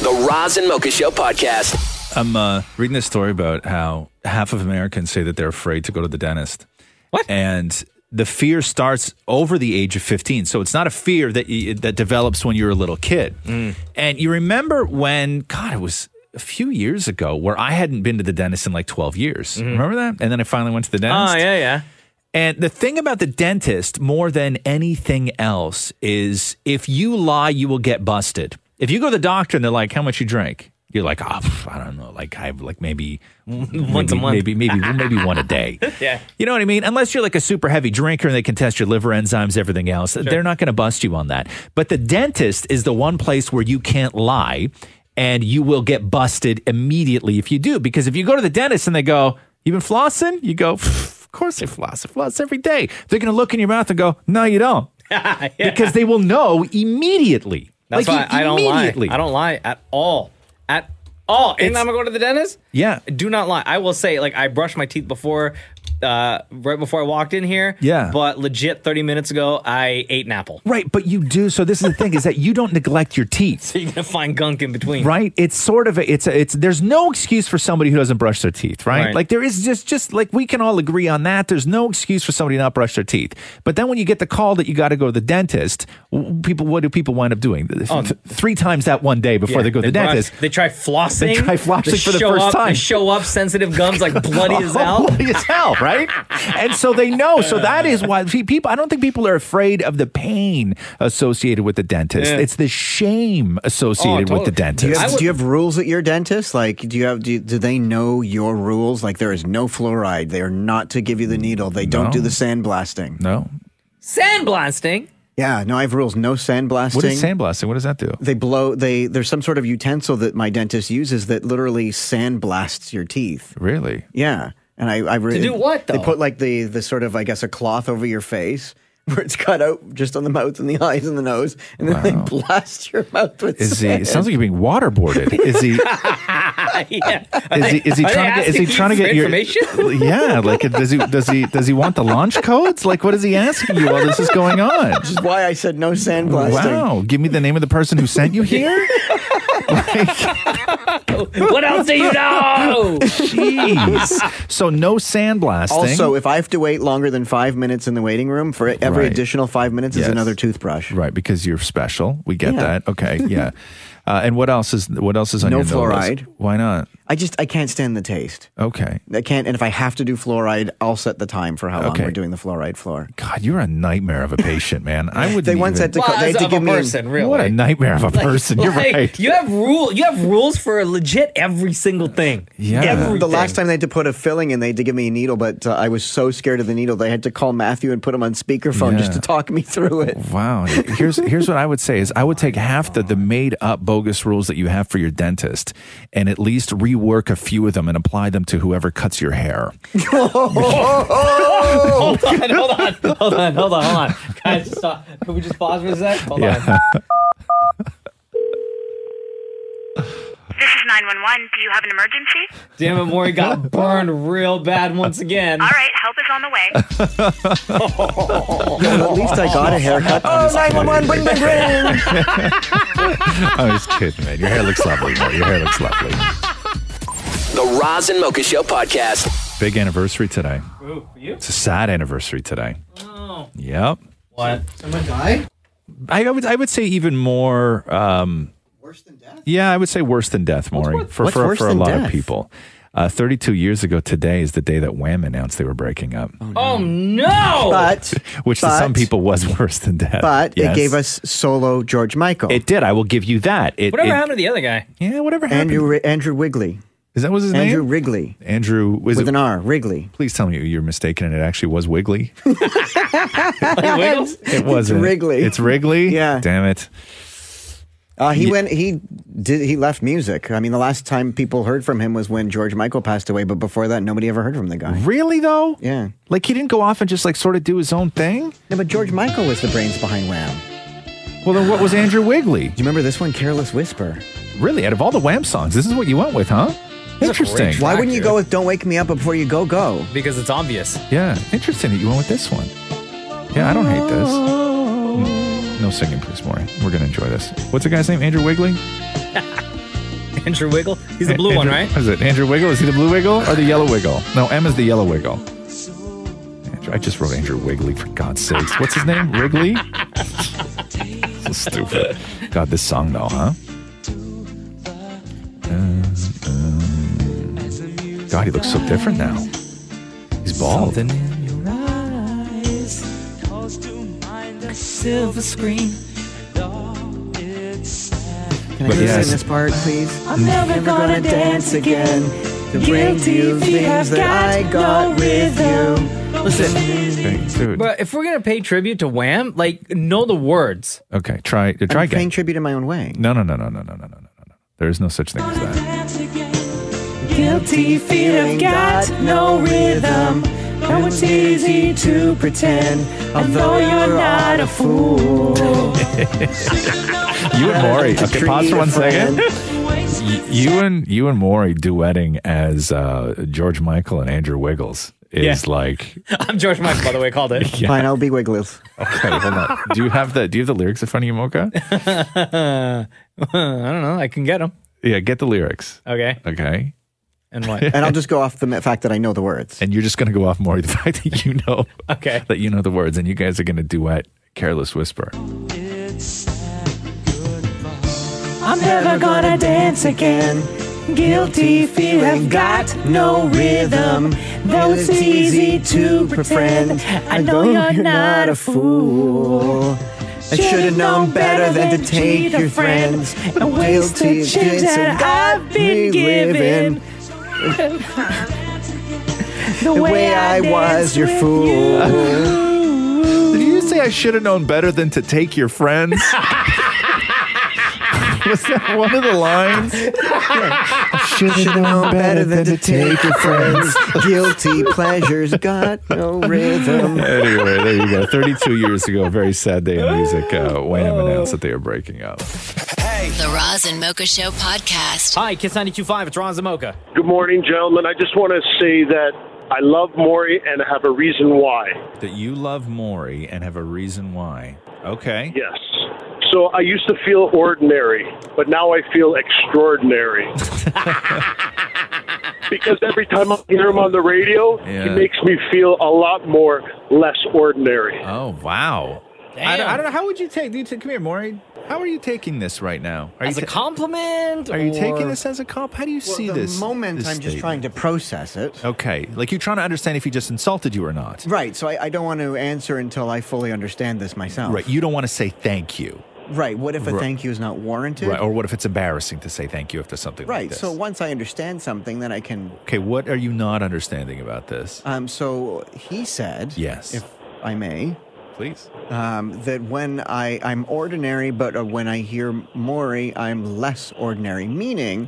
Speaker 9: The Roz and Mocha Show podcast.
Speaker 6: I'm uh, reading this story about how half of Americans say that they're afraid to go to the dentist. What? And the fear starts over the age of 15. So it's not a fear that you, that develops when you're a little kid.
Speaker 1: Mm.
Speaker 6: And you remember when God, it was a few years ago where I hadn't been to the dentist in like 12 years. Remember that? And then I finally went to the dentist.
Speaker 1: Oh, Mm-hmm. yeah, yeah.
Speaker 6: And the thing about the dentist more than anything else is if you lie, you will get busted. If you go to the doctor and they're like, how much you drank? You're like, oh, pff, I don't know. Like I have like maybe once
Speaker 1: *laughs* Once a month.
Speaker 6: maybe maybe maybe one a
Speaker 1: *laughs*
Speaker 6: day.
Speaker 1: yeah.
Speaker 6: You know what I mean? Unless you're like a super heavy drinker and they can test your liver enzymes, everything else, they're not going to bust you on that. But the dentist is the one place where you can't lie and you will get busted immediately if you do. Because if you go to the dentist and they go, You've been flossing? You go, "Pff, Of course I floss. I floss every day. They're going to look in your mouth and go, No, you
Speaker 1: *laughs*
Speaker 6: don't. Because they will know immediately.
Speaker 1: That's
Speaker 6: Like,
Speaker 1: why I don't lie.
Speaker 6: immediately.
Speaker 1: I don't lie at all. At all. And
Speaker 6: It's-
Speaker 1: I'm going to the dentist?
Speaker 6: Yeah.
Speaker 1: Do not lie. I will say, like, I brushed my teeth before, uh, right before I walked in here.
Speaker 6: Yeah.
Speaker 1: But legit, 30 minutes ago, I ate an apple. *laughs*
Speaker 6: Right, but you do. So this is the thing: is that you don't neglect your teeth.
Speaker 1: *laughs* So you're going to find gunk in between.
Speaker 6: Right? It's sort of a, it's a, it's there's no excuse for somebody who doesn't brush their teeth, right?
Speaker 1: Right.
Speaker 6: Like there is just just like we can all agree on that. There's no excuse for somebody to not brush their teeth. But then when you get the call that you got to go to the dentist, w- people what do people wind up doing? Th-
Speaker 1: Oh.
Speaker 6: th- Three times that one day before
Speaker 1: Yeah,
Speaker 6: they go to the
Speaker 1: brush-
Speaker 6: dentist.
Speaker 1: They try flossing.
Speaker 6: They try flossing
Speaker 1: They
Speaker 6: for the
Speaker 1: show
Speaker 6: first
Speaker 1: up, They
Speaker 6: time.
Speaker 1: show up sensitive gums like
Speaker 6: *laughs*
Speaker 1: bloody as hell.
Speaker 6: Bloody as hell, right? and so they know. So that is why pe- people. I don't think people are afraid of the pain associated with the dentist.
Speaker 8: Yeah.
Speaker 6: It's the shame associated
Speaker 1: Oh,
Speaker 6: with the
Speaker 8: Do you,
Speaker 6: dentist.
Speaker 8: have, do you have rules at your dentist? Like, do you have do, you- do they know your rules? Like, there is no fluoride. They are not to give you the needle. They don't
Speaker 6: No.
Speaker 8: do the sandblasting.
Speaker 6: No.
Speaker 1: Sandblasting.
Speaker 8: Yeah, Uh, no, I have rules. No sandblasting.
Speaker 6: What
Speaker 8: *laughs*
Speaker 6: is
Speaker 1: *laughs*
Speaker 6: sandblasting? What does that do?
Speaker 8: They blow. They there's some sort of utensil that my dentist uses that literally sandblasts your teeth.
Speaker 6: Really?
Speaker 8: Yeah, and I, I re-
Speaker 1: To do what,
Speaker 8: They
Speaker 1: though?
Speaker 8: put like the the sort of I guess a cloth over your face. *laughs* where it's cut out just on the mouth and the eyes and the nose, and then they blast your mouth with
Speaker 6: Is he?
Speaker 8: sand.
Speaker 6: It sounds like you're being waterboarded.
Speaker 8: *laughs*
Speaker 6: Is he?
Speaker 1: *laughs* yeah.
Speaker 6: Is he? Is he
Speaker 1: Are they
Speaker 6: trying to get? Is he
Speaker 1: asking you
Speaker 6: trying to
Speaker 1: for
Speaker 6: get your
Speaker 1: information?
Speaker 6: *laughs* Yeah. Like, does he? Does he? Does he want the launch codes? Like, what is he asking you while this is going on?
Speaker 8: Which is why I said no sandblasting.
Speaker 6: Wow. Give me the name of the person who sent you here.
Speaker 1: *laughs* what else do you know?
Speaker 6: *laughs* Jeez. So no sandblasting.
Speaker 8: Also, if I have to wait longer than five minutes in the waiting room for it, every
Speaker 6: Right.
Speaker 8: additional five minutes is
Speaker 6: Yes.
Speaker 8: another toothbrush.
Speaker 6: Right, because you're special. We get
Speaker 8: Yeah.
Speaker 6: that. Okay. Yeah. Uh, and what else is what else is on
Speaker 8: No
Speaker 6: your nose?
Speaker 8: fluoride.
Speaker 6: Why not?
Speaker 8: I just I can't stand the taste.
Speaker 6: Okay.
Speaker 8: I can't, and if I have to do fluoride, I'll set the time for how long
Speaker 6: Okay.
Speaker 8: we're doing the fluoride floor.
Speaker 6: God, you're a nightmare of a patient, man.
Speaker 8: *laughs*
Speaker 6: I would.
Speaker 8: They once had to co-
Speaker 1: Well,
Speaker 8: they
Speaker 1: as
Speaker 8: had to
Speaker 1: of
Speaker 8: give
Speaker 1: a
Speaker 8: me a-
Speaker 1: person, really.
Speaker 6: What a nightmare of a person. You're
Speaker 1: Like,
Speaker 6: right.
Speaker 1: You have rule. You have rules for legit every single thing. Everything.
Speaker 8: The last time they had to put a filling in, they had to give me a needle, but uh, I was so scared of the needle, they had to call Matthew and put him on speakerphone just
Speaker 6: Yeah.
Speaker 8: to talk me through it.
Speaker 6: Wow. Here's here's what I would say is I would take half the the made up bogus rules that you have for your dentist and at least rework a few of them and apply them to whoever cuts your hair.
Speaker 1: hold on, hold on, hold on, hold on, hold on. Guys, stop. Can we just pause for a sec? Hold on.
Speaker 6: *laughs*
Speaker 15: This is 911. Do you have an emergency?
Speaker 1: Damn it, Maury got burned real bad once again. All
Speaker 15: right, help is on the way.
Speaker 8: at least I got a haircut.
Speaker 1: Oh,
Speaker 8: 911, bring, bring, bring.
Speaker 6: I was Oh, kidding, man. Your hair looks lovely, man. Your hair looks lovely.
Speaker 9: *laughs* The Roz and Mocha Show podcast.
Speaker 6: Big anniversary today.
Speaker 9: Ooh, for you?
Speaker 6: It's a sad anniversary today.
Speaker 1: Oh.
Speaker 6: Yep.
Speaker 1: What?
Speaker 8: Am I die?
Speaker 6: I, I would I would say even more um, worse than death. Yeah, I would say worse than death, Maury. for
Speaker 8: what's
Speaker 6: for,
Speaker 8: worse
Speaker 6: for a
Speaker 8: than
Speaker 6: lot
Speaker 8: death?
Speaker 6: of people. Uh, 32 years ago today is the day that Wham announced they were breaking up,
Speaker 1: Oh no!
Speaker 8: But
Speaker 6: *laughs* which to some people was *laughs* worse than death.
Speaker 8: But
Speaker 6: Yes.
Speaker 8: it gave us solo George Michael. It
Speaker 6: did. I will give you that. It,
Speaker 1: Whatever happened to the other guy?
Speaker 6: Yeah, whatever happened.
Speaker 8: Andrew Ri- Andrew Wigley.
Speaker 6: Is that was his
Speaker 8: Andrew
Speaker 6: name?
Speaker 8: Wrigley.
Speaker 6: Andrew was
Speaker 8: With an R, Wrigley.
Speaker 6: Please tell me you're mistaken and it actually was Wiggly.
Speaker 8: it
Speaker 6: It wasn't.
Speaker 8: It's Wrigley.
Speaker 6: It's Wrigley?
Speaker 8: *laughs* Yeah.
Speaker 6: Damn it.
Speaker 8: Uh, he went. He did. He left music. I mean, the last time people heard from him was when George Michael passed away. But before that, nobody ever heard from the guy.
Speaker 6: Really though?
Speaker 8: Yeah.
Speaker 6: Like he didn't go off and just like sort of do his own thing?
Speaker 8: No, but George Michael was the brains behind Wham.
Speaker 6: Well, then what was Andrew Wigley? Do
Speaker 8: you remember this one, Careless Whisper?
Speaker 6: Really? Out of all the Wham songs, this is what you went with, huh? Interesting.
Speaker 8: Why wouldn't you go with "Don't Wake Me Up" before you go go?
Speaker 1: Because it's obvious.
Speaker 6: Yeah, interesting that you went with this one. Yeah, I don't hate this.
Speaker 1: Oh.
Speaker 6: Mm, No singing, please, Maury. We're gonna enjoy this. What's the guy's name? Andrew Wigley?
Speaker 1: *laughs* Andrew Wiggle. He's the blue
Speaker 6: Andrew,
Speaker 1: one, right?
Speaker 6: *laughs* Is it Andrew Wiggle? Is he the blue Wiggle or the yellow Wiggle? No, M is the yellow Wiggle. Andrew, I just wrote Andrew Wigley for God's sakes. What's his name? Wrigley. *laughs* so stupid. God, this song though, huh? God, he looks so different now. He's bald.
Speaker 7: Silver screen.
Speaker 8: Can I
Speaker 6: But
Speaker 8: just
Speaker 6: yes.
Speaker 8: sing this part, please?
Speaker 7: I'm never gonna dance again.
Speaker 8: To bring
Speaker 7: Guilty
Speaker 8: you
Speaker 7: if you
Speaker 8: things
Speaker 7: have
Speaker 8: that I
Speaker 7: got
Speaker 8: got
Speaker 7: no
Speaker 8: with you. Listen,
Speaker 6: Dude.
Speaker 1: But if we're gonna pay tribute to Wham, like know the words.
Speaker 6: Okay, try try
Speaker 8: I'm paying
Speaker 6: again.
Speaker 8: tribute in my own way.
Speaker 6: No, no, no, no, no, no, no, no, no, no. There is no such thing as that.
Speaker 7: Guilty feet have got no rhythm. Now it's easy to pretend, although you're not a fool.
Speaker 6: you and Maury.
Speaker 7: To
Speaker 6: Okay, pause
Speaker 7: treat
Speaker 6: for
Speaker 7: a
Speaker 6: one second.
Speaker 7: friend.
Speaker 6: Y- You and you and Maury duetting as uh, George Michael and Andrew Wiggles is
Speaker 1: Yeah.
Speaker 6: like.
Speaker 1: *laughs* I'm George Michael, by the way, called it.
Speaker 6: *laughs* Yeah.
Speaker 8: Fine, I'll be Wiggles.
Speaker 6: Okay, hold on. Do you have the Do you have the lyrics in front of you,
Speaker 1: *laughs*
Speaker 6: Mocha?
Speaker 1: *laughs* I don't know. I can get them.
Speaker 6: Yeah, get the lyrics.
Speaker 1: Okay.
Speaker 6: Okay.
Speaker 1: And what?
Speaker 8: and I'll just go off the ma- fact that I know the words.
Speaker 6: And you're just gonna go off Maury the *laughs* fact that you know.
Speaker 1: Okay.
Speaker 6: That you know the words, and you guys are gonna duet "Careless Whisper."
Speaker 7: I'm never gonna dance again. Guilty feet have got no rhythm. Though it's easy to pretend, I know you're not a fool.
Speaker 8: I should've known better than to take your friends
Speaker 7: and waste the
Speaker 8: Guilty
Speaker 7: chance that I've been given.
Speaker 8: reliving The way I was your fool.
Speaker 1: *laughs*
Speaker 6: Did you say I should have known better than to take your friends? *laughs* Was that one of the lines?
Speaker 8: Should have known *laughs* better than to take your friends. *laughs* Guilty pleasures got no rhythm.
Speaker 6: anyway, there you go. 32 years ago, very sad day in music. Uh, Wham
Speaker 8: Oh.
Speaker 6: announced that they are breaking up.
Speaker 4: The Roz and Mocha Show podcast.
Speaker 1: Hi, Kiss 92.5. It's Ron Zamoka.
Speaker 16: Good morning, gentlemen. I just want to say that I love Maury and have a reason why.
Speaker 6: That you love Maury and have a reason why. Okay.
Speaker 16: Yes. So I used to feel ordinary, but now I feel
Speaker 6: *laughs*
Speaker 16: extraordinary. because every time I hear him on the radio, he
Speaker 6: Yeah.
Speaker 16: makes me feel a lot more less ordinary.
Speaker 6: Oh, wow. I don't, I don't know. How would you take? Do you take come here, Maury. How are you taking this right now? Are
Speaker 1: As
Speaker 6: you
Speaker 1: a
Speaker 6: ta-
Speaker 1: compliment?
Speaker 6: Are you taking
Speaker 1: or-
Speaker 6: this as a comp? How do you see
Speaker 8: the
Speaker 6: this?
Speaker 8: moment
Speaker 6: this
Speaker 8: I'm just
Speaker 7: *laughs*
Speaker 6: statement?
Speaker 8: trying to process it.
Speaker 6: Okay, like you're trying to understand if he just insulted you or not.
Speaker 8: Right. So I, I don't want to answer until I fully understand this myself.
Speaker 6: Right. You don't want to say thank you.
Speaker 8: Right. What if a
Speaker 6: Right.
Speaker 8: thank you is not warranted?
Speaker 6: Right. Or what if it's embarrassing to say thank you if there's something
Speaker 8: Right.
Speaker 6: like this?
Speaker 8: so once I understand something, then I can.
Speaker 6: okay, what are you not understanding about this?
Speaker 8: Um, so he said,
Speaker 6: Yes.
Speaker 8: if I may,
Speaker 6: please,
Speaker 8: um, that when I I'm ordinary, but uh, when I hear Maury, I'm less ordinary. Meaning,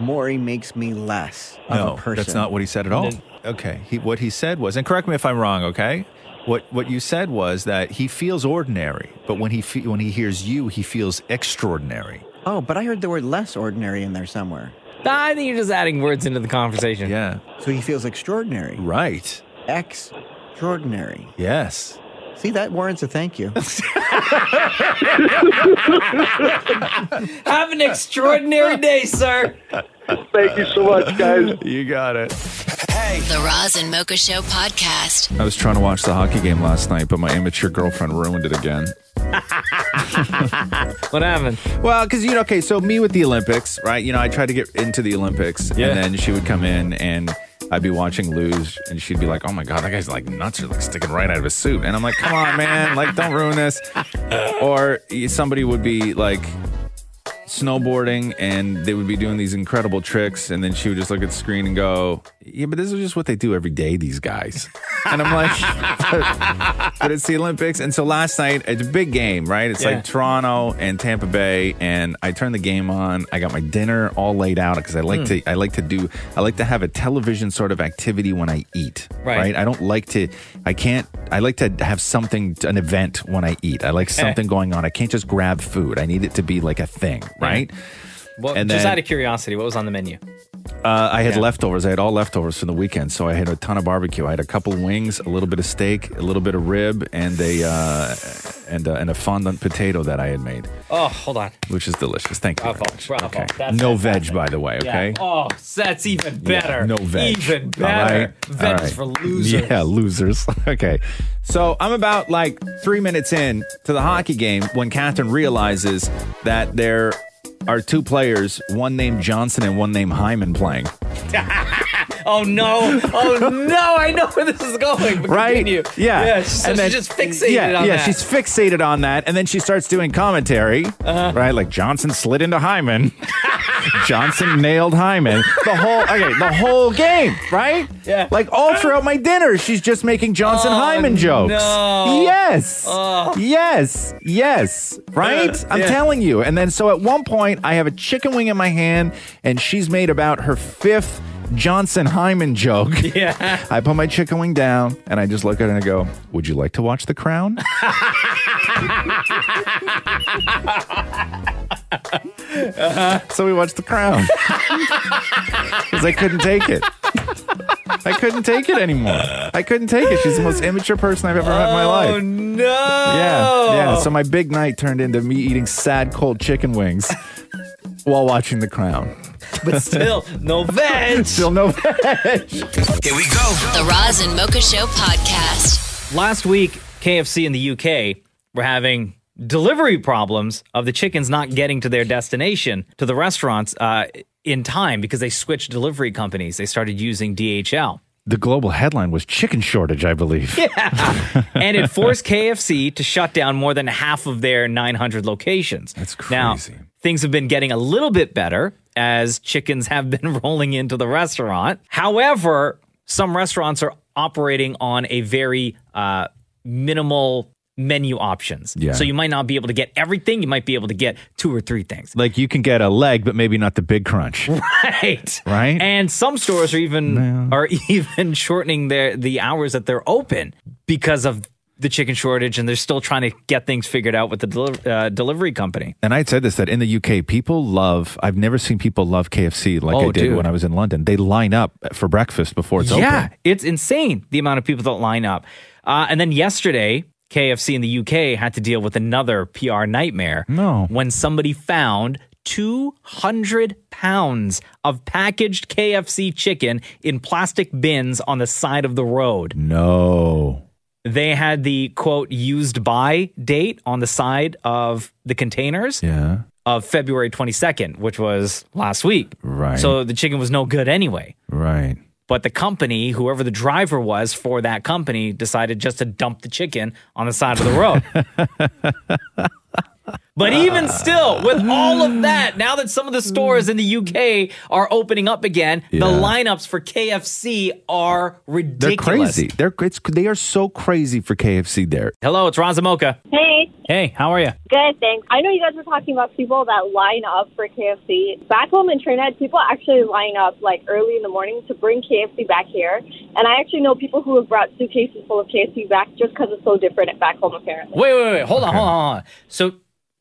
Speaker 8: Maury makes me less
Speaker 6: no,
Speaker 8: of a person.
Speaker 6: that's not what he said at all.
Speaker 8: Then-
Speaker 6: Okay, he, what he said was, and correct me if I'm wrong. Okay, what what you said was that he feels ordinary, but when he fe- when he hears you, he feels extraordinary.
Speaker 8: Oh, but I heard the word less ordinary in there somewhere.
Speaker 1: Nah, I think you're just adding words into the conversation.
Speaker 6: Yeah.
Speaker 8: So he feels extraordinary.
Speaker 6: Right.
Speaker 8: Extraordinary.
Speaker 6: Yes.
Speaker 8: See, that warrants a thank you.
Speaker 1: Have an extraordinary day, sir.
Speaker 16: Thank you so much, guys.
Speaker 6: you got it.
Speaker 4: The Roz and Mocha Show podcast.
Speaker 6: I was trying to watch the hockey game last night, but my immature girlfriend ruined it again.
Speaker 1: *laughs* what happened?
Speaker 6: Well, because, you know, okay, so me with the Olympics, right? You know, I tried to get into the Olympics, and then she would come in and I'd be watching lose, and she'd be like, oh my God, that guy's like nuts are like sticking right out of his suit. And I'm like, come on, man, like, don't ruin this. Or somebody would be like, snowboarding and they would be doing these incredible tricks and then she would just look at the screen and go yeah but this is just what they do every day these guys and i'm like *laughs* but, but it's the olympics and so last night it's a big game right it's
Speaker 17: Yeah.
Speaker 6: like toronto and tampa bay and i turned the game on i got my dinner all laid out because i like
Speaker 17: Hmm.
Speaker 6: to i like to do i like to have a television sort of activity when i eat
Speaker 17: Right.
Speaker 6: i don't like to i can't i like to have something an event when i eat i like
Speaker 1: Okay.
Speaker 6: something going on i can't just grab food i need it to be like a thing
Speaker 1: Eh.
Speaker 6: right
Speaker 1: Well,
Speaker 6: And
Speaker 1: just
Speaker 6: then-
Speaker 1: out of curiosity, what was on the menu?
Speaker 6: uh, I had
Speaker 1: Yeah.
Speaker 6: leftovers. I had all leftovers from the weekend, so I had a ton of barbecue. I had a couple wings, a little bit of steak, a little bit of rib, and a uh, and uh, and a fondant potato that I had made,
Speaker 1: Oh, hold on.
Speaker 6: which is delicious. Thank you.
Speaker 1: Bravo, bravo. That's
Speaker 6: No veg, by the way.
Speaker 1: Yeah.
Speaker 6: Okay.
Speaker 1: Oh, that's even
Speaker 6: Yeah,
Speaker 1: better.
Speaker 6: no veg.
Speaker 1: Even
Speaker 6: All right?
Speaker 1: better. Veg
Speaker 6: All
Speaker 1: is
Speaker 6: right.
Speaker 1: for losers.
Speaker 6: Yeah, losers. *laughs* okay. So I'm about like three minutes in to the hockey game when Catherine realizes that there are two players, one named Johnson and one named Hyman playing.
Speaker 1: *laughs* oh no! Oh no! I know where this is going. But
Speaker 6: right?
Speaker 1: Continue.
Speaker 6: Yeah.
Speaker 1: Yeah. So
Speaker 6: And then-
Speaker 1: she's just fixated
Speaker 6: yeah,
Speaker 1: on
Speaker 6: yeah,
Speaker 1: that. *laughs*
Speaker 6: she's fixated on that. And then she starts doing commentary,
Speaker 1: Uh-huh.
Speaker 6: right? Like Johnson slid into
Speaker 1: *laughs*
Speaker 6: Hyman. Johnson nailed Hyman. The whole okay, the whole game, right? Yeah. Like all throughout my dinner, she's just making Johnson Hyman jokes.
Speaker 1: Oh, no. Oh.
Speaker 6: Yes. Yes. Yes. Right? I'm
Speaker 1: Yeah.
Speaker 6: telling you. And then so at one point I have a chicken wing in my hand and she's made about her fifth Johnson Hyman joke.
Speaker 1: Yeah.
Speaker 6: I put my chicken wing down and I just look at her and I go, Would you like to watch The Crown? So we watched The Crown because I couldn't take it. I couldn't take it anymore. I couldn't take it. She's the most immature person I've ever met in my
Speaker 1: Oh
Speaker 6: life.
Speaker 1: no!
Speaker 6: Yeah, yeah. So my big night turned into me eating sad, cold chicken wings while watching The Crown.
Speaker 1: But still,
Speaker 6: *laughs*
Speaker 1: no veg.
Speaker 6: still no veg.
Speaker 4: Here we go. The Roz and Mocha Show podcast.
Speaker 1: Last week, KFC in the UK were having delivery problems of the chickens not getting to their destination to the restaurants uh, in time because they switched delivery companies. They started using DHL.
Speaker 6: The global headline was chicken shortage, I believe.
Speaker 1: *laughs* Yeah. and it forced KFC to shut down more than half of their 900 locations. That's crazy. Now, things have been getting a little bit better as chickens have been *laughs* rolling into the restaurant. However, some restaurants are operating on a very uh, minimal menu options.
Speaker 6: Yeah.
Speaker 1: So you might not be able to get everything. You might be able to get two or three things.
Speaker 6: Like you can get a leg, but maybe not the big *laughs* crunch.
Speaker 1: Right.
Speaker 6: Right?
Speaker 1: And some stores are even are *laughs* even shortening their the hours that they're open because of the chicken shortage, and they're still trying to get things figured out with the deli- uh, delivery company.
Speaker 6: And I had said this that in the UK, people love. I've never seen people love KFC like I
Speaker 1: Oh,
Speaker 6: did
Speaker 1: dude.
Speaker 6: when I was in London. They line up for breakfast before it's
Speaker 1: yeah,
Speaker 6: open.
Speaker 1: it's insane the amount of people that line up. Uh, and then yesterday, KFC in the UK had to deal with another PR nightmare. No. When somebody found 200 pounds of packaged KFC chicken in plastic bins on the side of the road.
Speaker 6: No.
Speaker 1: They had the quote used by date on the side of the containers.
Speaker 6: Yeah.
Speaker 1: Of February 22nd, which was last week.
Speaker 6: Right.
Speaker 1: So the chicken was no good anyway.
Speaker 6: Right.
Speaker 1: But the company, whoever the driver was for that company, decided just to dump the chicken on the side of the road.
Speaker 6: *laughs*
Speaker 1: but even still, with all of that, now that some of the stores in the UK are opening up again, the
Speaker 6: Yeah.
Speaker 1: lineups for KFC are
Speaker 6: They're
Speaker 1: ridiculous.
Speaker 6: crazy. They're it's, they are so crazy for KFC there.
Speaker 1: Hello, it's Ron Zamoka.
Speaker 17: Hey,
Speaker 1: Hey, how are you?
Speaker 17: good, thanks. I know you guys were talking about people that line up for KFC. Back home in Trinidad, people actually line up like early in the morning to bring KFC back here. And I actually know people who have brought suitcases full of KFC back just because it's so different back home, apparently.
Speaker 1: Wait, wait, wait. Hold on, hold on, hold on. So,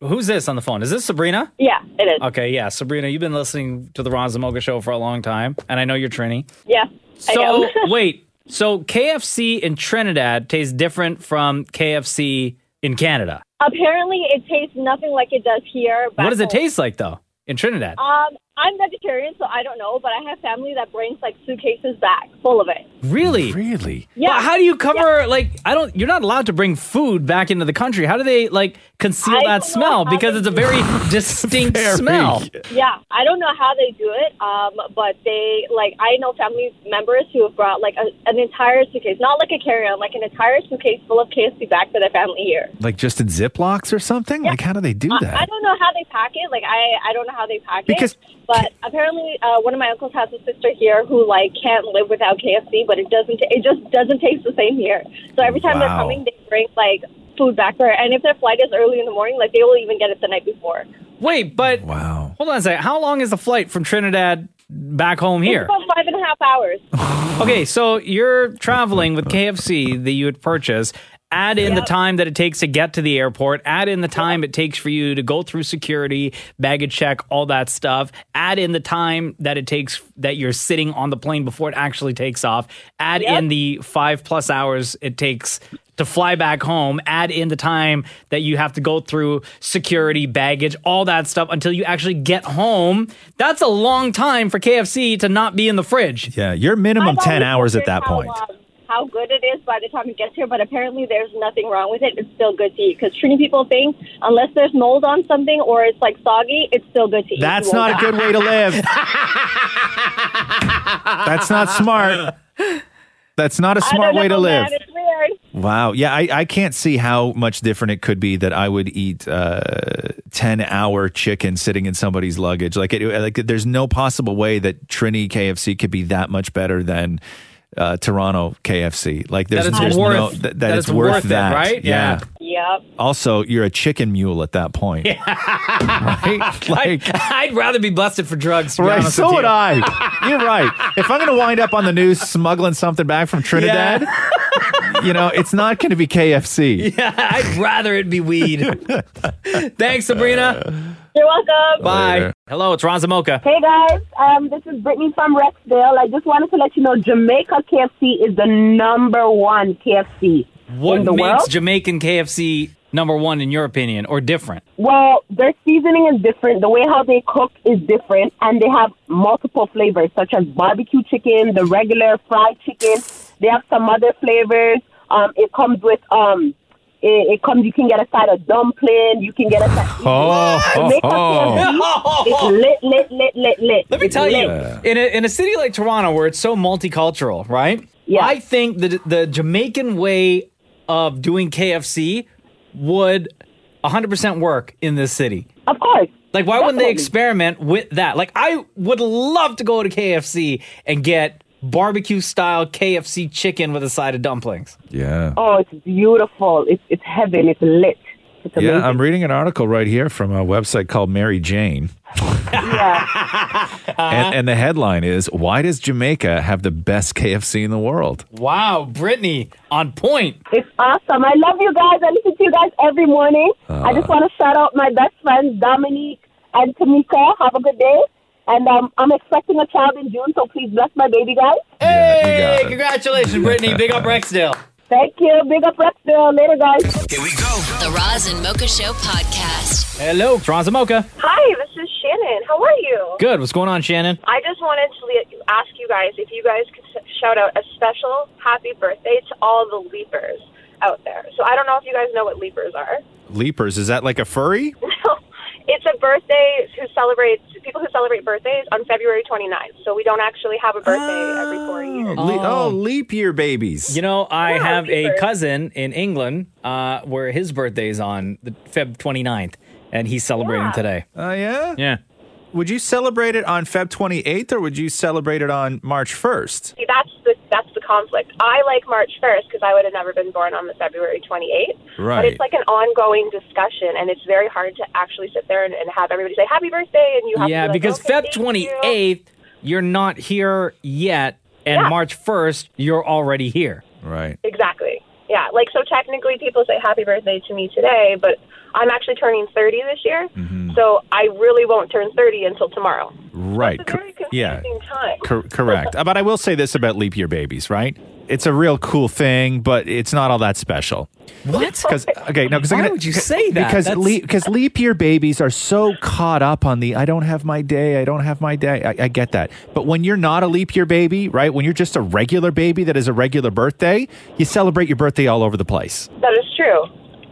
Speaker 1: who's this on the phone? Is this Sabrina?
Speaker 17: Yeah, it is.
Speaker 1: Okay, yeah. Sabrina, you've been listening to the Ron Zamoka show for a long time, and I know you're Trini.
Speaker 17: Yeah.
Speaker 1: So *laughs*
Speaker 17: I am.
Speaker 1: wait, so KFC in Trinidad tastes different from KFC in Canada.
Speaker 17: *laughs* apparently, it tastes nothing like it does here. Back
Speaker 1: what does it
Speaker 17: home.
Speaker 1: taste like though in Trinidad?
Speaker 17: Um, I'm vegetarian, so I don't know, but I have family that brings like suitcases back full of it.
Speaker 1: really?
Speaker 6: Really?
Speaker 1: Yeah. how do you cover like I don't you're not allowed to bring food back into the country. How do they like conceal that smell because it's a very *laughs* distinct smell.
Speaker 17: Yeah, I don't know how they do it, um, but they like I know family members who have brought like a, an entire suitcase, not like a carry-on, like an entire suitcase full of KFC back for their family here.
Speaker 6: Like just in Ziplocs or something? Like how do they do that?
Speaker 17: I, I don't know how they pack it. Like I, I don't know how they pack
Speaker 6: Because-
Speaker 17: it. But apparently, uh, one of my uncles has a sister here who like can't live without KFC, but it doesn't. ta- it just doesn't taste the same here. So every time they're
Speaker 6: Wow.
Speaker 17: coming, they bring like food back for her. And if their flight is early in the morning, like they will even get it the night before.
Speaker 1: Wait, but Wow. Hold on a second. How long is the flight from Trinidad back home here?
Speaker 17: It's about five and a half hours.
Speaker 1: Okay, so you're traveling with KFC that you would purchase. Add in the time that it takes to get to the airport. Add in the time it takes for you to go through security, baggage check, all that stuff. Add in the time that it takes that you're sitting on the plane before it actually takes off. Add in the five plus hours it takes to fly back home. Add in the time that you have to go through security, baggage, all that stuff until you actually get home. That's a long time for KFC to not be in the fridge.
Speaker 6: yeah, you're minimum
Speaker 17: I've
Speaker 6: 10
Speaker 17: always
Speaker 6: hours at
Speaker 17: wondered
Speaker 6: that point.
Speaker 17: How, um, how good it is by the time it gets here, but apparently there's nothing wrong with it. It's still good to eat because Trini people think unless there's mold on something or it's like soggy, it's still good to eat.
Speaker 6: That's
Speaker 17: You won't
Speaker 6: not a
Speaker 17: die.
Speaker 6: good way to live. That's not *laughs* smart. That's not a
Speaker 17: I
Speaker 6: smart
Speaker 17: don't
Speaker 6: way to
Speaker 17: know,
Speaker 6: live.
Speaker 17: man. It's weird.
Speaker 6: Wow. Yeah, I, I can't see how much different it could be that I would eat uh, 10 hour chicken sitting in somebody's luggage. Like, it, like there's no possible way that Trini KFC could be that much better than uh, Toronto KFC. Like, there's,
Speaker 1: That it's
Speaker 6: there's
Speaker 1: worth-
Speaker 6: no, th- that,
Speaker 1: that
Speaker 6: it's, worth, that.
Speaker 1: right?
Speaker 6: Yeah.
Speaker 17: Yep.
Speaker 6: Also, you're a chicken mule at that point. *laughs*
Speaker 1: I'd, I'd rather be busted for drugs. To be
Speaker 6: Right, *laughs*
Speaker 1: honest
Speaker 6: so
Speaker 1: with you.
Speaker 6: would I.
Speaker 1: *laughs*
Speaker 6: You're right. If I'm going to wind up on the news smuggling something back from Trinidad, you know, it's not going to be KFC.
Speaker 1: *laughs* Yeah, I'd rather it be weed. Thanks, Sabrina.
Speaker 17: You're welcome.
Speaker 1: Bye. Hello, it's Ron Zamoka.
Speaker 12: Hey guys, um, this is Brittany from Rexdale. I just wanted to let you know Jamaica KFC is the number one KFC
Speaker 1: What
Speaker 12: in the
Speaker 1: makes
Speaker 12: world.
Speaker 1: Jamaican KFC number one in your opinion, or different?
Speaker 12: Well, their seasoning is different. The way how they cook is different, and they have multiple flavors such as barbecue chicken, the regular fried chicken. They have some other flavors. Um, it comes with um, it, it comes. You can get a side of dumpling. You can get a side.
Speaker 1: *laughs*
Speaker 6: Oh,
Speaker 12: Jamaica
Speaker 1: oh,
Speaker 12: KFC is lit, lit, lit, lit, lit.
Speaker 1: Let me
Speaker 12: It's
Speaker 1: tell you,
Speaker 12: lit.
Speaker 1: in a, in a city like Toronto where it's so multicultural, right? Yeah. I think that the Jamaican way of doing KFC would 100% work in this city.
Speaker 12: Of course.
Speaker 1: Like, why wouldn't they experiment with that? Like, I would love to go to KFC and get barbecue style KFC chicken with a side of dumplings.
Speaker 6: Yeah.
Speaker 12: Oh, it's beautiful. It's it's heaven. It's lit. It's amazing.
Speaker 6: Yeah, I'm reading an article right here from a website called Mary Jane.
Speaker 1: *laughs* Uh-huh.
Speaker 6: And, and the headline is Why does Jamaica have the best KFC in the world?
Speaker 1: Wow, Brittany, on point.
Speaker 12: It's awesome. I love you guys. I listen to you guys every morning. I just want to shout out my best friends, Dominique and Tamika. Have a good day. And um, I'm expecting a child in June, so please bless my baby, guys.
Speaker 1: Hey, congratulations, Brittany. Big up Rexdale.
Speaker 12: Thank you. *laughs* Big up, Rexdale. Later, guys.
Speaker 4: Here we go. The Roz and Mocha Show podcast.
Speaker 1: Hello, Toronto Mocha.
Speaker 18: Hi, this is
Speaker 4: *laughs*
Speaker 18: Shannon. How are you?
Speaker 1: Good. What's going on, Shannon?
Speaker 18: I just wanted to le- ask you guys if you guys could s- shout out a special happy birthday to all the leapers out there. So I don't know if you guys know what leapers are.
Speaker 6: Leapers, is that like a furry?
Speaker 18: It's a birthday who celebrates people who celebrate birthdays on February 29th. So we don't actually have a birthday every four years.
Speaker 6: Le- oh, leap year babies.
Speaker 1: You know, I have a cousin in England uh, where his birthday's on the Feb 29th, and he's celebrating today.
Speaker 6: Oh, yeah?
Speaker 1: Yeah.
Speaker 6: Would you celebrate it on Feb 28th or would you celebrate it on March 1st?
Speaker 18: See, that's the that's the conflict. I like March 1st because I would have never been born on the February 28th. But
Speaker 6: Right.
Speaker 18: it's like an ongoing discussion, and it's very hard to actually sit there and, and have everybody say happy birthday, and you have
Speaker 1: Yeah,
Speaker 18: to be like,
Speaker 1: because
Speaker 18: "Okay,
Speaker 1: Feb
Speaker 18: thank
Speaker 1: twenty
Speaker 18: you."
Speaker 1: eighth, you're not here yet, and
Speaker 18: Yeah.
Speaker 1: March first, you're already here.
Speaker 6: Right.
Speaker 18: Exactly. Yeah. Like so, technically, people say happy birthday to me today, but I'm actually turning 30 this year, so I really won't turn 30 until tomorrow.
Speaker 6: Right.
Speaker 18: Confusing
Speaker 6: yeah.
Speaker 18: time.
Speaker 6: Cor- correct. Uh, but I will say this about leap year babies, right? It's a real cool thing, but it's not all that special.
Speaker 1: What?
Speaker 6: Because okay, no. Because
Speaker 1: Why would you say that?
Speaker 6: Because
Speaker 1: That's-
Speaker 6: leap because leap year babies are so caught up on the I don't have my day, I don't have my day. I, I get that, but when you're not a leap year baby, right? When you're just a regular baby that is a regular birthday, you celebrate your birthday all over the place.
Speaker 18: That is true.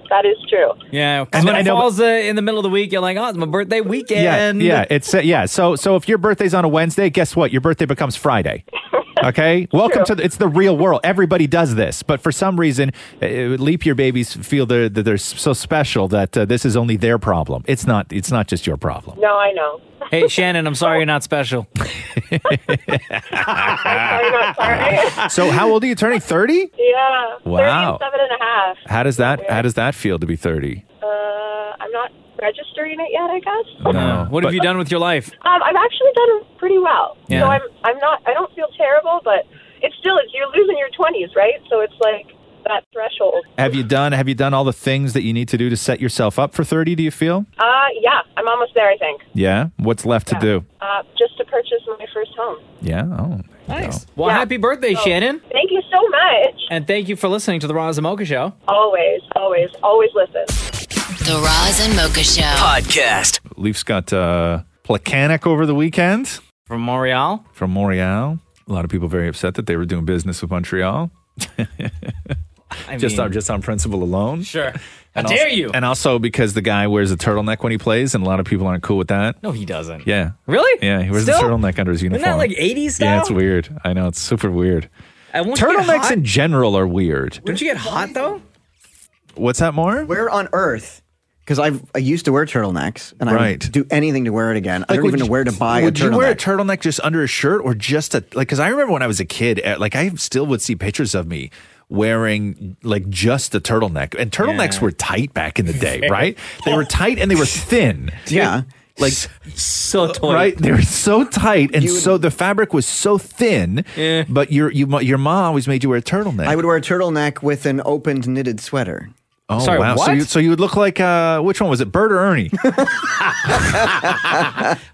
Speaker 18: That is true.
Speaker 1: Yeah, because
Speaker 6: And
Speaker 1: when
Speaker 6: I
Speaker 1: it
Speaker 6: know-
Speaker 1: falls uh, in the middle of the week, you're like, oh, it's my birthday weekend.
Speaker 6: Yeah, yeah. It's uh, yeah. So so if your birthday's on a Wednesday, guess what? Your birthday becomes
Speaker 1: *laughs*
Speaker 6: Friday. Okay. Welcome to the, it's the real world. Everybody does this, but for some reason, uh, leap year babies feel they're, that they're so special that uh, this is only their problem. It's not. It's not just your problem.
Speaker 18: No, I know.
Speaker 1: Hey, Shannon, I'm sorry you're
Speaker 18: *laughs*
Speaker 1: not special.
Speaker 6: so how old are you turning? Thirty.
Speaker 18: Yeah.
Speaker 6: Wow.
Speaker 18: 37 and a half.
Speaker 6: How does that How does that feel to be thirty?
Speaker 18: Uh, I'm not registering it yet, I guess.
Speaker 6: No.
Speaker 1: What have you done with your life?
Speaker 18: Um, I've actually done pretty well.
Speaker 1: Yeah.
Speaker 18: So I'm I'm not I don't feel terrible, but it's still it's you're losing your 20s, right? So it's like that threshold.
Speaker 6: Have you done Have you done all the things that you need to do to set yourself up for thirty? Do you feel?
Speaker 18: Uh, yeah, I'm almost there, I think.
Speaker 6: Yeah. What's left to do?
Speaker 18: Uh, just to purchase my first home.
Speaker 6: Yeah. Oh.
Speaker 1: Nice. Well, happy birthday,
Speaker 18: So,
Speaker 1: Shannon.
Speaker 18: Thank you so much.
Speaker 1: And thank you for listening to the Roz and Mocha Show.
Speaker 18: Always, always, always listen.
Speaker 4: The Roz and Mocha Show podcast.
Speaker 6: Leafs got uh, Placanic over the weekend
Speaker 1: from Montreal.
Speaker 6: From Montreal, a lot of people very upset that they were doing business with Montreal.
Speaker 1: I
Speaker 6: just
Speaker 1: mean-
Speaker 6: on just on principle alone.
Speaker 1: Sure. How
Speaker 6: And
Speaker 1: dare
Speaker 6: also-
Speaker 1: you?
Speaker 6: And also because the guy wears a turtleneck when he plays, and a lot of people aren't cool with that.
Speaker 1: No, he doesn't. *laughs*
Speaker 6: Yeah.
Speaker 1: Really?
Speaker 6: Yeah, he wears a
Speaker 1: Still?
Speaker 6: turtleneck under his
Speaker 1: Isn't that,
Speaker 6: uniform.
Speaker 1: like, 80s
Speaker 6: Yeah,
Speaker 1: style?
Speaker 6: it's weird. I know it's super weird.
Speaker 1: I won't get
Speaker 6: Turtlenecks
Speaker 1: hot.
Speaker 6: in general are weird.
Speaker 1: Don't you get hot
Speaker 6: *laughs*
Speaker 1: though?
Speaker 6: *laughs* What's that more?
Speaker 8: Where on earth? Because I I used to wear turtlenecks, and I
Speaker 6: Right.
Speaker 8: would do anything to wear it again. I don't
Speaker 6: would
Speaker 8: even know
Speaker 6: you-
Speaker 8: where to buy a
Speaker 6: Would you
Speaker 8: turtleneck.
Speaker 6: wear a turtleneck just under a shirt or just a like? Because I remember when I was a kid, eh, like I still would see pictures of me wearing like just a turtleneck, and turtlenecks
Speaker 1: Yeah.
Speaker 6: were tight back in the day,
Speaker 1: *laughs* Fair.
Speaker 6: right? They were tight and they were thin.
Speaker 8: yeah.
Speaker 6: Like uh,
Speaker 1: so tight,
Speaker 6: right? They were so tight, and so the fabric was so thin.
Speaker 1: Eh.
Speaker 8: Yeah.
Speaker 6: But your you, your mom always made you wear a turtleneck.
Speaker 8: I would wear a turtleneck with an opened knitted sweater.
Speaker 6: Oh wow! So you so you would look like uh, which one was it? Bert or Ernie?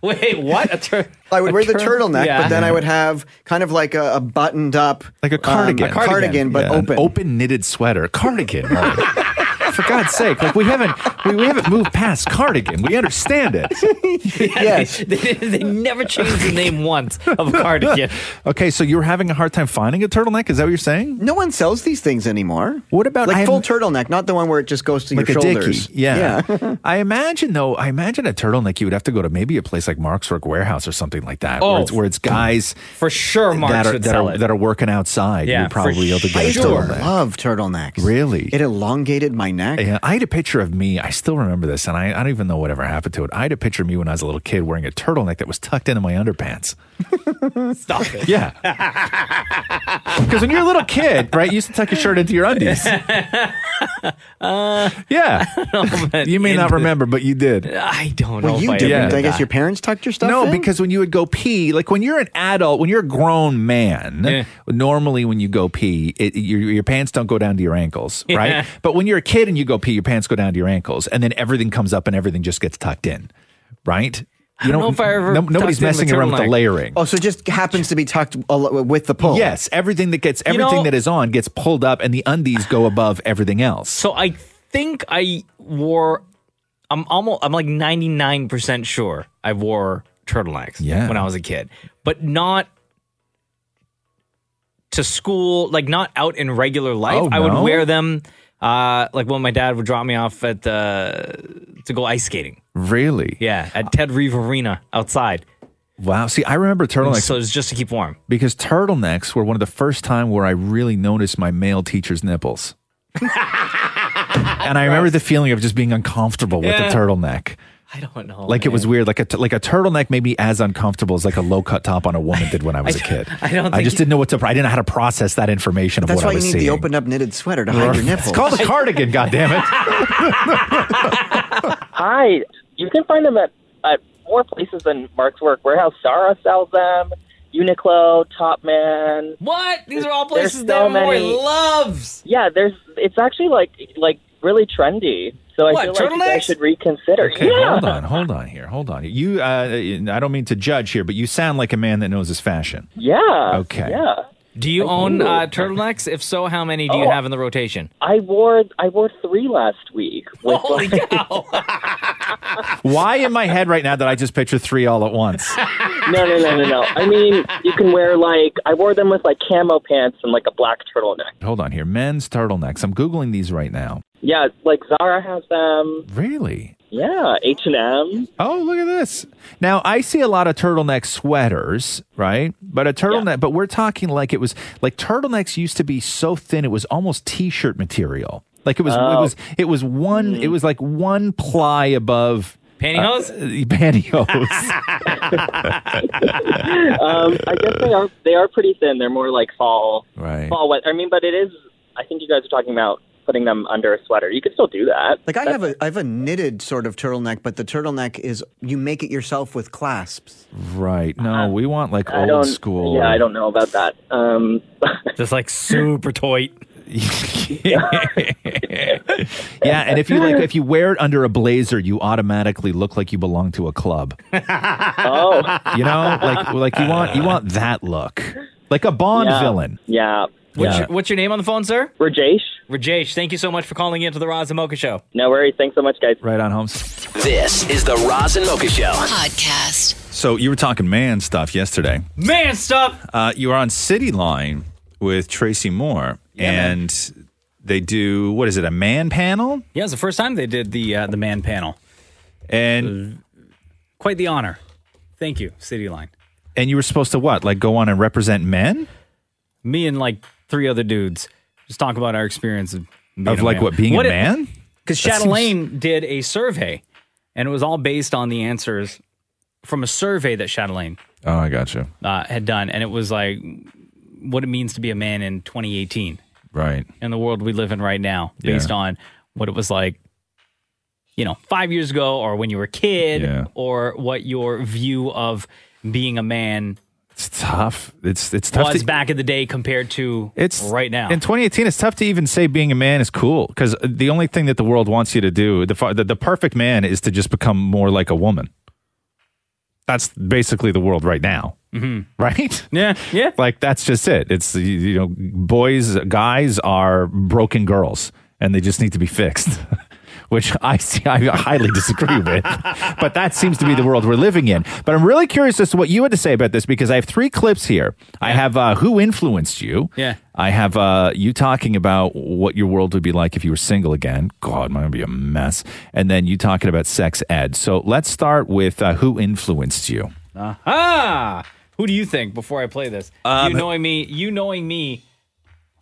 Speaker 1: Wait, what? A tur-
Speaker 8: I would
Speaker 1: a
Speaker 8: wear the
Speaker 1: tur-
Speaker 8: turtleneck,
Speaker 1: Yeah.
Speaker 8: but then I
Speaker 6: *laughs*
Speaker 8: would have kind of like a, a buttoned up, um,
Speaker 6: like a cardigan,
Speaker 8: a cardigan, but
Speaker 6: Yeah, an
Speaker 8: open.
Speaker 6: open knitted sweater, cardigan. Mark. *laughs* For God's sake, like we haven't we, we haven't moved past cardigan. We understand
Speaker 8: *laughs*
Speaker 6: it.
Speaker 1: yes. They, they never changed the name once
Speaker 6: *laughs*
Speaker 1: of cardigan.
Speaker 6: okay, so you're having a hard time finding a turtleneck. Is that what you're saying?
Speaker 8: No one sells these things anymore.
Speaker 6: What about
Speaker 8: like
Speaker 6: I
Speaker 8: full
Speaker 6: im-
Speaker 8: turtleneck, not the one where it just goes to
Speaker 6: like
Speaker 8: your
Speaker 6: a
Speaker 8: shoulders?
Speaker 6: dickie? Yeah. *laughs* I imagine though. I imagine a turtleneck. You would have to go to maybe a place like Mark's Work Warehouse or something like that,
Speaker 1: Oh.
Speaker 6: where, it's, where it's guys
Speaker 1: For sure, Marks
Speaker 6: that are
Speaker 1: would
Speaker 6: that
Speaker 1: sell
Speaker 6: are,
Speaker 1: it.
Speaker 6: that are working outside.
Speaker 1: Yeah,
Speaker 6: you're
Speaker 1: for
Speaker 6: probably able to
Speaker 8: I
Speaker 6: get a
Speaker 8: used to
Speaker 6: turtleneck.
Speaker 8: love turtlenecks.
Speaker 6: Really?
Speaker 8: It elongated my
Speaker 6: neck. Yeah, I had a picture of me. I still remember this, and I, I don't even know whatever happened to it. I had a picture of me when I was a little kid wearing a turtleneck that was tucked into my underpants.
Speaker 1: Stop
Speaker 6: *laughs*
Speaker 1: it.
Speaker 6: Yeah. Because when you're a little kid, right, you used to tuck your shirt into your
Speaker 1: *laughs*
Speaker 6: undies.
Speaker 8: *laughs*
Speaker 1: Uh,
Speaker 6: Yeah. you may not remember, but you did.
Speaker 1: I
Speaker 8: Oh,
Speaker 1: don't
Speaker 6: Well,
Speaker 1: know.
Speaker 6: you
Speaker 1: if
Speaker 6: did,
Speaker 1: I, ever
Speaker 6: but I
Speaker 1: did
Speaker 6: guess
Speaker 1: that.
Speaker 6: your
Speaker 8: Parents tucked your stuff
Speaker 6: no,
Speaker 8: in?
Speaker 6: because when you would go pee, like when you're an adult, when you're a grown man, normally when you go pee, it, your, your pants don't go down to your ankles,
Speaker 1: Yeah.
Speaker 6: right? But when you're a kid and you go pee, your pants go down to your ankles, and then everything comes up and everything just gets tucked in, right?
Speaker 8: I don't know if I ever
Speaker 6: no- nobody's
Speaker 8: tucked in the
Speaker 6: messing around with the
Speaker 8: turtleneck.
Speaker 6: layering.
Speaker 8: Oh, so it just happens to be tucked al- with the pull.
Speaker 6: Yes, everything that gets
Speaker 8: You
Speaker 6: everything
Speaker 8: know-
Speaker 6: that is on gets pulled up, and the undies go above everything else.
Speaker 1: So I think I wore. I'm almost. I'm like 99 percent sure I wore turtlenecks.
Speaker 6: Yeah.
Speaker 1: When I was a kid, but not to school. Like not out in regular life.
Speaker 6: Oh,
Speaker 1: I would
Speaker 6: no?
Speaker 1: wear them. Uh, like when my dad would drop me off at the to go ice skating.
Speaker 6: Really?
Speaker 1: Yeah, at Ted Reeve Arena outside.
Speaker 6: Wow. See, I remember turtlenecks.
Speaker 1: So it's just to keep warm.
Speaker 6: because turtlenecks were one of the first time where I really noticed my male teacher's nipples. and I remember the feeling of just being uncomfortable
Speaker 1: Yeah.
Speaker 6: with the turtleneck.
Speaker 1: I don't
Speaker 7: Oh,
Speaker 1: know.
Speaker 6: like it was weird. Like a t- like a turtleneck made me as uncomfortable as like a low cut top on a woman did when I was a kid.
Speaker 8: I don't
Speaker 6: I
Speaker 8: think
Speaker 6: just didn't know what to. I didn't know how to process that information of
Speaker 8: That's
Speaker 6: what
Speaker 8: why
Speaker 6: I
Speaker 8: you
Speaker 6: was
Speaker 8: need
Speaker 6: seeing.
Speaker 8: the opened up knitted sweater to
Speaker 6: *laughs*
Speaker 8: hide your nipples.
Speaker 6: It's called a
Speaker 8: *laughs*
Speaker 6: cardigan. God damn it.
Speaker 19: Hi. You can find them at, at more places than Mark's Work Warehouse. Zara sells them. Uniqlo, Top Man.
Speaker 1: What? These are all
Speaker 19: There's
Speaker 1: places
Speaker 19: so
Speaker 1: that Maury
Speaker 19: many-
Speaker 1: loves.
Speaker 19: Yeah, there's. It's actually like like really trendy. So I
Speaker 1: What,
Speaker 19: feel like you guys
Speaker 1: turtlenecks?
Speaker 19: should reconsider.
Speaker 6: Okay,
Speaker 19: yeah.
Speaker 6: hold on, hold on here, hold on. You, uh, I don't mean to judge here, but you sound like a man that knows his fashion.
Speaker 19: Yeah.
Speaker 6: Okay.
Speaker 19: Yeah.
Speaker 1: Do you
Speaker 19: I
Speaker 1: own
Speaker 19: do.
Speaker 1: uh, turtlenecks? If so, how many do you
Speaker 19: Oh.
Speaker 1: have in the rotation?
Speaker 19: I wore I wore three last week. With
Speaker 1: Holy
Speaker 19: like,
Speaker 6: Why in my head right now that I just picture three all at once?
Speaker 19: *laughs* no, no, no, no, no. I mean, you can wear like I wore them with like camo pants and like a black turtleneck.
Speaker 6: Hold on here. Men's turtlenecks. I'm Googling these right now.
Speaker 19: Yeah, like Zara has them.
Speaker 6: Really?
Speaker 19: Yeah, H and M.
Speaker 6: Oh, look at this. Now, I see a lot of turtleneck sweaters, right? But a turtleneck, but we're talking like it was like turtlenecks used to be so thin it was almost t-shirt material. Like it was it
Speaker 1: Oh.
Speaker 6: was it was one
Speaker 19: Mm-hmm.
Speaker 6: it was like one ply above
Speaker 1: Pantyhose?
Speaker 6: uh, *laughs* pantyhose.
Speaker 19: um, I guess they are they are pretty thin. They're more like fall
Speaker 6: right.
Speaker 19: fall wet. I mean, but it is. I think you guys are talking about putting them under a sweater. You could still do that.
Speaker 8: Like I have a I have a knitted sort of turtleneck, but the turtleneck is you make it yourself with clasps.
Speaker 6: *laughs* right. No, we want like
Speaker 19: I
Speaker 6: old
Speaker 19: don't-
Speaker 6: school.
Speaker 19: Yeah, I don't know about that. Um, *laughs*
Speaker 1: Just like super tight.
Speaker 6: Yeah, and if you like *laughs* if you wear it under a blazer, you automatically look like you belong to a club.
Speaker 19: oh,
Speaker 6: You know, like like you want you want that look, like a Bond
Speaker 1: Yeah.
Speaker 6: villain.
Speaker 19: Yeah.
Speaker 1: What's,
Speaker 6: Yeah.
Speaker 1: Your, what's your name on the phone, sir?
Speaker 19: Rajesh.
Speaker 1: Rajesh, thank you so much for calling in to the Roz and Mocha Show.
Speaker 19: No worries. Thanks so much, guys.
Speaker 6: Right on, Holmes.
Speaker 9: This is the Roz and Mocha Show.
Speaker 4: Podcast.
Speaker 6: So you were talking man stuff yesterday.
Speaker 1: Man stuff.
Speaker 6: Uh, you were on City Line with Tracy Moore, and they do what is it? A man panel?
Speaker 1: Yeah, it's the first time they did the uh, the man panel,
Speaker 6: and
Speaker 1: quite the honor. Thank you, City Line.
Speaker 6: And you were supposed to what? Like go on and represent men
Speaker 1: Me and like three other dudes just talk about our experience of being
Speaker 6: of
Speaker 1: a
Speaker 6: like
Speaker 1: man.
Speaker 6: what being
Speaker 1: What
Speaker 6: a
Speaker 1: it-
Speaker 6: man?
Speaker 1: Because
Speaker 6: That seems-
Speaker 1: Chatelaine did a survey, and it was all based on the answers from a survey that Chatelaine
Speaker 6: Oh, I got you.
Speaker 1: uh, had done, and it was like what it means to be a man in 2018
Speaker 6: Right.
Speaker 1: in the world we live in right now,
Speaker 6: Yeah.
Speaker 1: based on what it was like, you know, five years ago, or when you were a kid, or what your view of being a man
Speaker 6: It's tough. It's it's tough.
Speaker 1: was
Speaker 6: to-
Speaker 1: back in the day compared to
Speaker 6: It's
Speaker 1: right now.
Speaker 6: in 2018. It's tough to even say being a man is cool because the only thing that the world wants you to do, the, fa- the the perfect man, is to just become more like a woman. That's basically the world right now,
Speaker 1: hmm
Speaker 6: *laughs* right?
Speaker 1: Yeah, yeah.
Speaker 6: Like that's just it. It's you- you know, boys, guys are broken girls, and they just need to be fixed. *laughs* Which I see, I highly disagree
Speaker 1: *laughs*
Speaker 6: with, but that seems to be the world we're living in. But I'm really curious as to what you had to say about this because I have three clips here. I have uh, who influenced you.
Speaker 1: Yeah.
Speaker 6: I have uh, you talking about what your world would be like if you were single again. God, might be a mess. And then you talking about sex ed. So let's start with uh, who influenced you. Um,
Speaker 1: Aha! Who do you think before I play this? you knowing me, you knowing me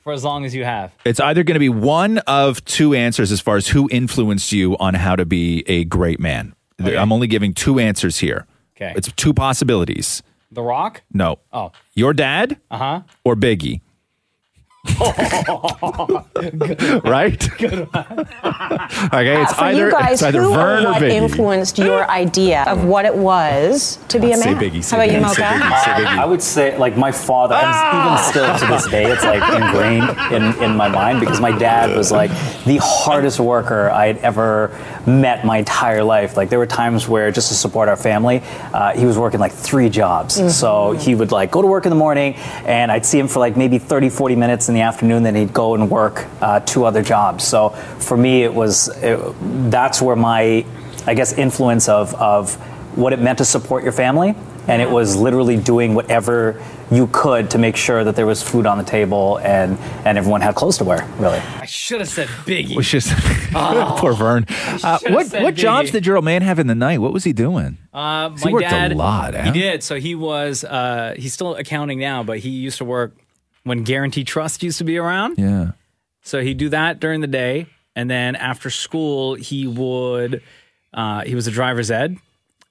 Speaker 1: for as long as you have.
Speaker 6: It's either going to be one of two answers as far as who influenced you on how to be a great man. Th- I'm only giving two answers here.
Speaker 1: Okay.
Speaker 6: It's two possibilities.
Speaker 1: The Rock?
Speaker 6: No.
Speaker 1: Oh.
Speaker 6: Your dad?
Speaker 1: Uh huh.
Speaker 6: Or
Speaker 1: *laughs*
Speaker 6: Biggie? *laughs* right? *laughs* okay, it's
Speaker 20: For
Speaker 6: either
Speaker 20: you guys,
Speaker 6: it's either
Speaker 20: who or
Speaker 6: Vern or
Speaker 20: what
Speaker 6: Biggie.
Speaker 1: *laughs*
Speaker 20: influenced your idea of what it was to be a
Speaker 6: Say
Speaker 20: man?
Speaker 6: Biggie, say
Speaker 20: How about you,
Speaker 6: Biggie, say
Speaker 20: Mocha? Ah!
Speaker 6: Biggie, say Biggie.
Speaker 21: I would say, like, my father, and even still to this day, it's like ingrained in, in my mind because my dad was like the hardest worker I'd ever met my entire life. Like, there were times where just to support our family, uh, he was working like three jobs.
Speaker 20: Mm-hmm.
Speaker 21: So he would like go to work in the morning, and I'd see him for like maybe 30, 40 minutes in the afternoon, then he'd go and work uh, two other jobs. So for me, it was it, that's where my, I guess, influence of, of what it meant to support your family and it was literally doing whatever you could to make sure that there was food on the table and, and everyone had clothes to wear really
Speaker 1: I should have said Biggie.
Speaker 6: Which is *laughs*
Speaker 1: *laughs* Oh.
Speaker 6: poor Vern. Uh,
Speaker 1: should've
Speaker 6: what
Speaker 1: said
Speaker 6: what jobs
Speaker 1: Biggie.
Speaker 6: did your old man have in the night? What was he doing?
Speaker 1: Uh, my
Speaker 6: So he worked a
Speaker 1: dad,
Speaker 6: lot, eh? huh?
Speaker 1: He did. So he was. Uh, he's still accounting now, but he used to work when Guarantee Trust used to be around.
Speaker 6: Yeah.
Speaker 1: So he'd do that during the day, and then after school, he would. Uh, he was a driver's ed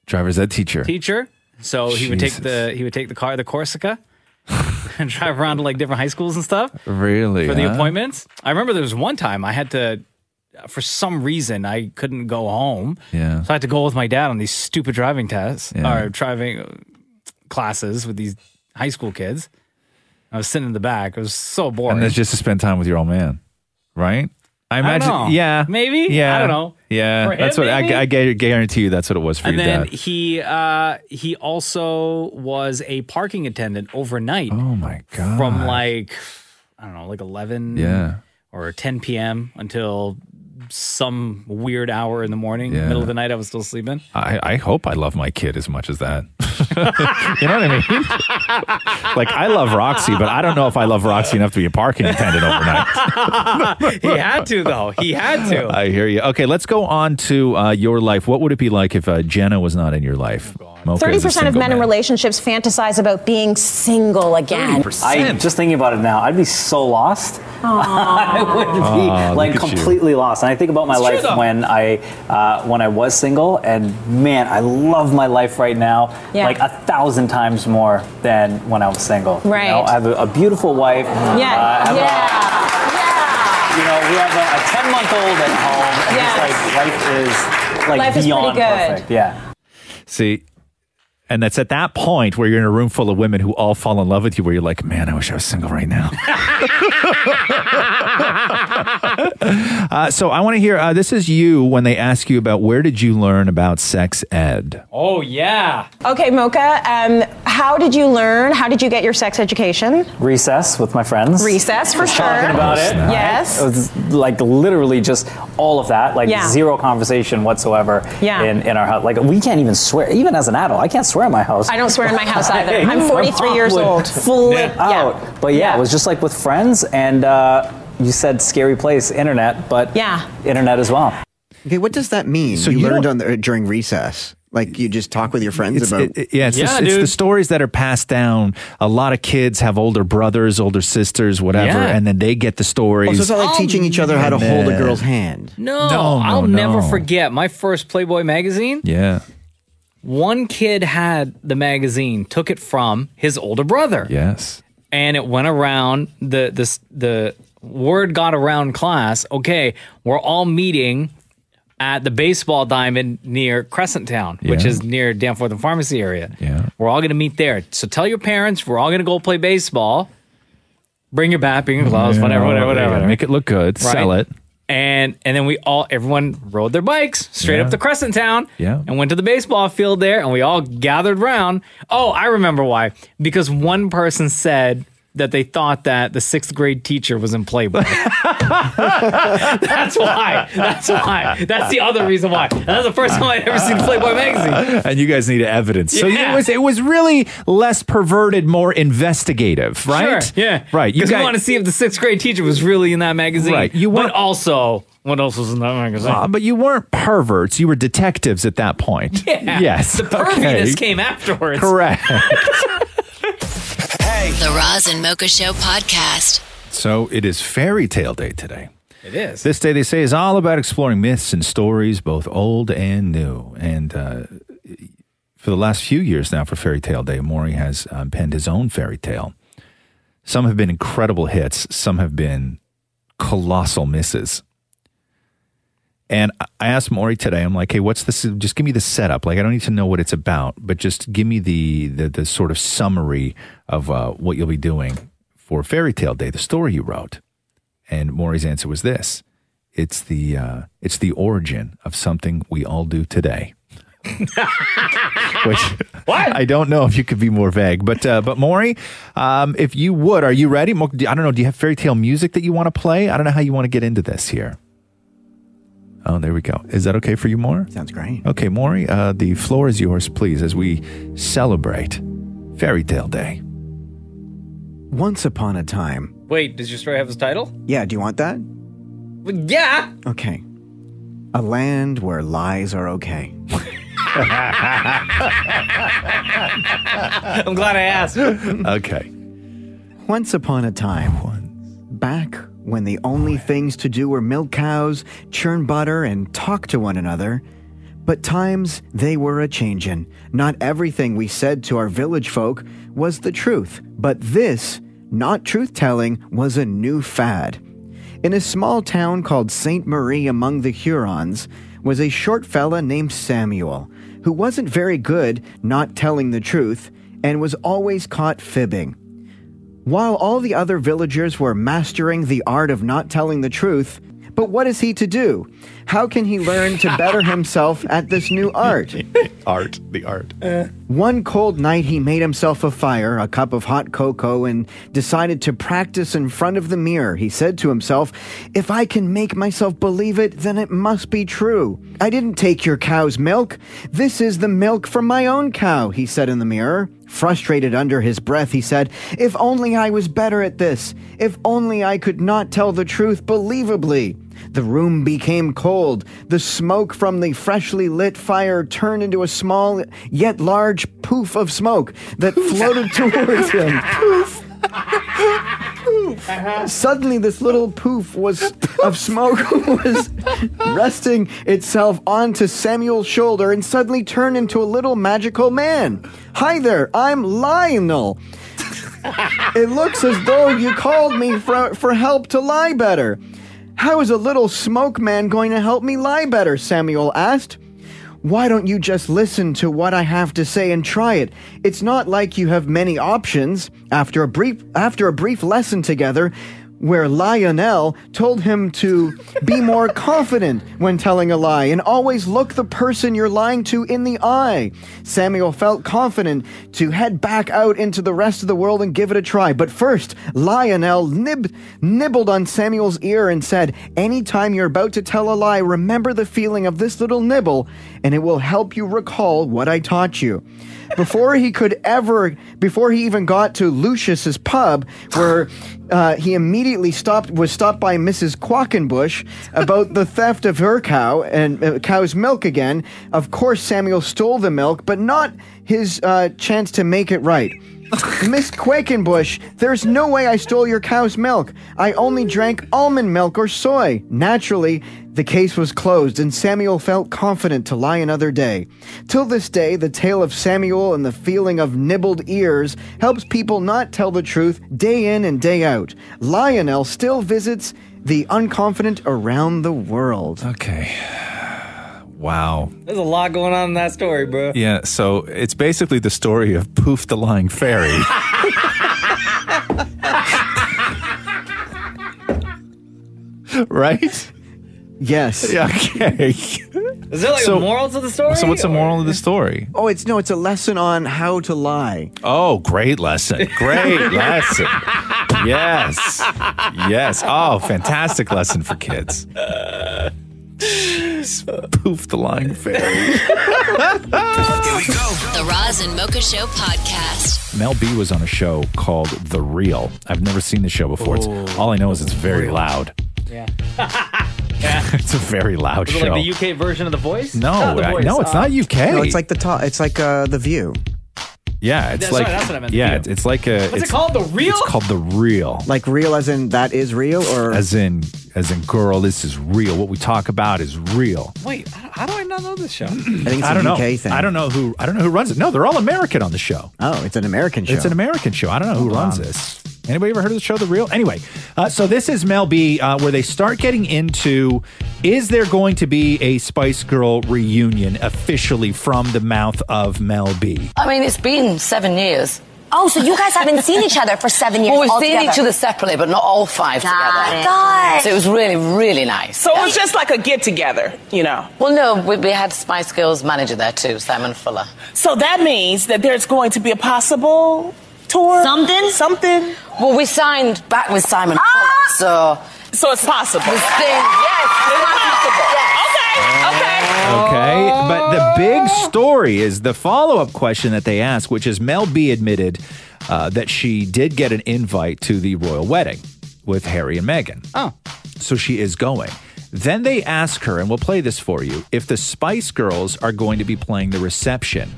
Speaker 6: Driver's ed teacher.
Speaker 1: teacher, so he would take the he would take the car, the Corsica, *laughs* and drive around to like different high schools and stuff.
Speaker 6: Really?
Speaker 1: for the
Speaker 6: huh?
Speaker 1: appointments. I remember there was one time I had to, for some reason, I couldn't go home.
Speaker 6: Yeah.
Speaker 1: So I had to go with my dad on these stupid driving tests
Speaker 6: Yeah.
Speaker 1: or driving classes with these high school kids. I was sitting in the back. It was so boring.
Speaker 6: And that's just to spend time with your old man, right? I
Speaker 1: don't
Speaker 6: imagine.
Speaker 1: know.
Speaker 6: Yeah.
Speaker 1: Maybe?
Speaker 6: Yeah.
Speaker 1: I don't know.
Speaker 6: Yeah.
Speaker 1: For him,
Speaker 6: that's what
Speaker 1: maybe?
Speaker 6: I, I gu- guarantee you. That's what it was for
Speaker 1: and
Speaker 6: your
Speaker 1: then
Speaker 6: dad.
Speaker 1: he uh, he also was a parking attendant overnight. Oh
Speaker 6: my
Speaker 1: god! From like I don't know, like eleven
Speaker 6: Yeah.
Speaker 1: or ten p.m. until some weird hour in the morning,
Speaker 6: Yeah.
Speaker 1: middle of the night. I was
Speaker 6: *laughs*
Speaker 1: still sleeping. *laughs*
Speaker 6: I, I hope I love my kid as much as that. *laughs* you know what I mean? *laughs* like I love Roxy, but I don't know if I love Roxy enough to be a parking attendant overnight.
Speaker 1: he had to though. He had
Speaker 6: *laughs*
Speaker 1: to.
Speaker 6: I hear you. Okay, let's go on to uh, your life. What would it be like if uh, Jenna was not in your life? Mocha
Speaker 20: Thirty
Speaker 6: is a
Speaker 20: percent of
Speaker 6: single
Speaker 20: men in
Speaker 6: man.
Speaker 20: relationships fantasize about being single again.
Speaker 21: i just thinking about it now i'd be so lost I would be
Speaker 20: Aw, Ah, look
Speaker 21: like
Speaker 20: at you.
Speaker 21: completely lost. And I think about my
Speaker 20: It's true,
Speaker 21: life
Speaker 20: though.
Speaker 21: when I uh, when I was single, and man, I love my life right now
Speaker 20: Yeah.
Speaker 21: like a thousand times more than when I was single. you
Speaker 20: Right.
Speaker 21: know? I have a, a beautiful wife. Uh,
Speaker 20: Yeah,
Speaker 21: I have a-
Speaker 20: yeah.
Speaker 21: you know, we have a- a ten month old at home. And just, like life is like
Speaker 20: Life is pretty
Speaker 21: beyond
Speaker 20: good.
Speaker 6: *laughs*
Speaker 21: perfect. Yeah.
Speaker 6: See, and that's at that point where you're in a room full of women who all fall in love with you, where you're like, man, I wish I was single right
Speaker 1: *laughs*
Speaker 6: now. uh, so I want to hear. Uh, this is you when they ask you about where did you learn about sex ed?
Speaker 1: Oh yeah.
Speaker 20: Okay, Mocha. Um, how did you learn? How did you get your sex education?
Speaker 21: Recess with my friends.
Speaker 20: Recess for
Speaker 21: Just
Speaker 20: sure.
Speaker 21: Talking about it.
Speaker 20: Yes.
Speaker 21: It was like literally just all of that, like
Speaker 20: Yeah.
Speaker 21: zero conversation whatsoever
Speaker 20: Yeah.
Speaker 21: in, in our house. Like we can't even swear, even as an adult, I can't swear in my house.
Speaker 20: I don't swear in my
Speaker 21: *laughs*
Speaker 20: house either.
Speaker 21: Right.
Speaker 20: I'm
Speaker 21: My
Speaker 20: 43
Speaker 21: mom
Speaker 20: years
Speaker 21: would
Speaker 20: old.
Speaker 21: Flip out. But yeah, it was just like with friends and uh, you said scary place, internet, but yeah. internet as well.
Speaker 22: Okay, what does that mean?
Speaker 21: So
Speaker 22: you,
Speaker 21: you
Speaker 22: learned on the, during recess, like you just talk with your friends
Speaker 6: It's,
Speaker 22: about.
Speaker 6: it- it- yeah, it's, the, it's the stories that are passed down. A lot of kids have older brothers, older sisters, whatever,
Speaker 22: Yeah.
Speaker 6: and then they get the stories.
Speaker 22: Oh, so it's not like
Speaker 6: Oh,
Speaker 22: teaching each other how to hold a
Speaker 6: man.
Speaker 22: girl's hand.
Speaker 1: No,
Speaker 6: No, no,
Speaker 1: I'll never
Speaker 6: no.
Speaker 1: forget my first Playboy magazine.
Speaker 6: Yeah.
Speaker 1: One kid had the magazine, took it from his older brother.
Speaker 6: Yes.
Speaker 1: And it went around the this the word got around class, okay, we're all meeting at the baseball diamond near Crescent Town, which
Speaker 6: Yeah.
Speaker 1: is near Danforth and Pharmacy area.
Speaker 6: Yeah.
Speaker 1: We're all going to meet there. So tell your parents we're all going to go play baseball. Bring your bat, bring your gloves,
Speaker 6: Yeah,
Speaker 1: whatever, whatever,
Speaker 6: yeah,
Speaker 1: whatever.
Speaker 6: Make it look good.
Speaker 1: Right.
Speaker 6: Sell it.
Speaker 1: and and then we all everyone rode their bikes straight
Speaker 6: Yeah.
Speaker 1: up to Crescent Town.
Speaker 6: Yeah.
Speaker 1: And went to the baseball field there and we all gathered round. Oh, I remember why. Because one person said that they thought that the sixth grade teacher was
Speaker 6: *laughs*
Speaker 1: in Playboy. *laughs* That's why. That's why. That's the other reason why. That's the first time I'd ever seen Playboy magazine.
Speaker 6: And you guys need
Speaker 1: *laughs*
Speaker 6: evidence. So
Speaker 1: Yeah.
Speaker 6: it was it was really less perverted, more investigative, *laughs* right?
Speaker 1: Sure, yeah.
Speaker 6: Right.
Speaker 1: Because we
Speaker 6: guys-
Speaker 1: want to see if the sixth grade teacher was really in that magazine.
Speaker 6: Right. You
Speaker 1: but
Speaker 6: want-
Speaker 1: also what else was in that magazine?
Speaker 6: Uh, but you weren't perverts. You were detectives at that point.
Speaker 1: *laughs* yeah.
Speaker 6: Yes.
Speaker 1: The perviness
Speaker 6: okay. *laughs*
Speaker 1: came afterwards.
Speaker 6: Correct.
Speaker 4: The Roz and Mocha Show podcast.
Speaker 6: So it is fairy tale day today.
Speaker 1: It is.
Speaker 6: This day, they say, is all about exploring myths and stories, both old and new. And uh, for the last few years now, for Fairy Tale Day, Maury has um, penned his own fairy tale. Some have been incredible hits, some have been colossal misses. And I- I asked Maury today, I'm like, hey, what's this? Just give me the setup. Like, I don't need to know what it's about, but just give me the, the, the sort of summary of uh, what you'll be doing for Fairy Tale Day, the story you wrote. And Maury's answer was this: it's the uh, it's the origin of something we all do today. *laughs* Which I don't know if you could be more vague, but uh, but Maury, um, if you would, are you ready? Mo- do- I don't know. Do you have fairy tale music that you want to play? I don't know how you want to get into this here. Oh, there we go. Is that okay for you, Maury? Sounds great. Okay, Maury, uh, the floor is yours, please, as we celebrate Fairy Tale Day.
Speaker 8: Once upon a time.
Speaker 1: Wait, does your story have his title?
Speaker 8: Yeah, do you want that?
Speaker 1: Well, yeah.
Speaker 8: Okay. A land where lies are
Speaker 22: *laughs*
Speaker 8: okay.
Speaker 1: *laughs* I'm glad I asked.
Speaker 6: okay.
Speaker 8: Once upon a time, back when the only things to do were milk cows, churn butter, and talk to one another. But times they were a changin'. Not everything we said to our village folk was the truth, but this, not truth telling, was a new fad. In a small town called St. Marie among the Hurons was a short fella named Samuel, who wasn't very good not telling the truth and was always caught fibbing. While all the other villagers were mastering the art of not telling the truth, but what is he to do? How can he learn to better himself at this new art?
Speaker 6: Art, the art.
Speaker 8: Uh, One cold night, he made himself a fire, a cup of hot cocoa, and decided to practice in front of the mirror. He said to himself, If I can make myself believe it, then it must be true. I didn't take your cow's milk. This is the milk from my own cow, he said in the mirror. Frustrated under his breath, he said, If only I was better at this. If only I could not tell the truth believably. The room became cold. The smoke from the freshly lit fire turned into a small yet large poof of smoke that floated towards him. Suddenly, this little poof was of smoke *laughs* was resting itself onto Samuel's shoulder and suddenly turned into a little magical man. Hi there, I'm Lionel. it looks as though you called me for, for help to lie better. How is a little smoke man going to help me lie better? Samuel asked. Why don't you just listen to what I have to say and try it? It's not like you have many options. After a brief after a brief lesson together, where Lionel told him to be more confident when telling a lie and always look the person you're lying to in the eye. Samuel felt confident to head back out into the rest of the world and give it a try. But first, Lionel nib- nibbled on Samuel's ear and said, Anytime you're about to tell a lie, remember the feeling of this little nibble, and it will help you recall what I taught you before he could ever, before he even got to Lucius's pub, where uh, he immediately stopped, was stopped by Mrs. Quackenbush about the theft of her cow and uh, cow's milk again. Of course, Samuel stole the milk, but not his uh, chance to make it right. Miss Quakenbush, there's no way I stole your cow's milk. I only drank almond milk or soy. Naturally, the case was closed, and Samuel felt confident to lie another day. Till this day, the tale of Samuel and the feeling of nibbled ears helps people not tell the truth day in and day out. Lionel still visits the unconfident around the world.
Speaker 6: Okay. Wow.
Speaker 1: There's a lot going on in that story, bro.
Speaker 6: Yeah, so it's basically the story of Poof the Lying *laughs* Fairy. right?
Speaker 8: Yes.
Speaker 6: Yeah, *laughs* okay.
Speaker 1: Is there like a moral to the story?
Speaker 6: So what's the moral of the story?
Speaker 8: Oh, it's no, it's a lesson on how to lie.
Speaker 6: Oh, great lesson. *laughs* Great lesson. Yes. Yes. Oh, fantastic lesson for kids. Jeez, Poof the Lying *laughs* Fairy.
Speaker 4: Here we go. The Roz and Mocha Show podcast.
Speaker 6: Mel B was on a show called The Real. I've never seen the show before. It's, all I know is it's very loud.
Speaker 1: Yeah.
Speaker 6: *laughs* it's a very loud
Speaker 1: Is it
Speaker 6: show.
Speaker 1: like the UK version of The Voice?
Speaker 6: No,
Speaker 1: Not The
Speaker 6: I-
Speaker 1: Voice,
Speaker 6: no, it's
Speaker 1: uh,
Speaker 6: not UK.
Speaker 8: No, it's like the top. It's like uh, the View.
Speaker 6: Yeah, it's
Speaker 1: That's
Speaker 6: like
Speaker 1: right, that's what I meant,
Speaker 6: yeah,
Speaker 1: real.
Speaker 6: it's, it's like a.
Speaker 1: What's it
Speaker 6: it's,
Speaker 1: called, the real?
Speaker 6: It's called the real.
Speaker 8: Like real, as in that is real, or
Speaker 6: as in as in girl, this is real. What we talk about is real.
Speaker 1: Wait, how how do I not know this show? I
Speaker 6: I don't know. I don't know who I don't know who runs it. No, they're all American on the show.
Speaker 8: Oh, it's an American
Speaker 6: It's
Speaker 8: show.
Speaker 6: an American show. I don't know who
Speaker 8: Wow.
Speaker 6: runs this. Anybody ever heard of the show The Real? Anyway, uh, so this is Mel B, uh, where they start getting into is there going to be a Spice Girl reunion officially from the mouth of Mel B?
Speaker 23: I mean, it's been seven years.
Speaker 2: Oh, so you guys haven't seen each other for seven years.
Speaker 23: Well, we've seen
Speaker 2: altogether.
Speaker 23: each other separately, but not all five
Speaker 2: Got
Speaker 23: together.
Speaker 2: it. Got it.
Speaker 23: So it was really, really nice.
Speaker 5: So it was just like a get together, you know.
Speaker 23: Well, no, we, we had Spice Girls manager there too, Simon Fuller.
Speaker 5: So that means that there's going to be a possible tour. Something? Something.
Speaker 23: Well, we signed back with Simon
Speaker 2: Ah!
Speaker 23: Fuller, so.
Speaker 5: So it's possible.
Speaker 23: This thing, yes, it's possible.
Speaker 6: Okay, but the big story is the follow up question that they ask, which is Mel B admitted uh, that she did get an invite to the royal wedding with Harry and Meghan. Oh. So she is going. Then they ask her, and we'll play this for you, if the Spice Girls are going to be playing the reception.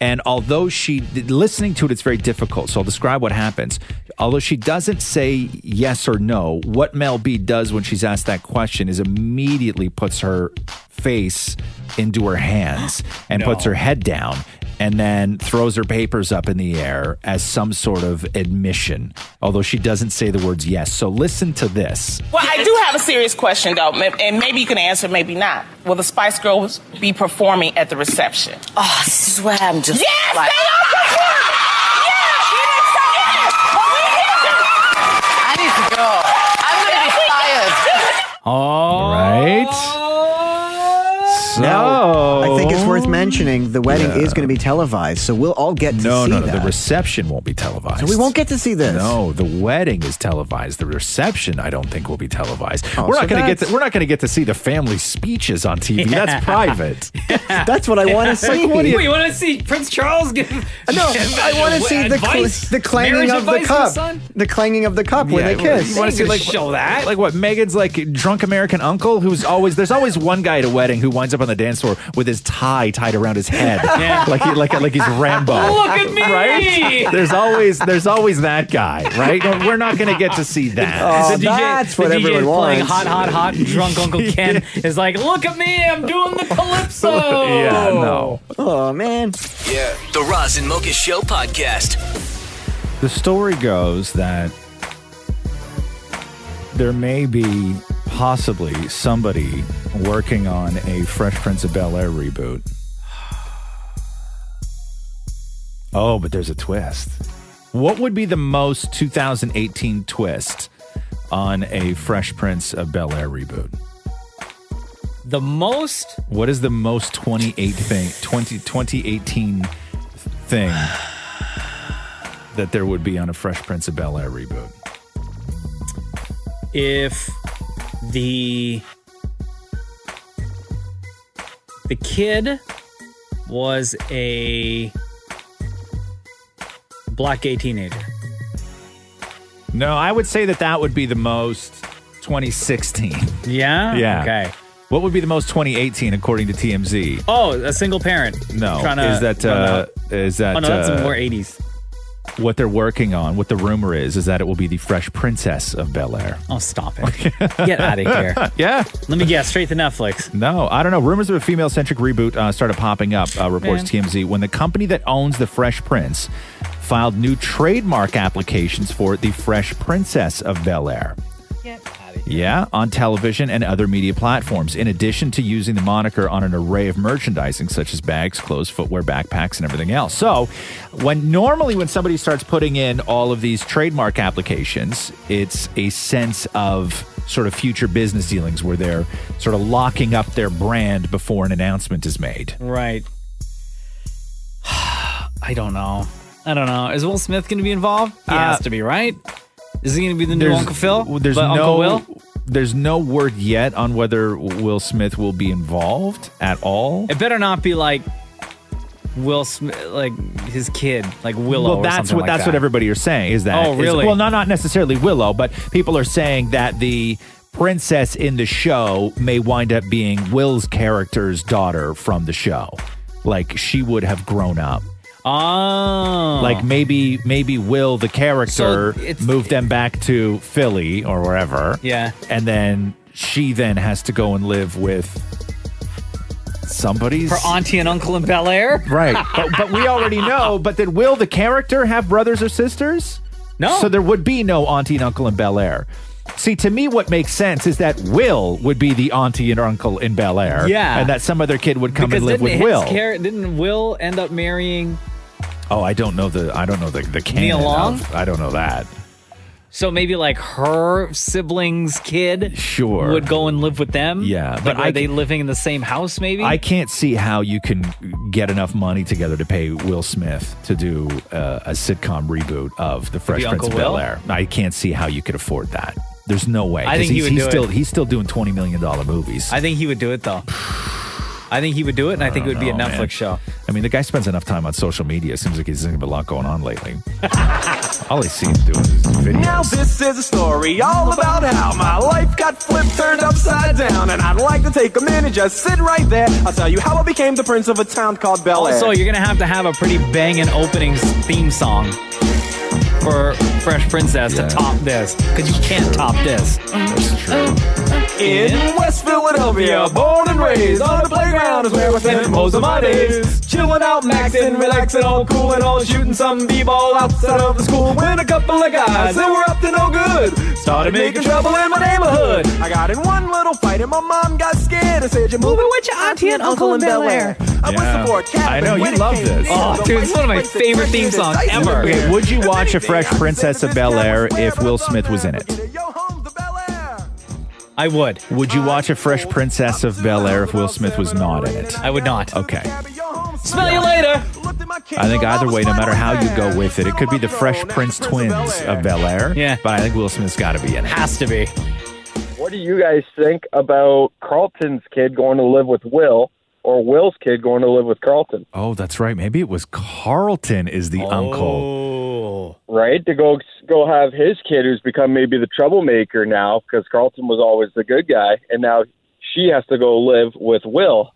Speaker 6: And although she, listening to it, it's very difficult. So I'll describe what happens. Although she doesn't say yes or no, what Mel B does when she's asked that question is immediately puts her face into her hands and puts her head down and then throws her papers up in the air as some sort of admission, although she doesn't say the words yes. So listen to this.
Speaker 5: Well, I do have a serious question though, ma- and maybe you can answer, maybe not. Will the Spice Girls be performing at the reception?
Speaker 23: Oh, this is where I'm just.
Speaker 5: Yes,
Speaker 23: like-
Speaker 5: they are performing.
Speaker 23: I need *laughs* to go. I'm going to be fired.
Speaker 6: All right. So
Speaker 8: Oh. Now, I think it's worth mentioning the wedding is going to be televised, so we'll all get to
Speaker 6: No,
Speaker 8: see
Speaker 6: no, no.
Speaker 8: that.
Speaker 6: The reception won't be televised.
Speaker 8: So we won't get to see this.
Speaker 6: No, the wedding is televised. The reception, I don't think, will be televised.
Speaker 8: Oh,
Speaker 6: we're
Speaker 8: so
Speaker 6: not going to get.
Speaker 8: that's-
Speaker 6: To, we're not going to get to see the family speeches on TV.
Speaker 8: Yeah.
Speaker 6: That's private.
Speaker 8: *laughs* That's what I
Speaker 6: *laughs*
Speaker 8: want to see.
Speaker 6: Like, what do you-
Speaker 1: Wait, you want to see Prince Charles give?
Speaker 8: *laughs* No, I want
Speaker 1: *laughs*
Speaker 8: to see the, cl-
Speaker 1: advice?
Speaker 8: the clanging
Speaker 1: Marriage
Speaker 8: of the
Speaker 1: advice to
Speaker 8: cup.
Speaker 1: son?
Speaker 8: The clanging of the cup *laughs* when they kiss.
Speaker 6: You want to see like
Speaker 1: show that?
Speaker 6: Like what? Megan's like drunk American uncle who's always there's always one guy at a wedding who winds up on the dance floor with his tie tied around
Speaker 8: *laughs*
Speaker 6: his head,
Speaker 1: Yeah.
Speaker 6: like he, like like he's Rambo.
Speaker 1: Look at me! *laughs*
Speaker 6: Right? There's always there's always that guy, right? No, We're not going to get to see that.
Speaker 8: Oh,
Speaker 1: The DJ the DJ playing hot,
Speaker 6: *laughs*
Speaker 1: hot, hot, drunk Uncle Ken is like, look at me, I'm doing the calypso.
Speaker 6: Yeah, no.
Speaker 8: Oh man.
Speaker 9: Yeah. The Roz and Mocha Show podcast.
Speaker 6: The story goes that there may be possibly somebody working on a Fresh Prince of Bel Air reboot. *sighs* Oh, but there's a twist. What would be the most 2018 twist on a Fresh Prince of Bel Air reboot?
Speaker 1: The most
Speaker 6: What is the most 28 thing 20, 2018 thing that there would be on a Fresh Prince of Bel Air reboot?
Speaker 1: if the the kid was a black gay teenager.
Speaker 6: No, I would say that that would be the most 2016.
Speaker 1: Yeah.
Speaker 6: Yeah.
Speaker 1: Oh, Okay.
Speaker 6: What would be the most 2018 according to TMZ?
Speaker 1: Oh, a single parent.
Speaker 6: No,
Speaker 1: Trying to
Speaker 6: is that
Speaker 1: run
Speaker 6: uh,
Speaker 1: out.
Speaker 6: is that
Speaker 1: Oh no, that's
Speaker 6: uh,
Speaker 1: more '80s.
Speaker 6: what they're working on? What the rumor is is that it will be the Fresh Princess of Bel Air.
Speaker 1: Oh, stop it! Get out of here.
Speaker 6: *laughs* yeah.
Speaker 1: Let me guess. Straight to Netflix.
Speaker 6: *laughs* No, I don't know. Rumors of a female centric reboot uh, started popping up, uh, reports TMZ, when the company that owns The Fresh Prince filed new trademark applications for The Fresh Princess of Bel Air. Yeah, on television and other media platforms, in addition to using the moniker on an array of merchandising such as bags, clothes, footwear, backpacks, and everything else. So, when normally when somebody starts putting in all of these trademark applications, it's a sense of sort of future business dealings where they're sort of locking up their brand before an announcement is made.
Speaker 1: Right. *sighs* I don't know. I don't know. Is Will Smith going to be involved? He
Speaker 6: Uh,
Speaker 1: has to be, right? Is he going to be the new
Speaker 6: There's-
Speaker 1: Uncle Phil?
Speaker 6: There's
Speaker 1: But
Speaker 6: no
Speaker 1: Uncle Will.
Speaker 6: There's no word yet on whether Will Smith will be involved at all.
Speaker 1: It better not be like Will Smith, like his kid, like Willow.
Speaker 6: Well,
Speaker 1: or
Speaker 6: that's
Speaker 1: something
Speaker 6: what
Speaker 1: like
Speaker 6: that's
Speaker 1: that.
Speaker 6: what everybody is saying is that
Speaker 1: Oh,
Speaker 6: is-
Speaker 1: really?
Speaker 6: well, not not necessarily Willow, but people are saying that the princess in the show may wind up being Will's character's daughter from the show. Like she would have grown up.
Speaker 1: Oh.
Speaker 6: Like maybe maybe Will the character
Speaker 1: So
Speaker 6: moved
Speaker 1: it's-
Speaker 6: move them back to Philly or wherever.
Speaker 1: Yeah.
Speaker 6: And then she then has to go and live with somebody's
Speaker 1: her auntie and uncle in Bel Air.
Speaker 6: Right. but, but we already know. But then will the character have brothers or sisters?
Speaker 1: No.
Speaker 6: So there would be no auntie and uncle in Bel Air. See, to me, what makes sense is that Will would be the auntie and uncle in Bel Air.
Speaker 1: Yeah.
Speaker 6: And that some other kid would come
Speaker 1: *laughs* because
Speaker 6: and live
Speaker 1: didn't
Speaker 6: with
Speaker 1: his
Speaker 6: Will.
Speaker 1: char- didn't Will end up marrying?
Speaker 6: oh, I don't know the I don't know the, the canon.
Speaker 1: Neil Long?
Speaker 6: of- I don't know that.
Speaker 1: So maybe like her siblings' kid
Speaker 6: Sure.
Speaker 1: would go and live with them.
Speaker 6: Yeah,
Speaker 1: but
Speaker 6: but
Speaker 1: are
Speaker 6: I
Speaker 1: they living in the same house? Maybe
Speaker 6: I can't see how you can get enough money together to pay Will Smith to do uh, a sitcom reboot of The Fresh Prince
Speaker 1: Uncle
Speaker 6: of Bel
Speaker 1: Will?
Speaker 6: Air. I can't see how you could afford that. There's no way.
Speaker 1: I
Speaker 6: 'cause
Speaker 1: think he
Speaker 6: he's,
Speaker 1: would
Speaker 6: he's
Speaker 1: do
Speaker 6: still
Speaker 1: it.
Speaker 6: he's still doing twenty million dollar movies.
Speaker 1: I think he would do
Speaker 6: *sighs*
Speaker 1: it though. I think he would do it, and I, think it would be a Netflix show.
Speaker 6: Oh, I mean, the guy spends enough time on social media. It seems like he's got a lot going on lately. *laughs* All he's seen doing is videos.
Speaker 10: Now this is a story all about how my life got flipped, turned upside down, and I'd like to take a minute, just sit right there. I'll tell you how I became the prince of a town called Bel Air.
Speaker 1: Also, you're gonna have to have a pretty banging opening theme song for Fresh Princess to top this, because you can't top this.
Speaker 10: in West Philadelphia, born and raised on the playground is where I spend most of my days. Chilling out, maxing, relaxing, all cool and all, shooting some b-ball outside of the school. When a couple of guys that were up to no good started making trouble in my neighborhood. I got in one little fight and my mom got scared and said, "You're moving with your auntie and uncle in Bel Air." I went
Speaker 6: Yeah.
Speaker 10: support Captain
Speaker 6: I know, you
Speaker 10: when it
Speaker 6: love
Speaker 10: came
Speaker 6: this.
Speaker 10: down.
Speaker 1: Oh, dude, it's one of my favorite theme songs ever.
Speaker 6: Okay, would you watch a Fresh Princess of Bel Air if Will Smith was in it?
Speaker 1: I would.
Speaker 6: Would you watch a Fresh Princess of Bel Air if Will Smith was not in it?
Speaker 1: I would not.
Speaker 6: Okay.
Speaker 1: Smell you later.
Speaker 6: I think either way, no matter how you go with it, it could be the Fresh Prince twins of Bel Air. Yeah. But I think Will Smith's got to be in it.
Speaker 1: Has to be.
Speaker 11: What do you guys think about Carlton's kid going to live with Will or Will's kid going to live with Carlton?
Speaker 6: Oh, that's right. Maybe it was Carlton is
Speaker 1: Oh.
Speaker 6: the uncle.
Speaker 11: Right? To go go have his kid who's become maybe the troublemaker now because Carlton was always the good guy and now she has to go live with Will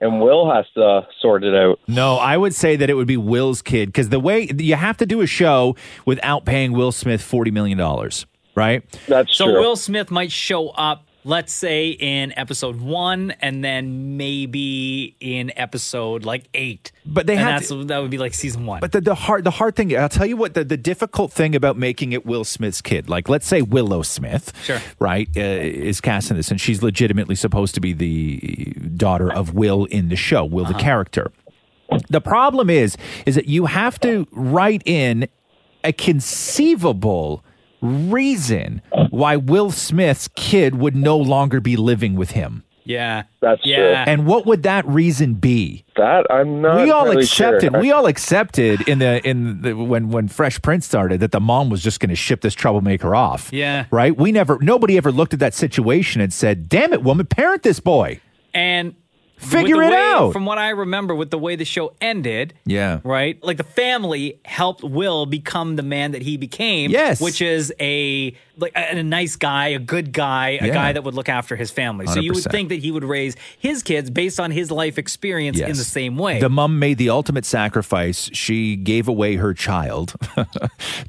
Speaker 11: and Will has to sort it out.
Speaker 6: No, I would say that it would be Will's kid because the way you have to do a show without paying Will Smith $40 million, right?
Speaker 11: That's
Speaker 1: So Will Smith might show up, let's say in episode one, and then maybe in episode like eight.
Speaker 6: But they
Speaker 1: and
Speaker 6: have
Speaker 1: that's, that would be like season one.
Speaker 6: But the, the hard the hard thing, I'll tell you what the, the difficult thing about making it Will Smith's kid, like let's say Willow Smith,
Speaker 1: Sure.
Speaker 6: right, uh, is cast in this, and she's legitimately supposed to be the daughter of Will in the show, Will the character. The problem is, is that you have to write in a conceivable reason why Will Smith's kid would no longer be living with him.
Speaker 1: yeah,
Speaker 11: that's
Speaker 1: yeah.
Speaker 6: And what would that reason be?
Speaker 11: That I'm not.
Speaker 6: We all
Speaker 11: really
Speaker 6: accepted.
Speaker 11: sure.
Speaker 6: We all accepted in the in the, when when Fresh Prince started that the mom was just going to ship this troublemaker off.
Speaker 1: Yeah.
Speaker 6: Right. We never. Nobody ever looked at that situation and said, "Damn it, woman, parent this boy."
Speaker 1: And
Speaker 6: Figure
Speaker 1: with the
Speaker 6: it
Speaker 1: way-
Speaker 6: out.
Speaker 1: From what I remember, with the way the show ended,
Speaker 6: Yeah.
Speaker 1: right? Like the family helped Will become the man that he became.
Speaker 6: Yes.
Speaker 1: which is a like a, a nice guy, a good guy, a
Speaker 6: Yeah.
Speaker 1: guy that would look after his family. So you would
Speaker 6: 100%.
Speaker 1: think that he would raise his kids based on his life experience in
Speaker 6: Yes.
Speaker 1: the same way.
Speaker 6: The mom made the ultimate sacrifice. She gave away her child *laughs*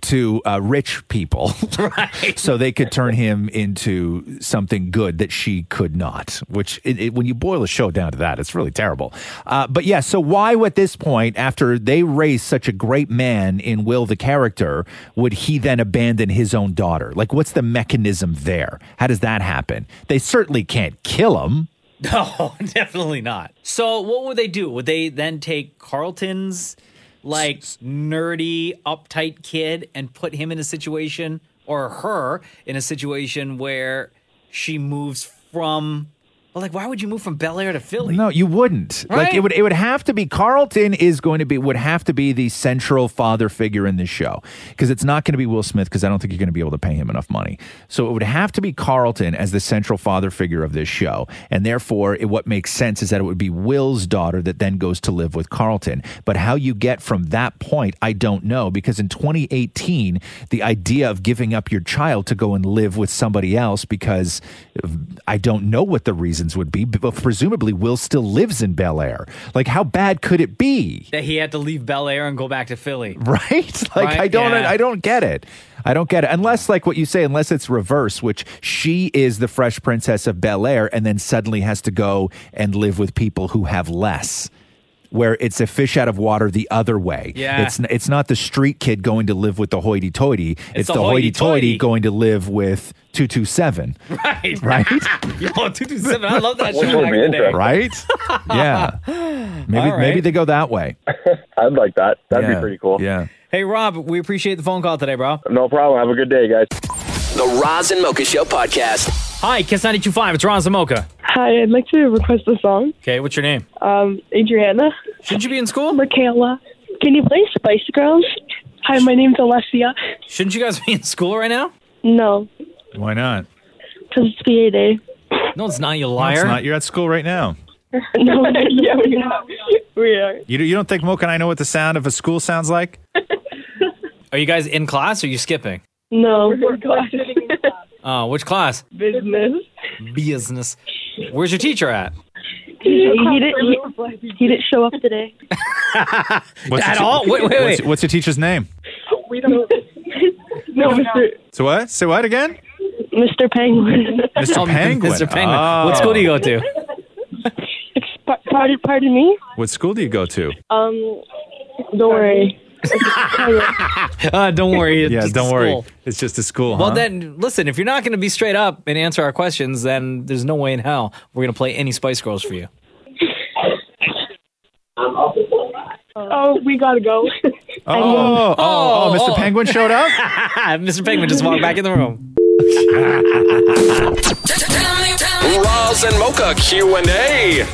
Speaker 6: to uh, rich people, *laughs* right? so they could turn him into something good that she could not. Which, it, it, when you boil a show down to that, it's really terrible. Uh, but yeah, so why, at this point, after they raised such a great man in Will the character, would he then abandon his own daughter? Like, what's the mechanism there? How does that happen? They certainly can't kill him. *laughs*
Speaker 1: No, definitely not. So what would they do? Would they then take Carlton's like nerdy, uptight kid and put him in a situation or her in a situation where she moves from well, like why would you move from Bel Air to Philly?
Speaker 6: No, you wouldn't. Like
Speaker 1: Right?
Speaker 6: it would it would have to be Carlton is going to be would have to be the central father figure in this show because it's not going to be Will Smith because I don't think you're going to be able to pay him enough money. So it would have to be Carlton as the central father figure of this show. And therefore, it, what makes sense is that it would be Will's daughter that then goes to live with Carlton. But how you get from that point, I don't know because in 2018, the idea of giving up your child to go and live with somebody else because uh, I don't know what the reason reasons would be, but presumably Will still lives in Bel Air. Like, how bad could it be?
Speaker 1: That he had to leave Bel Air and go back to Philly.
Speaker 6: *laughs* right? Like
Speaker 1: Right?
Speaker 6: I don't
Speaker 1: Yeah.
Speaker 6: I don't get it. I don't get it. Unless like what you say, unless it's reverse, which she is the fresh princess of Bel Air and then suddenly has to go and live with people who have less. Where it's a fish out of water the other way.
Speaker 3: Yeah.
Speaker 6: It's n- it's not the street kid going to live with the hoity toity. It's,
Speaker 3: the
Speaker 6: the, hoity
Speaker 3: hoity-toity.
Speaker 6: toity going to live with two two seven.
Speaker 1: Right.
Speaker 6: *laughs* Right?
Speaker 1: *laughs* Yo, 227. I love
Speaker 11: *laughs*
Speaker 1: that show.
Speaker 6: Which would
Speaker 1: back
Speaker 6: be
Speaker 1: in the day. *laughs*
Speaker 6: interesting. Right? Yeah. Maybe
Speaker 1: All right.
Speaker 6: maybe they go that way.
Speaker 11: *laughs* I'd like that. That'd
Speaker 6: Yeah.
Speaker 11: be pretty cool.
Speaker 6: Yeah.
Speaker 1: Hey, Rob, we appreciate the phone call today, bro.
Speaker 11: No problem. Have a good day, guys.
Speaker 9: The Roz and Mocha Show podcast.
Speaker 1: Hi, Kiss 925. It's Ron Zamoka.
Speaker 13: Hi, I'd like to request a song.
Speaker 1: Okay, what's your name?
Speaker 13: Um, Adriana.
Speaker 1: Should you be in school?
Speaker 13: Michaela. Can you play Spice Girls? Hi, my name's Alessia.
Speaker 1: Shouldn't you guys be in school right now?
Speaker 13: No,
Speaker 6: Why not?
Speaker 13: because it's VA *laughs* day.
Speaker 1: No, it's not, you liar.
Speaker 6: it's not. You're at school right now.
Speaker 13: no, yeah, we are. We are.
Speaker 6: You, you don't think Moke and I know what the sound of a school sounds like?
Speaker 1: Are you guys in class or are you skipping?
Speaker 13: No.
Speaker 1: Uh, which class?
Speaker 13: Business.
Speaker 1: Business. Where's your teacher at?
Speaker 13: He, he, didn't, he, he didn't show up today.
Speaker 6: What's
Speaker 1: At
Speaker 6: your
Speaker 1: all? Wait, wait,
Speaker 6: What's,
Speaker 1: wait.
Speaker 6: what's your teacher's name?
Speaker 13: *laughs* We don't. no, Mr.
Speaker 6: So what? Say what again?
Speaker 1: *laughs*
Speaker 13: Mr. Penguin. *laughs*
Speaker 6: Mr. Penguin.
Speaker 1: Mr. Penguin.
Speaker 6: Oh.
Speaker 1: What school do you go to?
Speaker 13: Pa- Pardon, pardon me?
Speaker 6: *laughs* What school do you go to?
Speaker 13: Um, don't worry. *laughs*
Speaker 1: Uh, don't worry. It's
Speaker 6: *laughs* yeah,
Speaker 1: just
Speaker 6: don't
Speaker 1: a
Speaker 6: worry.
Speaker 1: school.
Speaker 6: It's just a school.
Speaker 1: Well,
Speaker 6: huh?
Speaker 1: then, listen, if you're not going to be straight up and answer our questions, then there's no way in hell we're going to play any Spice Girls for you.
Speaker 13: oh, we gotta go. *laughs*
Speaker 6: Oh, oh, oh, Mr. Penguin showed
Speaker 1: *laughs*
Speaker 6: up?
Speaker 1: Mr. Penguin just walked back in the room.
Speaker 9: *laughs* Roz and Mocha Q&A.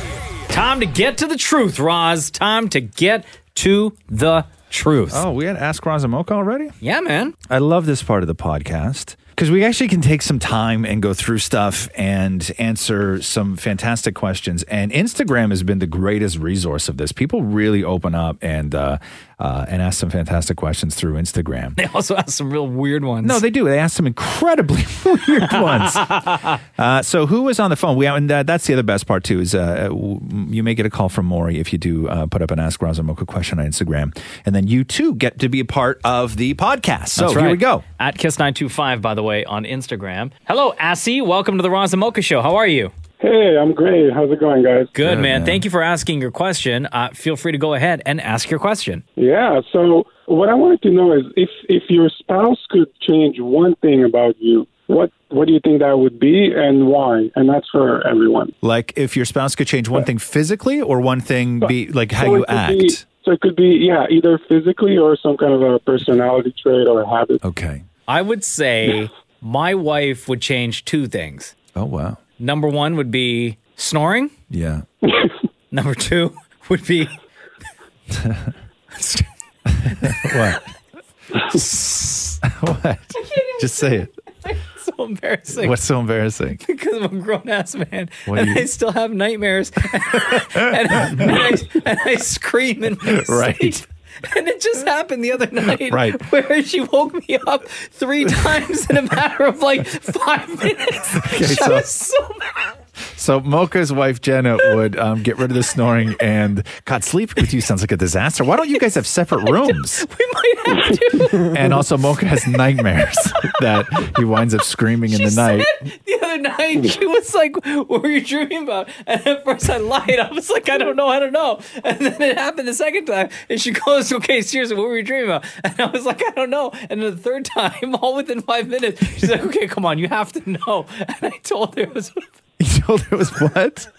Speaker 1: Time to get to the truth, Roz. Time to get to the truth.
Speaker 6: Oh, we had Ask Roz and Mocha already?
Speaker 1: Yeah, man. *laughs*
Speaker 6: I love this part of the podcast because we actually can take some time and go through stuff and answer some fantastic questions. And Instagram has been the greatest resource of this. People really open up and uh, uh, and ask some fantastic questions through Instagram.
Speaker 1: They also asked some real weird ones.
Speaker 6: No, they do. They ask some
Speaker 1: *laughs*
Speaker 6: incredibly *laughs* weird ones. Uh, so who was on the phone? We and uh, that's the other best part too is uh, w- you may get a call from Maury if you do uh, put up an Ask Roz and Mocha question on Instagram, and then you too get to be a part of the podcast. So
Speaker 1: That's
Speaker 6: here we
Speaker 1: right.
Speaker 6: go.
Speaker 1: At Kiss925, by the way, on Instagram. Hello, Assy. Welcome to the Roz and Mocha Show. How are you?
Speaker 14: *laughs* Hey, I'm great. How's it going, guys?
Speaker 1: Good, man. Thank you for asking your question. Uh, feel free to go ahead and ask your question.
Speaker 14: Yeah. So what I wanted to know is if if your spouse could change one thing about you, what what do you think that would be, and why? And that's for everyone.
Speaker 6: Like if your spouse could change one thing physically or one thing be like how you
Speaker 14: it could be-
Speaker 6: act.
Speaker 14: so it could be yeah, either physically or some kind of a personality trait or a habit.
Speaker 6: Okay.
Speaker 1: I would
Speaker 6: *laughs*
Speaker 1: say my wife would change two things.
Speaker 6: Oh wow.
Speaker 1: Number one would be snoring.
Speaker 6: Yeah.
Speaker 1: Number two *laughs*
Speaker 6: *laughs*
Speaker 1: would be
Speaker 6: what? *laughs* what? Just say it.
Speaker 1: so embarrassing.
Speaker 6: What's *laughs* so embarrassing?
Speaker 1: because I'm a grown ass man,
Speaker 6: What
Speaker 1: and
Speaker 6: do you-
Speaker 1: I still
Speaker 6: *laughs*
Speaker 1: have nightmares, *laughs* and, and I, and I scream in my
Speaker 6: Right.
Speaker 1: sleep. And it just happened the other night,
Speaker 6: Right.
Speaker 1: *laughs* Where she woke me
Speaker 6: *laughs*
Speaker 1: up three times in a matter of like five minutes.
Speaker 6: Okay,
Speaker 1: I
Speaker 6: so-
Speaker 1: was so
Speaker 6: So Mocha's wife Jenna would um, get rid of the snoring and God, sleep with you sounds like a disaster. Why don't you guys have separate rooms?
Speaker 1: *laughs* we might have to.
Speaker 6: And also Mocha has
Speaker 1: *laughs*
Speaker 6: nightmares that he winds up screaming in the night.
Speaker 1: the other night she was like, "What were you dreaming about?" And at first I lied. I was like, "I don't know. I don't know." And then it happened the *laughs* second time, and she goes, "Okay, seriously, what were you dreaming about?" *laughs* And I was like, "I don't know." And then the third time, *laughs* all within five minutes, she's like, "Okay, come on, you have to know." *laughs* And I told her it
Speaker 6: *laughs*
Speaker 1: was *laughs*
Speaker 6: He told her it was what?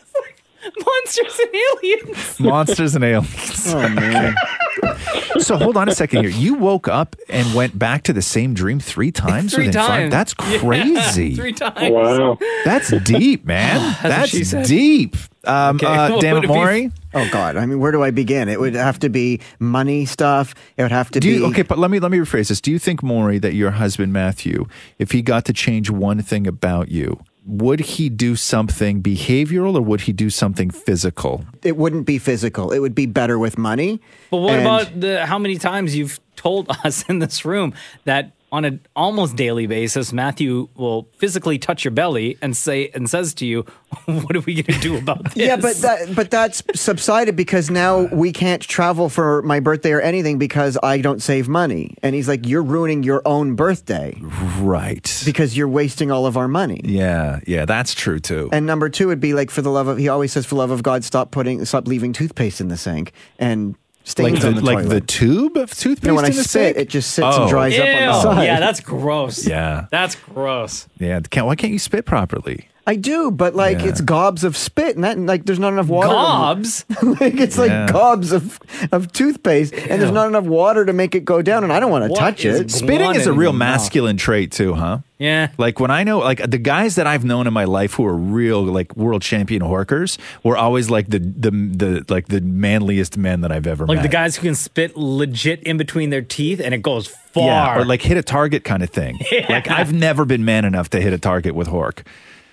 Speaker 1: monsters and aliens.
Speaker 6: Monsters and aliens.
Speaker 1: Oh, man.
Speaker 6: Okay. So hold on a second here. You woke up and went back to the same dream three times
Speaker 1: Three
Speaker 6: within five-
Speaker 1: times.
Speaker 6: That's
Speaker 1: *laughs* Yeah,
Speaker 6: crazy.
Speaker 1: three times. Wow.
Speaker 6: That's deep, man.
Speaker 1: what
Speaker 6: That's
Speaker 1: she said.
Speaker 6: deep. Um,
Speaker 8: *laughs*
Speaker 6: uh, damn it, Maury.
Speaker 22: Oh God! I mean, where do I begin? It would have to be money stuff. It would have to
Speaker 6: Do
Speaker 22: be
Speaker 6: you, okay, but let me let me rephrase this. Do you think, Maury, that your husband Matthew, if he got to change one thing about you, would he do something behavioral or would he do something physical?
Speaker 22: It wouldn't be physical. It would be better with money.
Speaker 1: But what
Speaker 22: And-
Speaker 1: *laughs* about the how many times you've told us in this room that on an almost daily basis, Matthew will physically touch your belly and say and says to you, *laughs* "What are we going to do about
Speaker 22: *laughs*
Speaker 1: this?"
Speaker 22: Yeah, but that but that's subsided because now we can't travel for my birthday or anything because I don't save money. And he's like, "You're ruining your own birthday,
Speaker 6: right?
Speaker 22: Because you're wasting all of our money."
Speaker 6: Yeah, yeah, that's true too.
Speaker 22: And number two would be like, for the love of he always says, for the love of God, stop putting stop leaving toothpaste in the sink and stains
Speaker 6: like the,
Speaker 22: on the
Speaker 6: like
Speaker 22: toilet.
Speaker 6: the tube of toothpaste.
Speaker 22: No, when I
Speaker 6: in the
Speaker 22: spit,
Speaker 6: sink? Oh.
Speaker 22: it just sits and dries up on the
Speaker 1: Ew.
Speaker 22: side.
Speaker 1: Yeah, that's gross.
Speaker 6: Yeah.
Speaker 1: that's gross.
Speaker 6: Yeah, can't, why can't you spit properly?
Speaker 22: I do, but like
Speaker 6: Yeah.
Speaker 22: it's gobs of spit, and that like there's not enough water. to-
Speaker 1: Gobs?
Speaker 22: *laughs* like it's
Speaker 6: Yeah.
Speaker 22: like gobs of of toothpaste, and there's not enough water to make it go down, and I don't want to touch it.
Speaker 6: Spitting is a real masculine trait too, huh?
Speaker 1: Yeah.
Speaker 6: Like when I know, like the guys that I've known in my life who are real, like world champion horkers, were always like the the the like the manliest men that I've ever
Speaker 1: Like
Speaker 6: met.
Speaker 1: the guys who can spit legit in between their teeth and it goes far.
Speaker 6: Yeah, or like hit a target kind of
Speaker 1: *laughs*
Speaker 6: thing. Like I've never been man enough to hit a target with hork.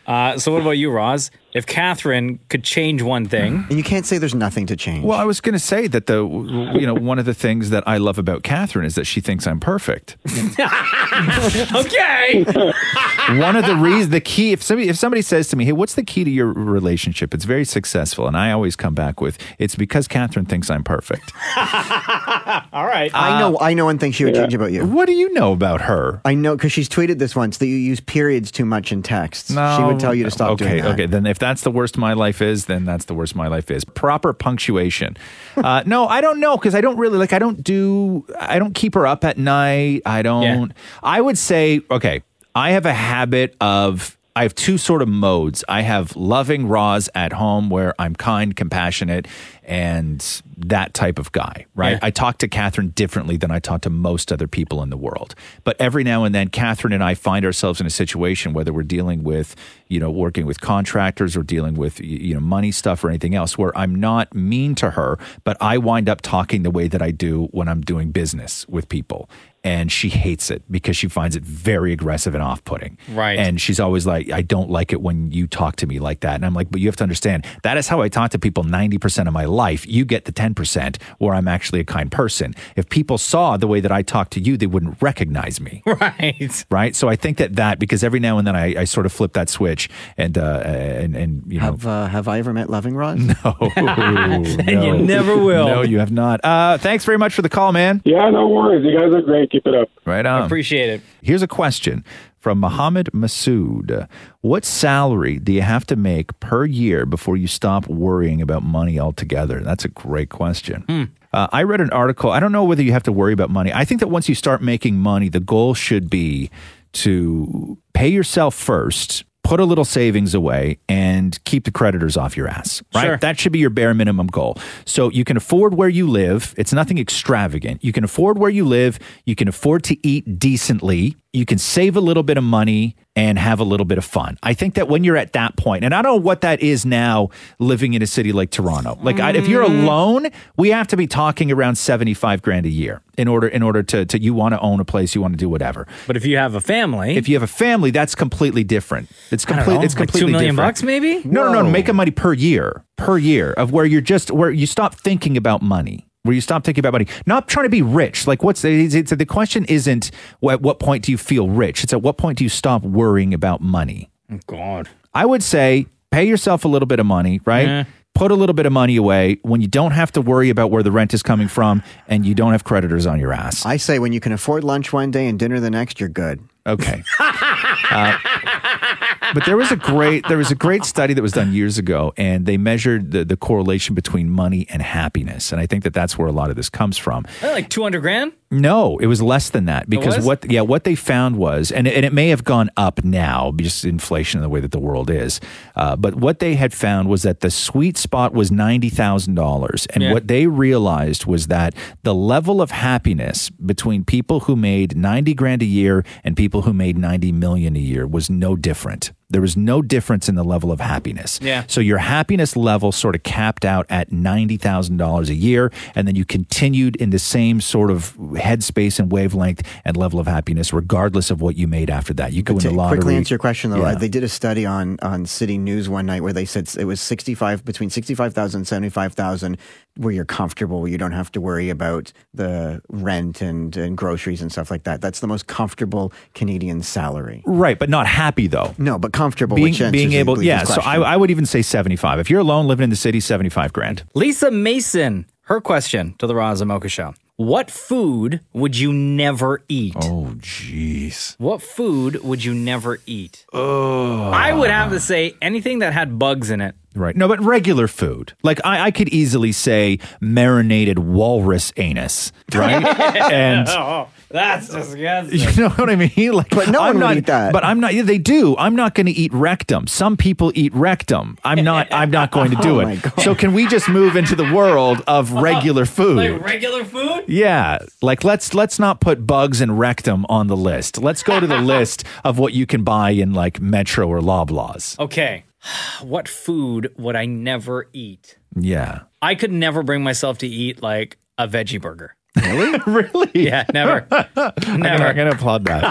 Speaker 1: Uh, so what about you, Roz? If Catherine could change one thing,
Speaker 22: and you can't say there's nothing to change.
Speaker 6: Well, I was going to say that the you know one of the things that I love about Catherine is that she thinks I'm perfect.
Speaker 1: *laughs* okay.
Speaker 6: one of the reasons the key if somebody if somebody says to me hey what's the key to your relationship it's very successful and i always come back with it's because catherine thinks i'm perfect
Speaker 1: all right.
Speaker 8: Uh,
Speaker 22: I know.
Speaker 6: Uh,
Speaker 22: I know one thing she would change about you.
Speaker 6: What do you know about her?
Speaker 22: I know because she's tweeted this once that you use periods too much in texts. she would tell you to stop
Speaker 6: okay
Speaker 22: doing that.
Speaker 6: okay then if that's the worst my life is then that's the worst my life is proper punctuation uh, no i don't know because i don't really like i don't do i don't keep her up at night i don't i would say okay i have a habit of I have two sort of modes. I have loving Roz at home where I'm kind, compassionate, and that type of guy, right?
Speaker 1: Yeah.
Speaker 6: I talk to Catherine differently than I talk to most other people in the world. But every now and then, Catherine and I find ourselves in a situation, whether we're dealing with, you know, working with contractors or dealing with, y- you know, money stuff or anything else, where I'm not mean to her, but I wind up talking the way that I do when I'm doing business with people. And she hates it because she finds it very aggressive and off putting.
Speaker 1: Right.
Speaker 6: And she's always like, I don't like it when you talk to me like that. And I'm like, but you have to understand that is how I talk to people 90% of my life. You get the 10% where I'm actually a kind person. If people saw the way that I talk to you, they wouldn't recognize me. *laughs*
Speaker 1: Right.
Speaker 6: Right. So I think that that because every now and then I, I sort of flip that switch and, uh, and, and, you know,
Speaker 22: Have uh, Have I ever met Loving Roz?
Speaker 6: *laughs*
Speaker 22: *laughs*
Speaker 6: No, and
Speaker 22: you
Speaker 6: never will. No, you have not. Uh, thanks very much for the call, man.
Speaker 14: Yeah, no worries. You guys are great. Keep it up.
Speaker 6: Right on.
Speaker 1: Appreciate it.
Speaker 6: Here's a question from Mohammed Masood. What salary do you have to make per year before you stop worrying about money altogether? That's a great question. Uh, I read an article. I don't know whether you have to worry about money. I think that once you start making money, the goal should be to pay yourself first, put a little savings away, and keep the creditors off your ass, right? That should be your bare minimum goal. So you can afford where you live. It's nothing extravagant. You can afford where you live. You can afford to eat decently. You can save a little bit of money and have a little bit of fun. I think that when you're at that point, and I don't know what that is now living in a city like Toronto. Like I, if you're alone, we have to be talking around 75 grand a year in order in order to, to you want to own a place, you want to do whatever.
Speaker 1: But if you have a family,
Speaker 6: If you have a family, that's completely different. It's
Speaker 1: I don't
Speaker 6: complete
Speaker 1: know,
Speaker 6: it's
Speaker 1: like
Speaker 6: completely
Speaker 1: two million
Speaker 6: different.
Speaker 1: bucks, maybe.
Speaker 6: No, no, no, make a money per year, per year of where you're just where you stop thinking about money. Where you stop thinking about money, not trying to be rich. Like, what's the, it's, it's- the question? Isn't well, at what point do you feel rich? It's at what point do you stop worrying about money?
Speaker 1: Oh, God.
Speaker 6: I would say pay yourself a little bit of money, right?
Speaker 1: Yeah.
Speaker 6: Put a little bit of money away when you don't have to worry about where the rent is coming from and you don't have creditors on your ass.
Speaker 22: I say when you can afford lunch one day and dinner the next, you're good.
Speaker 6: Okay.
Speaker 22: *laughs*
Speaker 6: Uh, but there was a great there was a great study that was done years ago, and they measured the, the correlation between money and happiness, and I think that that's where a lot of this comes from.
Speaker 1: Eh, Like two hundred grand.
Speaker 6: No, it was less than that because
Speaker 1: was?
Speaker 6: what yeah what they found was and and it may have gone up now just inflation and the way that the world is, uh, but what they had found was that the sweet spot was ninety thousand dollars, and
Speaker 3: Yeah.
Speaker 6: what they realized was that the level of happiness between people who made ninety grand a year and people who made ninety million a year was no different. There was no difference in the level of happiness.
Speaker 1: Yeah.
Speaker 6: So your happiness level sort of capped out at $90,000 a year. And then you continued in the same sort of headspace and wavelength and level of happiness, regardless of what you made after that. You go in the
Speaker 22: To
Speaker 6: lottery.
Speaker 22: quickly answer your question though,
Speaker 6: Yeah.
Speaker 22: they did a study on on City News one night where they said it was sixty five between sixty five thousand and seventy five thousand where you're comfortable, where you don't have to worry about the rent and, and groceries and stuff like that. That's the most comfortable Canadian salary.
Speaker 6: Right, but not happy though.
Speaker 22: No, but comfortable.
Speaker 6: being,
Speaker 22: which answers
Speaker 6: being
Speaker 22: the
Speaker 6: able,
Speaker 22: Bleacher's
Speaker 6: yeah. So I,
Speaker 22: question.
Speaker 6: I would even say 75. If you're alone living in the city, 75 grand.
Speaker 1: Lisa Mason, her question to the Roz and Mocha Show. What food would you never eat?
Speaker 6: Oh, jeez.
Speaker 1: What food would you never eat? Oh. I would have to say anything that had bugs in it.
Speaker 6: Right. No, but regular food. Like I, I could easily say marinated walrus anus,
Speaker 22: *laughs*
Speaker 1: *laughs*
Speaker 6: right? and
Speaker 1: Oh, that's
Speaker 6: *laughs*
Speaker 1: disgusting.
Speaker 6: you know what I mean? *laughs* Like,
Speaker 1: But no
Speaker 6: I'm
Speaker 1: one would
Speaker 6: not,
Speaker 1: eat that.
Speaker 6: But I'm not. yeah, They do. I'm not going to eat rectum. Some people eat rectum. I'm
Speaker 1: *laughs*
Speaker 6: not. I'm not going to do
Speaker 1: Oh my
Speaker 6: it. So can we just move into the world of regular food?
Speaker 1: *laughs* Like regular food?
Speaker 6: Yeah, like let's let's not put bugs and rectum on the list. Let's go
Speaker 1: *laughs*
Speaker 6: to the list of what you can buy in like Metro or Loblaws.
Speaker 1: Okay. *sighs* What food would I never eat?
Speaker 6: Yeah.
Speaker 1: I could never bring myself to eat like a veggie burger.
Speaker 6: Really? *laughs* really?
Speaker 1: Yeah,
Speaker 22: *laughs*
Speaker 1: never.
Speaker 6: I'm
Speaker 1: never.
Speaker 6: not going to applaud
Speaker 1: *laughs*
Speaker 6: that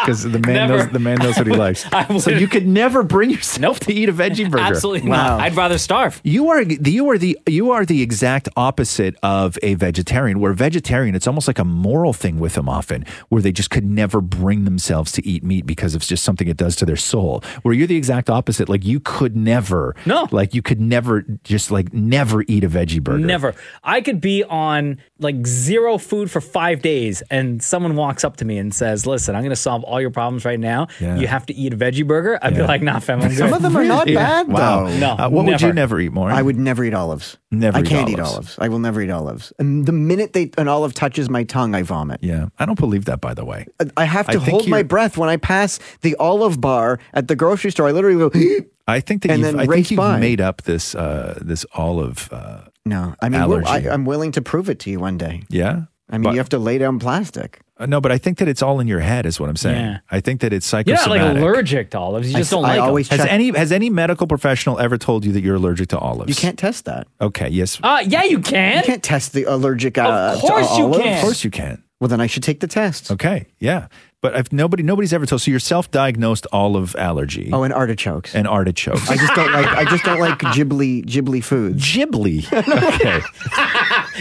Speaker 6: because the man
Speaker 1: Never.
Speaker 6: knows the man knows what he
Speaker 1: *laughs*
Speaker 6: likes. so you could never bring yourself to eat a veggie burger.
Speaker 1: Absolutely not. I'd rather starve.
Speaker 6: You are the you are the you are the exact opposite of a vegetarian. Where vegetarian, it's almost like a moral thing with them often, where they just could never bring themselves to eat meat because it's just something it does to their soul. Where you're the exact opposite. Like you could never, no, like you could never just like never eat a veggie burger.
Speaker 1: Never. I could be on like zero food for five days, and someone walks up to me and says, "Listen, I'm going to solve all your problems right now.
Speaker 6: Yeah.
Speaker 1: You have to eat a veggie burger." I'd be
Speaker 6: Yeah.
Speaker 1: like, "Nah, fam, I'm
Speaker 22: Some
Speaker 1: good."
Speaker 22: of them are not bad
Speaker 6: Wow.
Speaker 22: though.
Speaker 6: No, Uh, what would you never. never eat, Maureen?
Speaker 22: I would never eat olives.
Speaker 6: Never
Speaker 22: I
Speaker 6: eat
Speaker 22: can't eat
Speaker 6: olives.
Speaker 22: olives. I will never eat olives. And the minute they an olive touches my tongue, I vomit.
Speaker 6: Yeah. I don't believe that by the way.
Speaker 22: I have
Speaker 6: I
Speaker 22: to
Speaker 6: think
Speaker 22: hold my
Speaker 6: you're-
Speaker 22: breath when I pass the olive bar at the grocery store. I literally go *gasps*
Speaker 6: I think that
Speaker 22: and
Speaker 6: you've,
Speaker 22: then
Speaker 6: I
Speaker 22: race
Speaker 6: think you've
Speaker 22: by.
Speaker 6: made up this uh, this olive. Uh,
Speaker 22: no, I mean, well, I,
Speaker 6: allergy.
Speaker 22: I'm willing to prove it to you one day.
Speaker 6: yeah.
Speaker 22: I mean, you have to lay down plastic.
Speaker 6: Uh, No, but I think that it's all in your head, is what I'm saying.
Speaker 1: Yeah.
Speaker 6: I think that it's
Speaker 1: You're not
Speaker 6: psychosomatic.
Speaker 1: like allergic to olives. You just don't like them.
Speaker 6: has any has any medical professional ever told you that you're allergic to olives? You can't
Speaker 22: test that.
Speaker 6: Okay. Yes.
Speaker 1: Uh, yeah, you can.
Speaker 22: You can't test the allergic. Uh,
Speaker 6: Of course
Speaker 22: to
Speaker 6: you
Speaker 22: olives.
Speaker 6: can. Of course you can.
Speaker 22: Well, then I should take the test.
Speaker 6: Okay. Yeah. But if nobody nobody's ever told, so you're self-diagnosed olive allergy. Oh,
Speaker 22: and artichokes.
Speaker 6: And artichokes.
Speaker 22: I just don't like. I just don't like *laughs* ghibli ghibli foods. *laughs*
Speaker 6: Ghibli. Okay.
Speaker 1: *laughs*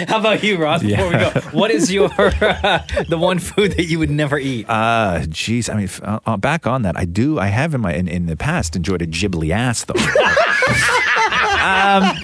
Speaker 1: How about you, Ross? Before we go, what is your *laughs* uh, the
Speaker 22: *laughs*
Speaker 1: one food *laughs* that you would never eat?
Speaker 6: Uh, jeez. I mean, f- uh, uh, back on that, I do. I have in my in, in the past enjoyed a ghibli ass though. um,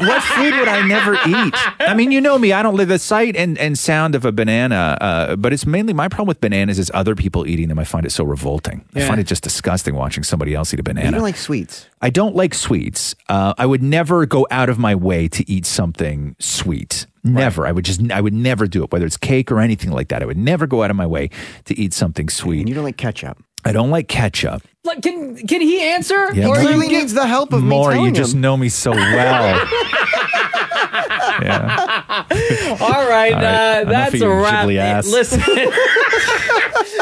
Speaker 6: what food would I never eat? I mean, you know me. I don't live the sight and, and sound of a banana, uh, but it's mainly my problem with bananas is other people eating them. I find it so revolting. I
Speaker 22: Yeah.
Speaker 6: find it just disgusting watching somebody else eat a banana.
Speaker 22: You don't like sweets.
Speaker 6: I don't like sweets. Uh, I would never go out of my way to eat something sweet. Never. I would just. I would never do it, whether it's cake or anything like that. I would never go out of my way to eat something sweet. And you
Speaker 22: don't like ketchup.
Speaker 6: I don't like ketchup.
Speaker 1: Like, can can he answer?
Speaker 6: Yeah,
Speaker 1: Or
Speaker 6: but-
Speaker 1: you
Speaker 6: Clearly
Speaker 1: give-
Speaker 22: needs the help of
Speaker 6: More,
Speaker 22: me
Speaker 6: you
Speaker 22: telling
Speaker 6: just
Speaker 22: him.
Speaker 6: know me
Speaker 22: *laughs*
Speaker 6: so well. yeah.
Speaker 1: All right,
Speaker 6: All right,
Speaker 1: uh,
Speaker 6: enough
Speaker 1: that's
Speaker 6: of
Speaker 1: a
Speaker 6: your
Speaker 1: wrap.
Speaker 6: ghibli ass.
Speaker 1: Listen, *laughs*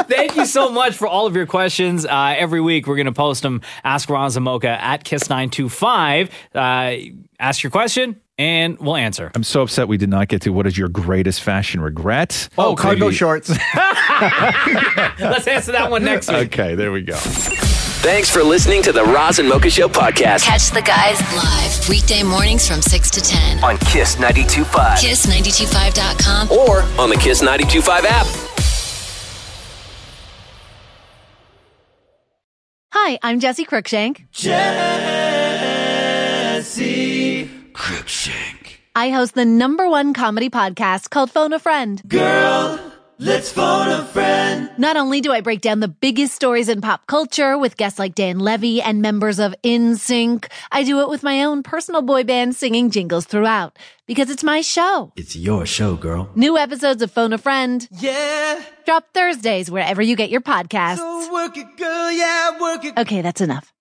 Speaker 1: thank you so much for all of your questions. Uh, every week we're going to post them. Ask Roz and Mocha at Kiss925. Uh, ask your question and we'll answer.
Speaker 6: I'm so upset we did not get to what is your greatest fashion regret?
Speaker 1: Oh, cargo
Speaker 22: shorts.
Speaker 1: *laughs* Let's answer that one next week.
Speaker 6: Okay, there we go.
Speaker 9: Thanks for listening to the Roz and Mocha Show podcast
Speaker 4: Catch the guys live weekday mornings from 6 to 10.
Speaker 9: on Kiss 92.5
Speaker 4: Kiss925.com
Speaker 9: or on the Kiss 92.5 app.
Speaker 3: Hi, I'm Jesse Cruikshank.
Speaker 7: Jesse Cruikshank.
Speaker 3: I host the number one comedy podcast called Phone a Friend.
Speaker 7: Girl, let's phone a friend.
Speaker 3: Not only do I break down the biggest stories in pop culture with guests like Dan Levy and members of InSync, I do it with my own personal boy band singing jingles throughout because it's my show.
Speaker 7: It's your show, girl.
Speaker 3: New episodes of Phone a Friend. Yeah. Drop Thursdays wherever you get your podcasts.
Speaker 7: Work it, girl, yeah, work it.
Speaker 3: Okay, that's enough.